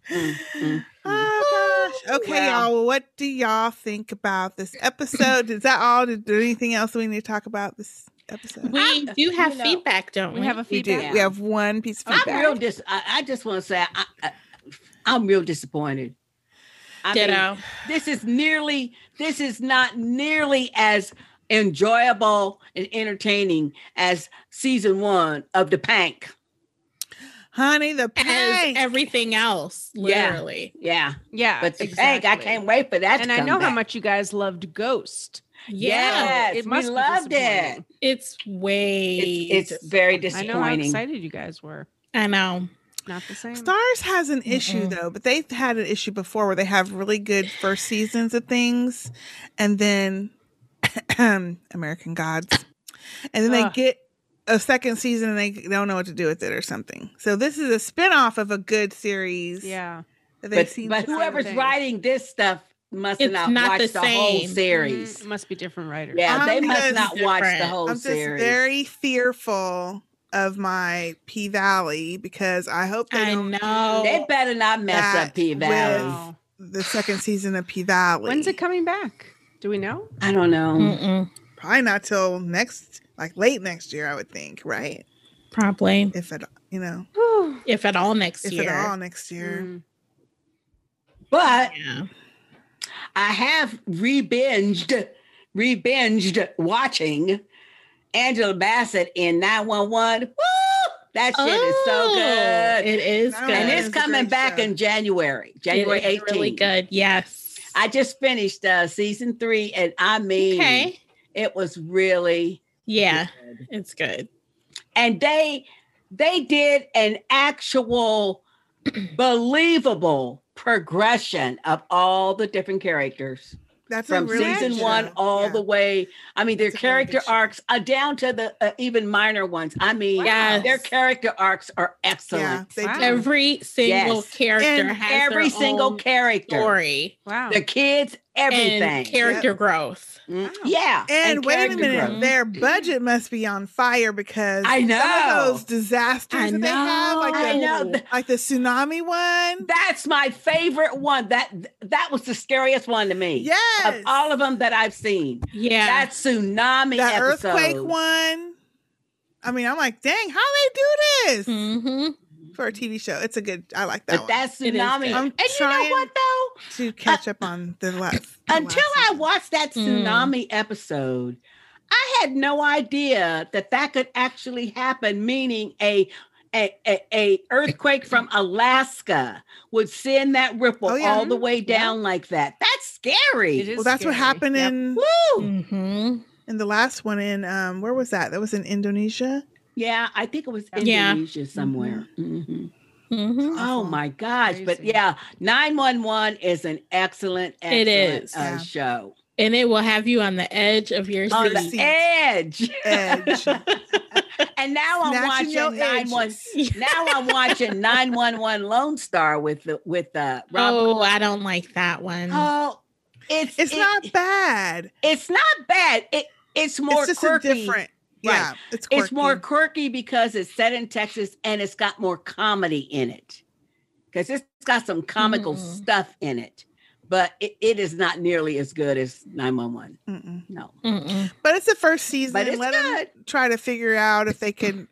Speaker 2: Mm, mm, mm.
Speaker 4: Oh gosh. Okay,
Speaker 2: Wow.
Speaker 4: y'all. Well, what do y'all think about this episode? Is that all? Is there anything else we need to talk about this episode?
Speaker 1: We
Speaker 2: I'm-
Speaker 1: do have
Speaker 2: you know,
Speaker 1: feedback, don't we?
Speaker 3: We have a
Speaker 4: We do.
Speaker 3: feedback.
Speaker 4: We have one piece of
Speaker 2: I'm
Speaker 4: feedback.
Speaker 2: real dis. I, I just want to say I, I, I'm real disappointed. I mean,
Speaker 1: ditto.
Speaker 2: this is nearly. This is not nearly as enjoyable and entertaining as season one of The Pank.
Speaker 4: Honey, the
Speaker 1: As
Speaker 4: pain.
Speaker 1: everything else,
Speaker 2: Yeah.
Speaker 1: literally.
Speaker 2: Yeah,
Speaker 3: Yeah.
Speaker 2: but The Pank, I
Speaker 3: Uh, exactly.
Speaker 2: can't wait for that. to
Speaker 3: And I
Speaker 2: come
Speaker 3: know how
Speaker 2: back.
Speaker 3: much you guys loved Ghost.
Speaker 1: Yeah.
Speaker 2: Yes,
Speaker 3: it
Speaker 2: we
Speaker 3: must be
Speaker 2: loved it.
Speaker 3: disappointing.
Speaker 1: It's way
Speaker 2: It's, it's very
Speaker 3: I know how
Speaker 2: disappointing.
Speaker 3: excited you guys were.
Speaker 1: I know.
Speaker 3: Not the same.
Speaker 4: Stars has an issue
Speaker 1: Mm-mm.
Speaker 4: though, but they've had an issue before where they have really good first seasons of things, and then American Gods, and then they
Speaker 3: Ugh.
Speaker 4: get a second season and they don't know what to do with it or something. So this is a spin off of a good series.
Speaker 3: Yeah.
Speaker 4: that they've
Speaker 2: but,
Speaker 4: seen
Speaker 2: but
Speaker 4: for some
Speaker 2: whoever's
Speaker 4: things.
Speaker 2: writing this stuff must
Speaker 1: It's
Speaker 2: not,
Speaker 1: not
Speaker 2: watch
Speaker 1: the
Speaker 2: the, whole
Speaker 1: same.
Speaker 2: series.
Speaker 3: Mhm. Must be different writers.
Speaker 2: Yeah,
Speaker 4: I'm
Speaker 2: they must
Speaker 4: just
Speaker 2: not watch the
Speaker 1: different.
Speaker 2: whole
Speaker 4: I'm just
Speaker 2: series.
Speaker 4: very fearful of my P Valley because I hope they
Speaker 1: I
Speaker 4: don't
Speaker 1: know.
Speaker 2: They better not mess
Speaker 4: That
Speaker 2: up P Valley.
Speaker 4: will- the second season of P Valley.
Speaker 3: When's it coming back? Do we know?
Speaker 2: I don't know.
Speaker 1: Mm-mm.
Speaker 4: Probably not till next, like late next year, I would think, right?
Speaker 1: Probably.
Speaker 4: If it, you know,
Speaker 3: Whew.
Speaker 1: If at all next
Speaker 4: if
Speaker 1: year.
Speaker 4: at all next year.
Speaker 3: Mm.
Speaker 2: But
Speaker 1: Yeah.
Speaker 2: I have re-binged, re-binged watching Angela Bassett in 911. Woo! That shit is so good.
Speaker 1: Oh, It is
Speaker 4: No,
Speaker 1: good.
Speaker 2: and
Speaker 4: it
Speaker 2: it's
Speaker 4: Oh, is a
Speaker 2: coming
Speaker 4: great
Speaker 2: back
Speaker 4: show.
Speaker 2: in January, January
Speaker 1: It is
Speaker 2: 18th.
Speaker 1: really good. Yes.
Speaker 2: I just finished uh, season three, and I mean,
Speaker 1: okay.
Speaker 2: it was really
Speaker 1: Yeah, it's good.
Speaker 2: and they they did an actual believable progression of all the different characters
Speaker 4: That's
Speaker 2: from
Speaker 4: a really
Speaker 2: season
Speaker 4: good
Speaker 2: one
Speaker 4: show.
Speaker 2: all
Speaker 4: Yeah.
Speaker 2: the way i mean their
Speaker 4: It's a really good
Speaker 2: character
Speaker 4: show.
Speaker 2: arcs uh, down to the uh, even minor ones i mean
Speaker 1: Yes.
Speaker 2: their character arcs are
Speaker 4: Yeah,
Speaker 2: excellent
Speaker 4: they
Speaker 3: Wow.
Speaker 4: do.
Speaker 1: Every single
Speaker 2: Yes.
Speaker 1: character
Speaker 4: And
Speaker 1: has
Speaker 2: every
Speaker 1: their
Speaker 2: single
Speaker 1: own
Speaker 2: character
Speaker 1: story.
Speaker 3: Wow.
Speaker 2: the kids everything.
Speaker 1: and character growth.
Speaker 2: Mm, yeah.
Speaker 4: And, wait a
Speaker 2: character
Speaker 4: minute,
Speaker 2: growth.
Speaker 4: their budget must be on fire because
Speaker 2: I
Speaker 4: some
Speaker 2: know.
Speaker 4: of those disasters
Speaker 1: I
Speaker 4: that they have, like
Speaker 2: I
Speaker 4: the,
Speaker 2: know.
Speaker 4: like the tsunami one.
Speaker 2: That's my favorite one. That that was the scariest one to me.
Speaker 4: Yes,
Speaker 2: Of all of them that I've seen.
Speaker 1: Yeah.
Speaker 2: That tsunami
Speaker 4: that
Speaker 2: episode.
Speaker 4: earthquake one. I mean, I'm like, dang, how they do this
Speaker 1: Mhm.
Speaker 4: for a TV show? It's a good. I like that
Speaker 2: Mm. But
Speaker 4: one.
Speaker 2: that uh,
Speaker 1: It is
Speaker 2: tsunami.
Speaker 1: good.
Speaker 4: I'm
Speaker 2: And you know
Speaker 4: trying-
Speaker 2: what though?
Speaker 4: to catch up on the last. the
Speaker 2: Until
Speaker 4: last
Speaker 2: I
Speaker 4: one.
Speaker 2: watched that
Speaker 3: Hmm.
Speaker 1: Mm.
Speaker 2: tsunami episode, I had no idea that that could actually happen. Meaning a a, a, a earthquake from Alaska would send that ripple
Speaker 4: Oh, yeah.
Speaker 2: all the way down like that. That's scary.
Speaker 3: It is
Speaker 4: well, that's what
Speaker 3: scary.
Speaker 4: happened
Speaker 3: Yep.
Speaker 4: in
Speaker 2: Woo!
Speaker 1: Mhm.
Speaker 4: in the last one in um where was that? That was in Indonesia.
Speaker 2: Yeah, I think it was
Speaker 1: Yeah.
Speaker 2: Indonesia somewhere.
Speaker 4: Mm-hmm.
Speaker 2: Mhm.
Speaker 1: Mhm.
Speaker 2: Oh
Speaker 4: Awesome.
Speaker 2: my gosh. But
Speaker 3: Crazy.
Speaker 2: yeah, 911 is an excellent,
Speaker 1: It
Speaker 2: excellent
Speaker 1: is.
Speaker 2: uh,
Speaker 4: Yeah.
Speaker 2: show.
Speaker 1: And it will have you on the edge of your
Speaker 2: On
Speaker 1: seat.
Speaker 2: the
Speaker 4: Seat.
Speaker 2: edge.
Speaker 4: Edge.
Speaker 2: And now I'm
Speaker 4: Snatching your
Speaker 2: watching 911.
Speaker 1: edges.
Speaker 2: Now I'm watching 911 Lone Star with the with uh Robert.
Speaker 1: Oh, I don't like that one.
Speaker 2: Oh, it's
Speaker 4: It's
Speaker 2: it-
Speaker 4: not bad.
Speaker 2: it's not bad. It it's more
Speaker 4: it's just
Speaker 2: quirky.
Speaker 4: a different. Yeah, it's quirky.
Speaker 2: It's more quirky because it's set in Texas and it's got more comedy in it. Because it's got some comical
Speaker 4: Mm-hmm.
Speaker 1: Mm.
Speaker 2: stuff in it, but it, it is not nearly as good as 911.
Speaker 4: Mm-mm.
Speaker 2: No,
Speaker 1: Mm-mm.
Speaker 4: But it's the first season.
Speaker 2: but it's
Speaker 4: Let them
Speaker 2: good.
Speaker 4: try to figure out if they can.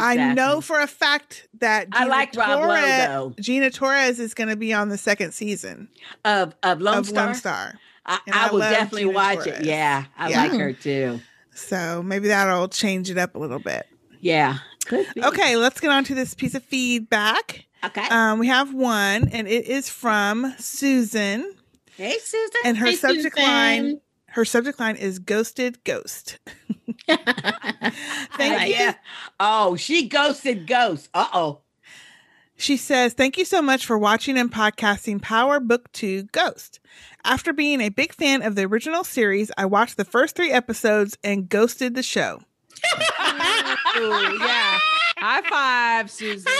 Speaker 4: I know
Speaker 2: Exactly.
Speaker 4: for a fact that
Speaker 2: I
Speaker 4: Gina
Speaker 2: like Rob
Speaker 4: Torres-
Speaker 2: Lowe though,
Speaker 4: Gina Torres is going to be on the second season
Speaker 2: of of Lone
Speaker 4: of
Speaker 2: Star.
Speaker 4: Lone Star.
Speaker 2: I,
Speaker 4: and
Speaker 2: I
Speaker 4: I
Speaker 2: will
Speaker 4: love
Speaker 2: definitely
Speaker 4: Gina
Speaker 2: watch it.
Speaker 4: Torres.
Speaker 2: Yeah, I
Speaker 4: Yeah.
Speaker 2: like her too.
Speaker 4: So maybe that'll change it up a little bit.
Speaker 2: Yeah, could be.
Speaker 4: Okay, let's get on to this piece of feedback.
Speaker 2: okay.
Speaker 4: Um, we have one, and it is from Susan,
Speaker 2: hey, Susan.
Speaker 4: and her
Speaker 1: Hey,
Speaker 4: subject
Speaker 1: Susan.
Speaker 4: line her subject line is "Ghosted Ghost." Thank
Speaker 2: Uh,
Speaker 4: you.
Speaker 2: yeah. Oh, she ghosted ghosts. Uh oh.
Speaker 4: She says, Thank you so much for watching and podcasting Power Book 2 Ghost. After being a big fan of the original series, I watched the first three episodes and ghosted the show.
Speaker 3: Ooh, yeah. High five, Susan.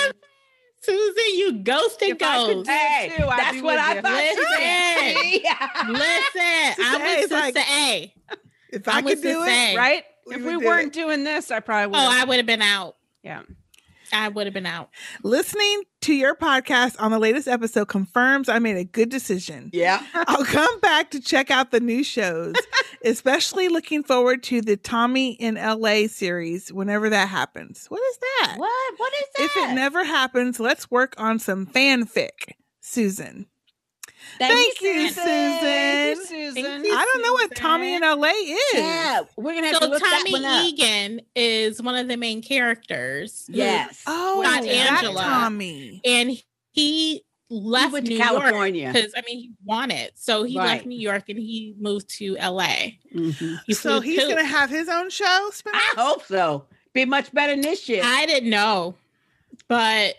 Speaker 1: Susan, you ghosted
Speaker 3: If I could
Speaker 1: ghost.
Speaker 3: do-
Speaker 2: Hey,
Speaker 3: too, I'd
Speaker 2: that's
Speaker 3: be
Speaker 2: what
Speaker 3: with
Speaker 2: I
Speaker 3: you.
Speaker 2: thought. she said.
Speaker 1: Listen, I
Speaker 4: A
Speaker 1: was
Speaker 4: is like-
Speaker 1: Sister A.
Speaker 4: If
Speaker 1: I
Speaker 4: I,
Speaker 1: was
Speaker 4: could do
Speaker 1: just
Speaker 4: it,
Speaker 1: saying.
Speaker 3: Right?
Speaker 4: We
Speaker 3: if
Speaker 4: would
Speaker 3: we
Speaker 4: do
Speaker 3: weren't doing this, I probably would.
Speaker 1: Oh, I would have been out.
Speaker 3: Yeah.
Speaker 1: I would have been out.
Speaker 4: listening to your podcast on the latest episode confirms I made a good decision.
Speaker 2: Yeah.
Speaker 4: I'll come back to check out the new shows, especially looking forward to the Tommy in LA series whenever that happens. What is that?
Speaker 2: What? What is that?
Speaker 4: If it never happens, let's work on some fanfic, Susan. Thank you,
Speaker 3: Thank you,
Speaker 4: Susan.
Speaker 3: Susan.
Speaker 4: I don't know what Tommy in LA is.
Speaker 2: Yeah, we're gonna have to
Speaker 1: So
Speaker 2: look that one
Speaker 1: Tommy
Speaker 3: E.
Speaker 2: up.
Speaker 1: Egan is one of the main characters. who-
Speaker 2: Yes.
Speaker 4: Oh,
Speaker 1: Not
Speaker 4: that
Speaker 1: Angela.
Speaker 4: Tommy.
Speaker 1: And he left
Speaker 2: went to
Speaker 1: New
Speaker 2: California.
Speaker 1: because I mean he wanted. So he
Speaker 2: Right.
Speaker 1: left New York and he moved to LA.
Speaker 2: Mhm.
Speaker 1: He flew
Speaker 4: So he's
Speaker 1: coop.
Speaker 4: gonna have his own show. Spin-
Speaker 2: I hope so. Be much better than this year.
Speaker 1: I didn't know, but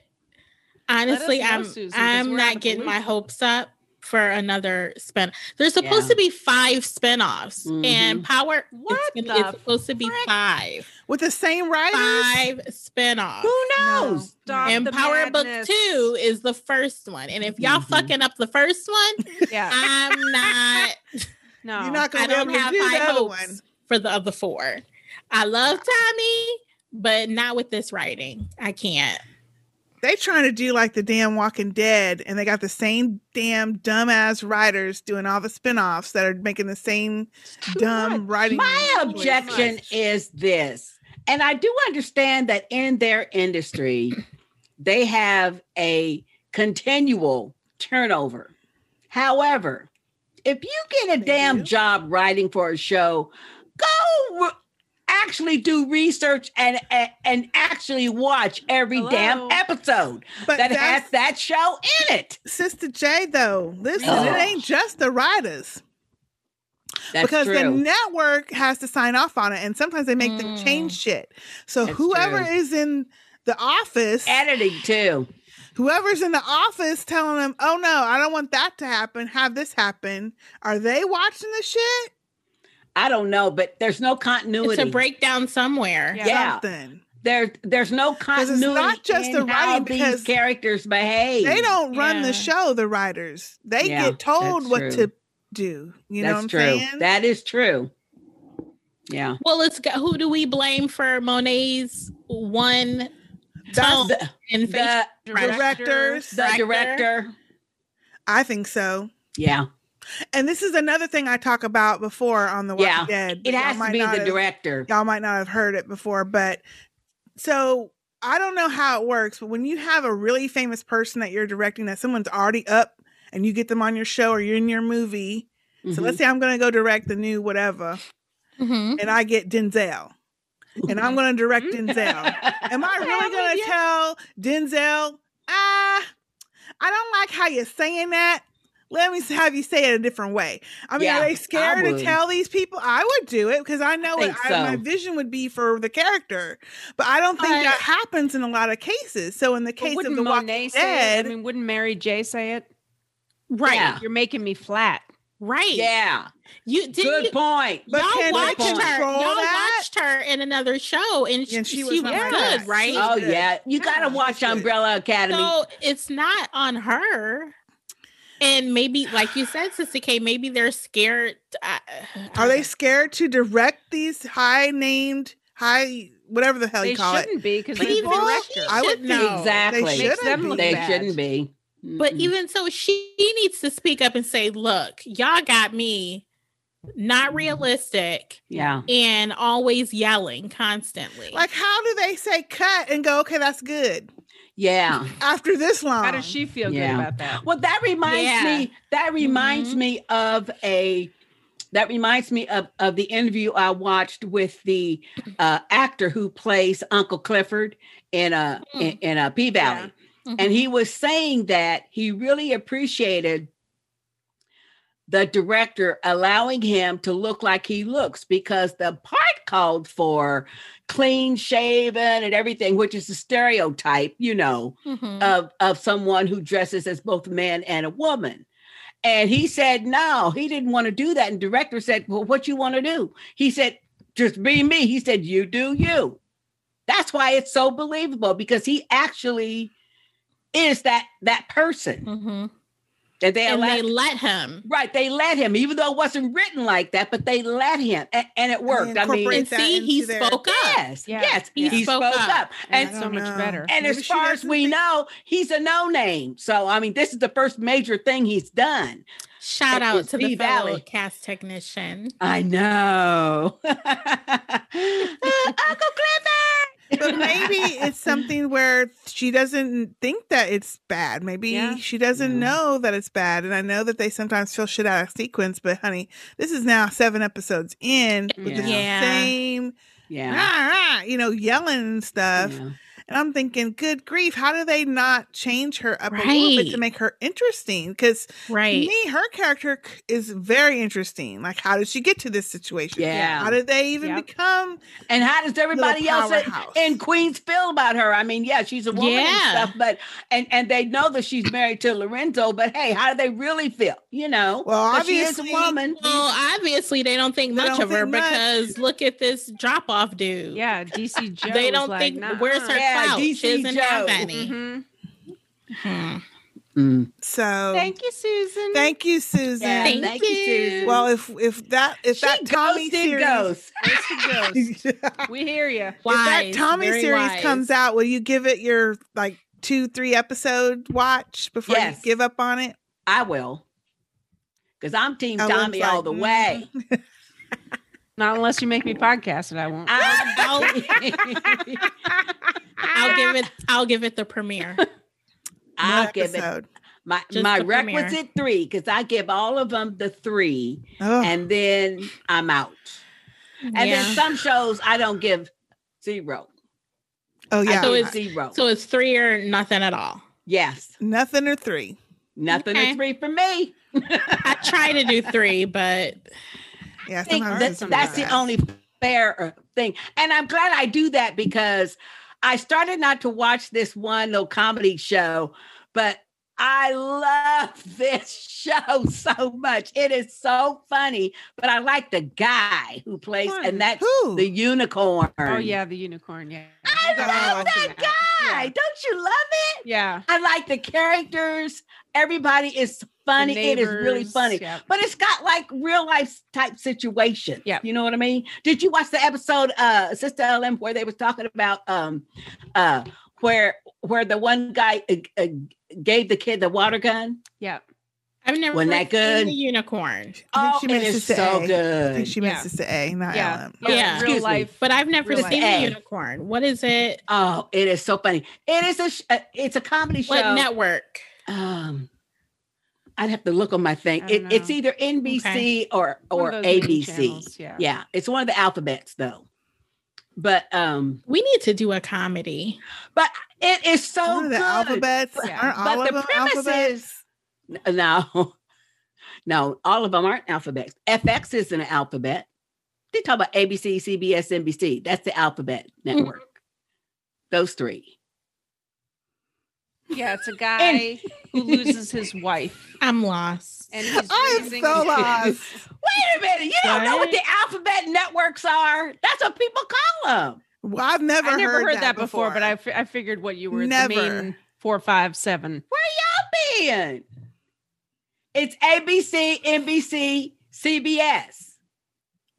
Speaker 1: honestly,
Speaker 3: know,
Speaker 1: I'm
Speaker 3: Susan, 'cause
Speaker 1: I'm
Speaker 3: we're out
Speaker 1: not
Speaker 3: of
Speaker 1: getting my
Speaker 3: loop.
Speaker 1: hopes up for another spin. There's supposed
Speaker 2: Yeah.
Speaker 1: to be five spin-offs and Power. it's,
Speaker 3: Mm-hmm. What
Speaker 1: been-
Speaker 3: the
Speaker 1: it's supposed to be
Speaker 3: frick?
Speaker 1: five,
Speaker 4: with the same writers.
Speaker 1: five spin-offs.
Speaker 2: Who knows?
Speaker 3: Stop
Speaker 1: and
Speaker 3: the
Speaker 1: Power Book
Speaker 3: madness. Mm-hmm.
Speaker 1: Two is the first one, and if y'all
Speaker 2: Mhm.
Speaker 1: fucking up the first one,
Speaker 3: Yeah.
Speaker 1: I'm not.
Speaker 3: No.
Speaker 4: You're not
Speaker 1: I
Speaker 4: gonna be
Speaker 1: don't
Speaker 4: able to
Speaker 1: have
Speaker 4: do
Speaker 1: high
Speaker 4: the other
Speaker 1: hopes
Speaker 4: one.
Speaker 1: for the other four. I love Tommy, but not with this writing. I can't.
Speaker 4: They trying to do like the damn Walking Dead, and they got the same damn dumbass writers doing all the spinoffs that are making the same dumb writing.
Speaker 2: My objection is this, and I do understand that in their industry, they have a continual turnover. However, if you get a
Speaker 4: They
Speaker 2: damn
Speaker 4: do.
Speaker 2: job writing for a show, go re- actually do research and and, and actually watch every
Speaker 3: Hello?
Speaker 2: damn episode
Speaker 4: but
Speaker 2: that
Speaker 4: that's
Speaker 2: has that show in it.
Speaker 4: Sister J though. Listen,
Speaker 2: Oh.
Speaker 4: it ain't just the writers.
Speaker 2: That's
Speaker 4: because
Speaker 2: true.
Speaker 4: the network has to sign off on it, and sometimes they make them change shit. So
Speaker 2: Mm. That's
Speaker 4: whoever
Speaker 2: true. Eh.
Speaker 4: is in the office,
Speaker 2: Editing too.
Speaker 4: whoever's in the office, telling them, "Oh no, I don't want that to happen. Have this happen." Are they watching the shit?
Speaker 2: I don't know, but there's no continuity.
Speaker 1: It's a breakdown somewhere.
Speaker 3: Yeah.
Speaker 2: Yeah.
Speaker 4: Something.
Speaker 2: There, there's no
Speaker 4: it's
Speaker 2: continuity.
Speaker 4: not just
Speaker 2: in
Speaker 4: the
Speaker 2: how
Speaker 4: writing, because
Speaker 2: these characters behave.
Speaker 4: They don't run
Speaker 1: Yeah.
Speaker 4: the show. The writers they
Speaker 2: Yeah,
Speaker 4: get told
Speaker 2: that's
Speaker 4: what
Speaker 2: true.
Speaker 4: to do. You know what
Speaker 2: That's
Speaker 4: I'm
Speaker 2: true.
Speaker 4: saying?
Speaker 2: That is true. Yeah.
Speaker 1: Well, it's got, who do we blame for Monet's one
Speaker 4: That's
Speaker 1: tone
Speaker 2: the-
Speaker 1: and facial
Speaker 2: The,
Speaker 4: directors.
Speaker 2: the director.
Speaker 4: I think so.
Speaker 2: Yeah.
Speaker 4: And this is another thing I talk about before on the Walking
Speaker 2: Yeah.
Speaker 4: Dead. but
Speaker 2: It
Speaker 4: y'all
Speaker 2: has to
Speaker 4: might
Speaker 2: be
Speaker 4: not
Speaker 2: the
Speaker 4: have-
Speaker 2: director.
Speaker 4: Y'all might not have heard it before, but so I don't know how it works, but when you have a really famous person that you're directing that someone's already up and you get them on your show or you're in your movie. So
Speaker 2: Mhm.
Speaker 4: let's say I'm going to go direct the new whatever
Speaker 1: Mhm.
Speaker 4: and I get Denzel. And I'm going to direct
Speaker 2: Mm-hmm.
Speaker 4: Denzel. Am I
Speaker 3: Okay,
Speaker 4: really
Speaker 3: I'm
Speaker 4: going
Speaker 3: with
Speaker 4: to
Speaker 3: you.
Speaker 4: tell Denzel, ah, I don't like how you're saying that. Let me s- have you say it a different way. I mean,
Speaker 2: Yeah,
Speaker 4: are
Speaker 2: I
Speaker 4: they scared to
Speaker 2: would.
Speaker 4: tell these people? I would do it because I know what
Speaker 2: think
Speaker 4: I,
Speaker 2: so.
Speaker 4: my vision would be for the character. But I don't think
Speaker 1: But-
Speaker 4: that happens in a lot of cases. So in the
Speaker 3: But
Speaker 4: case of
Speaker 3: wouldn't
Speaker 4: the Walking
Speaker 3: Monet say it?
Speaker 4: Dead,
Speaker 3: I mean, wouldn't Mary J say it?
Speaker 1: Right.
Speaker 2: Yeah.
Speaker 3: You're making me flat.
Speaker 1: Right.
Speaker 2: yeah.
Speaker 1: You did
Speaker 2: Good
Speaker 1: you,
Speaker 2: point.
Speaker 4: But
Speaker 1: y'all
Speaker 4: can
Speaker 1: watched
Speaker 2: they
Speaker 1: her.
Speaker 4: control
Speaker 1: Y'all
Speaker 4: that?
Speaker 1: watched her in another show, and she,
Speaker 4: And she
Speaker 1: she
Speaker 4: was
Speaker 1: was,
Speaker 4: not
Speaker 1: good,
Speaker 4: good.
Speaker 1: right?
Speaker 4: She was
Speaker 2: Oh
Speaker 4: good.
Speaker 2: yeah. You gotta
Speaker 4: Yeah,
Speaker 2: watch
Speaker 4: that's good.
Speaker 2: Umbrella Academy.
Speaker 1: so it's not on her. And maybe, like you said, Sister K, maybe they're scared. I,
Speaker 4: are they scared to direct these high named, high, whatever the hell
Speaker 3: they
Speaker 4: you call it?
Speaker 3: shouldn't be because
Speaker 1: But
Speaker 3: they're the
Speaker 1: even
Speaker 3: director.
Speaker 1: she
Speaker 4: I would
Speaker 1: should know.
Speaker 2: exactly.
Speaker 4: They
Speaker 3: Makes them
Speaker 4: shouldn't
Speaker 3: look
Speaker 4: be.
Speaker 2: they
Speaker 3: bad.
Speaker 2: shouldn't be.
Speaker 1: But
Speaker 2: Mm-mm.
Speaker 1: even so, she needs to speak up and say, "Look, y'all got me."
Speaker 4: Mm-hmm.
Speaker 1: Not realistic
Speaker 2: yeah.
Speaker 1: and always yelling constantly.
Speaker 4: Like, how do they say cut and go, okay, that's good
Speaker 2: Yeah.
Speaker 4: after this long?
Speaker 3: How does she feel
Speaker 2: Yeah.
Speaker 3: good about that?
Speaker 2: Well, that reminds
Speaker 1: Yeah.
Speaker 2: me. That reminds
Speaker 1: Mhm.
Speaker 2: me of a. That reminds me of of the interview I watched with the uh, actor who plays Uncle Clifford in a
Speaker 1: Hmm.
Speaker 2: in, in a P Valley,
Speaker 1: Mhm.
Speaker 3: Mm-hmm.
Speaker 2: and he was saying that he really appreciated the director allowing him to look like he looks because the part called for clean shaven and everything, which is a stereotype, you know
Speaker 3: Mm-hmm.
Speaker 1: Mhm.
Speaker 4: uh,
Speaker 2: of of someone who dresses as both a man and a woman. And he said no, he didn't want to do that. And director said, "Well, what you want to do?" He said, "Just be me." He said, "You do you." That's why it's so believable because he actually is that that person
Speaker 3: Mm-hmm.
Speaker 1: Mhm.
Speaker 2: that Mm-hmm. they
Speaker 1: And
Speaker 2: allowed.
Speaker 1: they let him.
Speaker 2: right, they let him, even though it wasn't written like that, but they let him, and, and it worked. I mean,
Speaker 4: incorporate-
Speaker 1: And
Speaker 4: Break that
Speaker 1: see, he
Speaker 4: into their-
Speaker 1: spoke up.
Speaker 2: yes,
Speaker 3: Yeah,
Speaker 2: yes,
Speaker 1: yeah.
Speaker 2: he spoke, up, and
Speaker 3: so much better.
Speaker 2: And as far as we know, he's a no name. So, I mean, this is the first major thing he's done.
Speaker 1: Shout
Speaker 2: It
Speaker 1: out
Speaker 2: is
Speaker 1: to the
Speaker 2: P-Valley.
Speaker 1: fellow cast technician.
Speaker 2: I know. Uh, Uncle Clifford.
Speaker 4: but maybe it's something where she doesn't think that it's bad. Maybe
Speaker 3: Yeah.
Speaker 4: she doesn't
Speaker 2: Yeah.
Speaker 4: know that it's bad. And I know that they sometimes feel shit out of sequence, but honey, this is now seven episodes in with the
Speaker 1: Yeah.
Speaker 4: same,
Speaker 2: Yeah.
Speaker 4: rah, rah, you know, yelling and stuff.
Speaker 2: Yeah.
Speaker 4: And I'm thinking, good grief, how do they not change her up a little bit to
Speaker 1: Right.
Speaker 4: make her interesting? Because to
Speaker 1: Right.
Speaker 4: me, her character c- is very interesting. Like, how did she get to this situation?
Speaker 2: Yeah.
Speaker 4: How did they even
Speaker 3: Yep.
Speaker 4: become
Speaker 2: And how does everybody
Speaker 4: little
Speaker 2: else in,
Speaker 4: powerhouse?
Speaker 2: in Queens feel about her? I mean, yeah, she's a woman
Speaker 1: Yeah.
Speaker 2: and stuff, but and and they know that she's married to Lorenzo, but hey, how do they really feel? You know,
Speaker 4: Well,
Speaker 2: 'Cause she is a
Speaker 4: obviously-
Speaker 2: woman.
Speaker 1: Well, obviously they don't think
Speaker 4: They
Speaker 1: much
Speaker 4: don't
Speaker 1: of her
Speaker 4: think much.
Speaker 1: because look at this drop off dude.
Speaker 3: yeah, DC Joe.
Speaker 1: They
Speaker 3: was
Speaker 1: don't
Speaker 3: like,
Speaker 1: think
Speaker 3: nah.
Speaker 1: where's her
Speaker 2: Yeah,
Speaker 1: clout?
Speaker 2: DC
Speaker 1: she doesn't have
Speaker 2: Joe.
Speaker 1: any.
Speaker 3: Mhm.
Speaker 4: Mm-hmm.
Speaker 1: Hmm.
Speaker 2: Mm.
Speaker 4: so?
Speaker 3: Thank you, Susan.
Speaker 4: Thank you, Susan.
Speaker 2: Yeah,
Speaker 1: Thank you.
Speaker 4: well, if if that if
Speaker 2: she
Speaker 4: that Tommy
Speaker 2: ghosted
Speaker 4: series
Speaker 2: ghosts.
Speaker 4: if that
Speaker 3: we hear you.
Speaker 1: Wise,
Speaker 4: Tommy
Speaker 1: very
Speaker 4: series
Speaker 1: wise.
Speaker 4: comes out, will you give it your like two three episode watch before
Speaker 2: Yes.
Speaker 4: you give up on it?
Speaker 2: I will. Because I'm Team
Speaker 4: Ellen's
Speaker 2: Tommy all
Speaker 4: like,
Speaker 2: the
Speaker 4: mm.
Speaker 2: way.
Speaker 3: Not unless you make me podcast it, I won't.
Speaker 2: I'll,
Speaker 1: I'll give it I'll give it the premiere.
Speaker 2: I'll
Speaker 4: One
Speaker 2: give it
Speaker 4: episode.
Speaker 2: my,
Speaker 1: Just
Speaker 2: my
Speaker 1: the premiere.
Speaker 2: requisite three because I give all of them the three
Speaker 4: Ugh.
Speaker 2: and then I'm out. And then
Speaker 1: Yeah.
Speaker 2: some shows I don't give zero.
Speaker 4: oh
Speaker 2: I
Speaker 4: yeah,
Speaker 1: So
Speaker 2: give
Speaker 1: it's-
Speaker 2: zero.
Speaker 1: So it's three or nothing at all.
Speaker 2: yes.
Speaker 4: nothing or three.
Speaker 2: Nothing
Speaker 1: Okay.
Speaker 2: is free for me.
Speaker 1: I try to do three, but
Speaker 4: Yeah,
Speaker 2: think
Speaker 4: sometimes
Speaker 2: that-
Speaker 4: it's
Speaker 2: that's the
Speaker 4: bad.
Speaker 2: only fair uh, thing. And I'm glad I do that because I started not to watch this one little comedy show, but I love this show so much. It is so funny, but I like the guy who plays,
Speaker 3: Fun.
Speaker 2: and that's
Speaker 4: Who? Oh,
Speaker 2: the unicorn.
Speaker 3: Oh yeah, the unicorn. Yeah.
Speaker 2: I love that guy.
Speaker 3: Yeah.
Speaker 2: Don't you love it?
Speaker 3: Yeah.
Speaker 2: I like the characters. Everybody is funny. It is really
Speaker 3: neighbors,
Speaker 2: funny.
Speaker 3: yep.
Speaker 2: But it's got like real life type situation.
Speaker 3: Yep.
Speaker 2: You know what I mean? Did you watch the episode uh Sister LM where they was talking about um uh where where the one guy uh, uh, gave the kid the water gun?
Speaker 3: Yep.
Speaker 1: I've never
Speaker 2: Wasn't
Speaker 1: really
Speaker 2: that good?
Speaker 1: seen the unicorn,
Speaker 4: I
Speaker 2: Oh,
Speaker 4: think she meant
Speaker 2: it is
Speaker 4: Sister
Speaker 2: so
Speaker 4: A. I
Speaker 2: good.
Speaker 4: think she meant
Speaker 3: Yeah.
Speaker 4: Sister A, not
Speaker 3: Yeah.
Speaker 4: Ellen.
Speaker 1: Yeah.
Speaker 3: Real
Speaker 2: Excuse me.
Speaker 3: life.
Speaker 1: but I've never
Speaker 3: Really?
Speaker 1: seen
Speaker 2: Hey.
Speaker 1: the unicorn. What is it?
Speaker 2: Oh, it is so funny. It is a sh- uh, it's a comedy show.
Speaker 1: What network?
Speaker 2: um I'd have to look on my thing.
Speaker 3: I
Speaker 2: It,
Speaker 3: don't
Speaker 2: it's
Speaker 3: know.
Speaker 2: either NBC or
Speaker 3: One
Speaker 2: or
Speaker 3: of those main
Speaker 2: ABC.
Speaker 3: channels, Yeah.
Speaker 2: yeah it's one of the alphabets though but um
Speaker 1: We need to do a comedy.
Speaker 2: it is so
Speaker 4: One of
Speaker 2: Oh, good
Speaker 4: the alphabets.
Speaker 3: Yeah.
Speaker 4: Aren't
Speaker 2: But
Speaker 4: all
Speaker 2: the
Speaker 4: of them
Speaker 2: premise
Speaker 4: alphabets?
Speaker 2: N- no no all of them aren't alphabets fx isn't an alphabet they talk about abc cbs nbc that's the alphabet network those three
Speaker 3: Yeah, it's a guy who loses his wife,
Speaker 1: I'm lost.
Speaker 3: and he's
Speaker 4: I am
Speaker 3: raising
Speaker 4: so
Speaker 3: his
Speaker 4: lost.
Speaker 3: kids.
Speaker 2: wait a minute you don't know what
Speaker 1: What?
Speaker 2: the alphabet networks are that's what people call them
Speaker 4: Well, I've never,
Speaker 3: I never heard, that, before, but I,
Speaker 4: I've
Speaker 3: f- I figured what you were the
Speaker 4: Never.
Speaker 3: main four, five, seven.
Speaker 2: where y'all been it's abc nbc cbs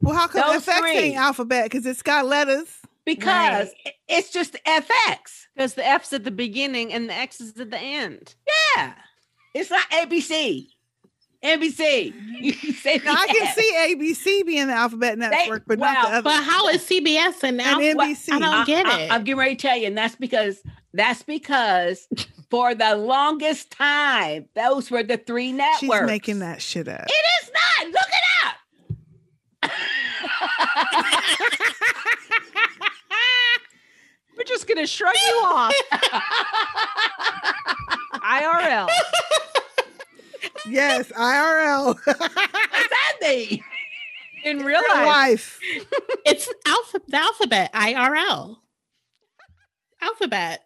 Speaker 4: Well, how come
Speaker 2: Those
Speaker 4: FX
Speaker 2: three.
Speaker 4: ain't alphabet? Because it's got letters.
Speaker 2: because it- it's just fx
Speaker 3: Because the F's at the beginning and the X is at the end.
Speaker 2: Yeah. It's not ABC. NBC. You say
Speaker 4: Now, I
Speaker 2: that.
Speaker 4: can see ABC being the alphabet network, but not the
Speaker 2: well,
Speaker 4: other.
Speaker 1: But how is CBS and now?
Speaker 4: and
Speaker 2: well,
Speaker 4: NBC.
Speaker 1: I don't get
Speaker 2: I,
Speaker 1: it.
Speaker 2: am getting ready to tell you, and that's because that's because for the longest time, those were the three networks.
Speaker 4: She's making that shit up.
Speaker 2: It is not. Look it
Speaker 3: We're just going to shrug you off.
Speaker 2: up.
Speaker 3: IRL.
Speaker 4: Yes, IRL.
Speaker 2: Sandy.
Speaker 3: In real
Speaker 4: Real
Speaker 3: life.
Speaker 4: life.
Speaker 1: It's alpha- the alphabet, IRL. Alphabet.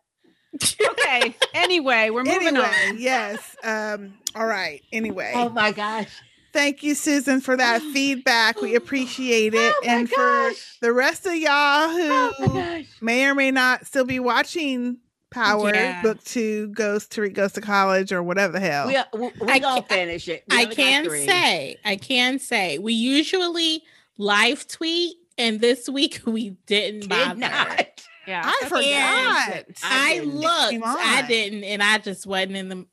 Speaker 3: Okay. Anyway, we're moving
Speaker 4: Anyway,
Speaker 3: on.
Speaker 4: yes. Um, all right. Anyway,
Speaker 2: Oh my gosh.
Speaker 4: thank you, Susan, for that feedback. We appreciate it.
Speaker 2: Oh my
Speaker 4: and for
Speaker 2: gosh.
Speaker 4: the rest of y'all
Speaker 2: Oh my
Speaker 4: who
Speaker 2: gosh.
Speaker 4: may or may not still be watching Power
Speaker 3: Yeah.
Speaker 4: Book Two, Goes Tariq Goes to College, or whatever the hell.
Speaker 2: We are we
Speaker 1: I
Speaker 2: gonna
Speaker 1: ca-
Speaker 2: finish it. We
Speaker 1: I
Speaker 2: only got
Speaker 1: can
Speaker 2: three.
Speaker 1: say, I can say, we usually live tweet, and this week we didn't bother.
Speaker 2: did not.
Speaker 3: Yeah.
Speaker 4: I
Speaker 3: that's
Speaker 4: forgot.
Speaker 3: very good.
Speaker 2: I
Speaker 1: I
Speaker 2: didn't. It
Speaker 1: looked,
Speaker 4: came
Speaker 1: I
Speaker 4: on.
Speaker 1: didn't, and I just wasn't in the.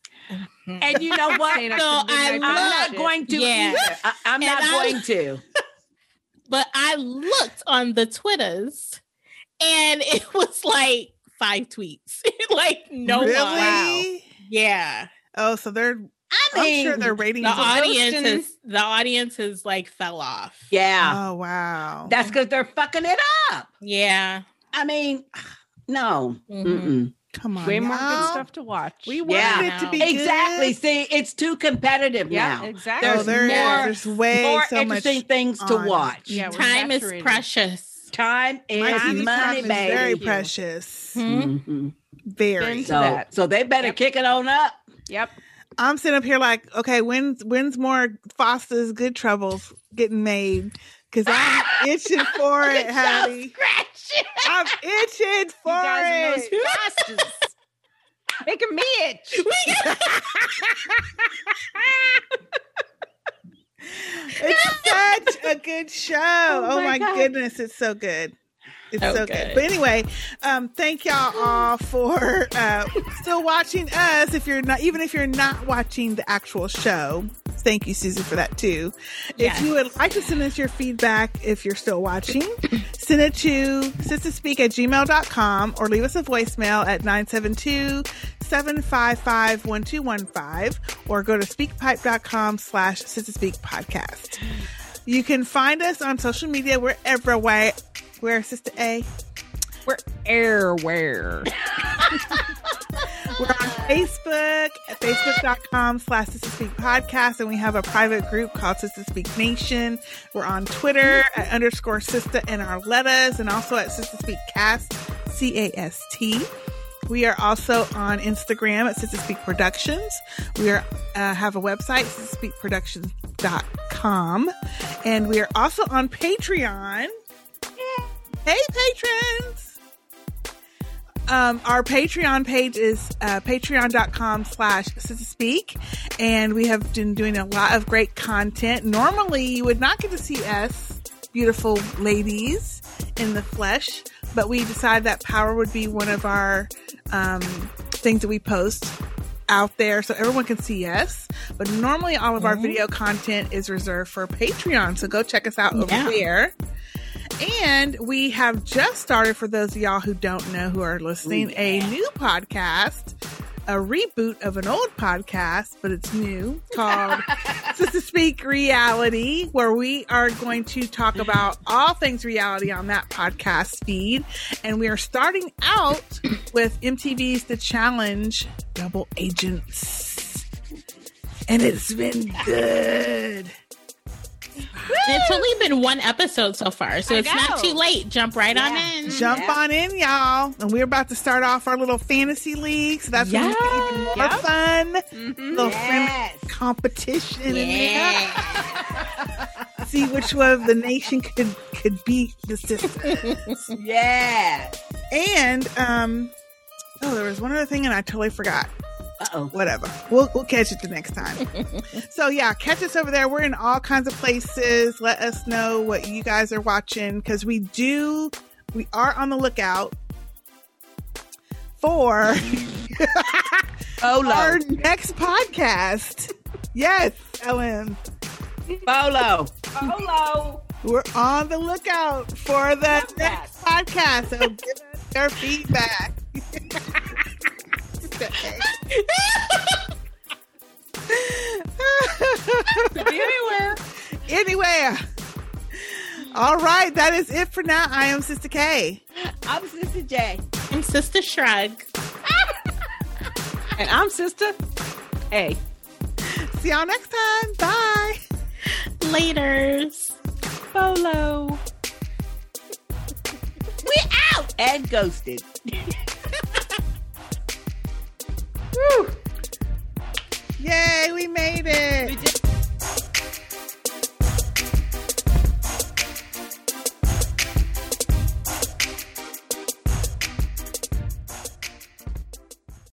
Speaker 2: And you know what?
Speaker 3: Staying up
Speaker 1: No,
Speaker 3: till midnight
Speaker 1: I
Speaker 3: for
Speaker 2: I'm not
Speaker 3: that shit.
Speaker 2: going to.
Speaker 1: Yeah.
Speaker 2: either. I,
Speaker 1: And
Speaker 2: I'm not
Speaker 1: I-
Speaker 2: going to.
Speaker 1: but I looked on the Twitters, and it was like five tweets. like no
Speaker 4: really?
Speaker 1: one. Yeah.
Speaker 4: Oh, so they're.
Speaker 2: I
Speaker 4: I'm
Speaker 2: mean,
Speaker 4: sure their ratings.
Speaker 1: the
Speaker 4: are-
Speaker 1: audience
Speaker 3: roasting.
Speaker 1: is the audience is like fell off.
Speaker 2: yeah,
Speaker 4: Oh wow.
Speaker 2: that's because they're fucking it up.
Speaker 1: Yeah.
Speaker 2: I mean, no,
Speaker 1: Mhm.
Speaker 2: Mm-mm.
Speaker 4: Come on.
Speaker 3: Way more good
Speaker 4: y'all.
Speaker 3: stuff to watch.
Speaker 4: We wanted
Speaker 2: Yeah.
Speaker 4: it to be
Speaker 2: exactly.
Speaker 4: Good.
Speaker 2: See, it's too competitive
Speaker 3: yeah,
Speaker 2: now.
Speaker 3: exactly.
Speaker 4: Oh,
Speaker 2: There's
Speaker 4: there is.
Speaker 2: more-
Speaker 4: There's way
Speaker 2: More
Speaker 4: so much.
Speaker 2: interesting things to
Speaker 4: on.
Speaker 2: watch.
Speaker 3: Yeah, we're
Speaker 1: Time is
Speaker 3: saturated.
Speaker 1: precious.
Speaker 2: Time is
Speaker 4: My
Speaker 2: money,
Speaker 4: TV time is
Speaker 2: baby.
Speaker 4: very
Speaker 3: Thank you.
Speaker 4: precious.
Speaker 1: Mhm.
Speaker 2: Mhm.
Speaker 4: Very.
Speaker 3: Been-
Speaker 2: So,
Speaker 3: that.
Speaker 2: so they better
Speaker 3: Yep.
Speaker 2: kick it on up.
Speaker 3: Yep.
Speaker 4: I'm sitting up here like, okay, when's when's more Foster's Good Troubles getting made? Because I'm itching for it, Hattie.
Speaker 2: Scratch
Speaker 4: I'm itching for
Speaker 3: you guys
Speaker 4: it.
Speaker 3: and those bastards. Making me itch.
Speaker 4: It's such a good show. Oh, my,
Speaker 2: my God.
Speaker 4: goodness, it's so good. It's
Speaker 1: So
Speaker 4: so good.
Speaker 1: good.
Speaker 4: But anyway, um, thank y'all all for uh, still watching us. If you're not, even if you're not watching the actual show, thank you, Susie, for that too.
Speaker 1: Yes.
Speaker 4: If you would like to send us your feedback, if you're still watching, send it to sisterspeak at gmail.com or leave us a voicemail at 972 755 1215 or go to speakpipe.com slash sisterspeak podcast. You can find us on social media. We're everywhere. We're Sister A.
Speaker 3: We're
Speaker 4: We're
Speaker 3: airware.
Speaker 4: on Facebook at facebook.com slash Sister Speak Podcast, and we have a private group called Sister Speak Nation. We're on Twitter at underscore Sister and our letters, and also at Sister Speak Cast, C A S T. We are also on Instagram at Sister Speak Productions. We are, uh, have a website, sisterspeakproductions.com, and we are also on Patreon. Hey, patrons! Um, our Patreon page is uh, patreon.com slash sister speak. And we have been doing a lot of great content. Normally, you would not get to see us, beautiful ladies, in the flesh, but we decided that power would be one of our um, things that we post out there so everyone can see us. But normally, all of our video content is reserved for Patreon. So go check us out over
Speaker 1: Yeah.
Speaker 4: there. And we have just started, for those of y'all who don't know who are listening, a new podcast, a reboot of an old podcast, but it's new, called Sister Speak Reality, where we are going to talk about all things reality on that podcast feed. And we are starting out with MTV's The Challenge Double Agents. And it's been good.
Speaker 1: It's only been one episode so far, so
Speaker 3: I
Speaker 1: it's not
Speaker 3: know.
Speaker 1: too late. Jump right
Speaker 3: Yeah.
Speaker 1: on in.
Speaker 4: Jump on in, y'all. And we're about to start off our little fantasy league. So that's going to be even more
Speaker 3: Yep.
Speaker 4: fun.
Speaker 3: Mhm.
Speaker 4: Little fan-
Speaker 2: Yes.
Speaker 4: competition in there.
Speaker 1: Yeah.
Speaker 4: See which one of the nation could could beat the sisters.
Speaker 2: Yes.
Speaker 4: and um oh there was one other thing and I totally forgot.
Speaker 2: Uh oh.
Speaker 4: Whatever. We'll we'll catch it the next time. so yeah, catch us over there. We're in all kinds of places. Let us know what you guys are watching because we do we are on the lookout for our
Speaker 2: Bolo.
Speaker 4: next podcast. Yes, Ellen.
Speaker 2: Bolo.
Speaker 3: Hello.
Speaker 4: We're on the lookout for the next podcast. So give us your feedback.
Speaker 3: Anywhere.
Speaker 4: anywhere. All right, that is it for now. I am Sister K.
Speaker 2: I'm Sister J.
Speaker 1: I'm Sister Shrug.
Speaker 3: And I'm Sister A.
Speaker 4: See y'all next time. Bye.
Speaker 1: Laters.
Speaker 3: Bolo.
Speaker 2: We out and ghosted.
Speaker 4: Yay, we made it.
Speaker 3: We did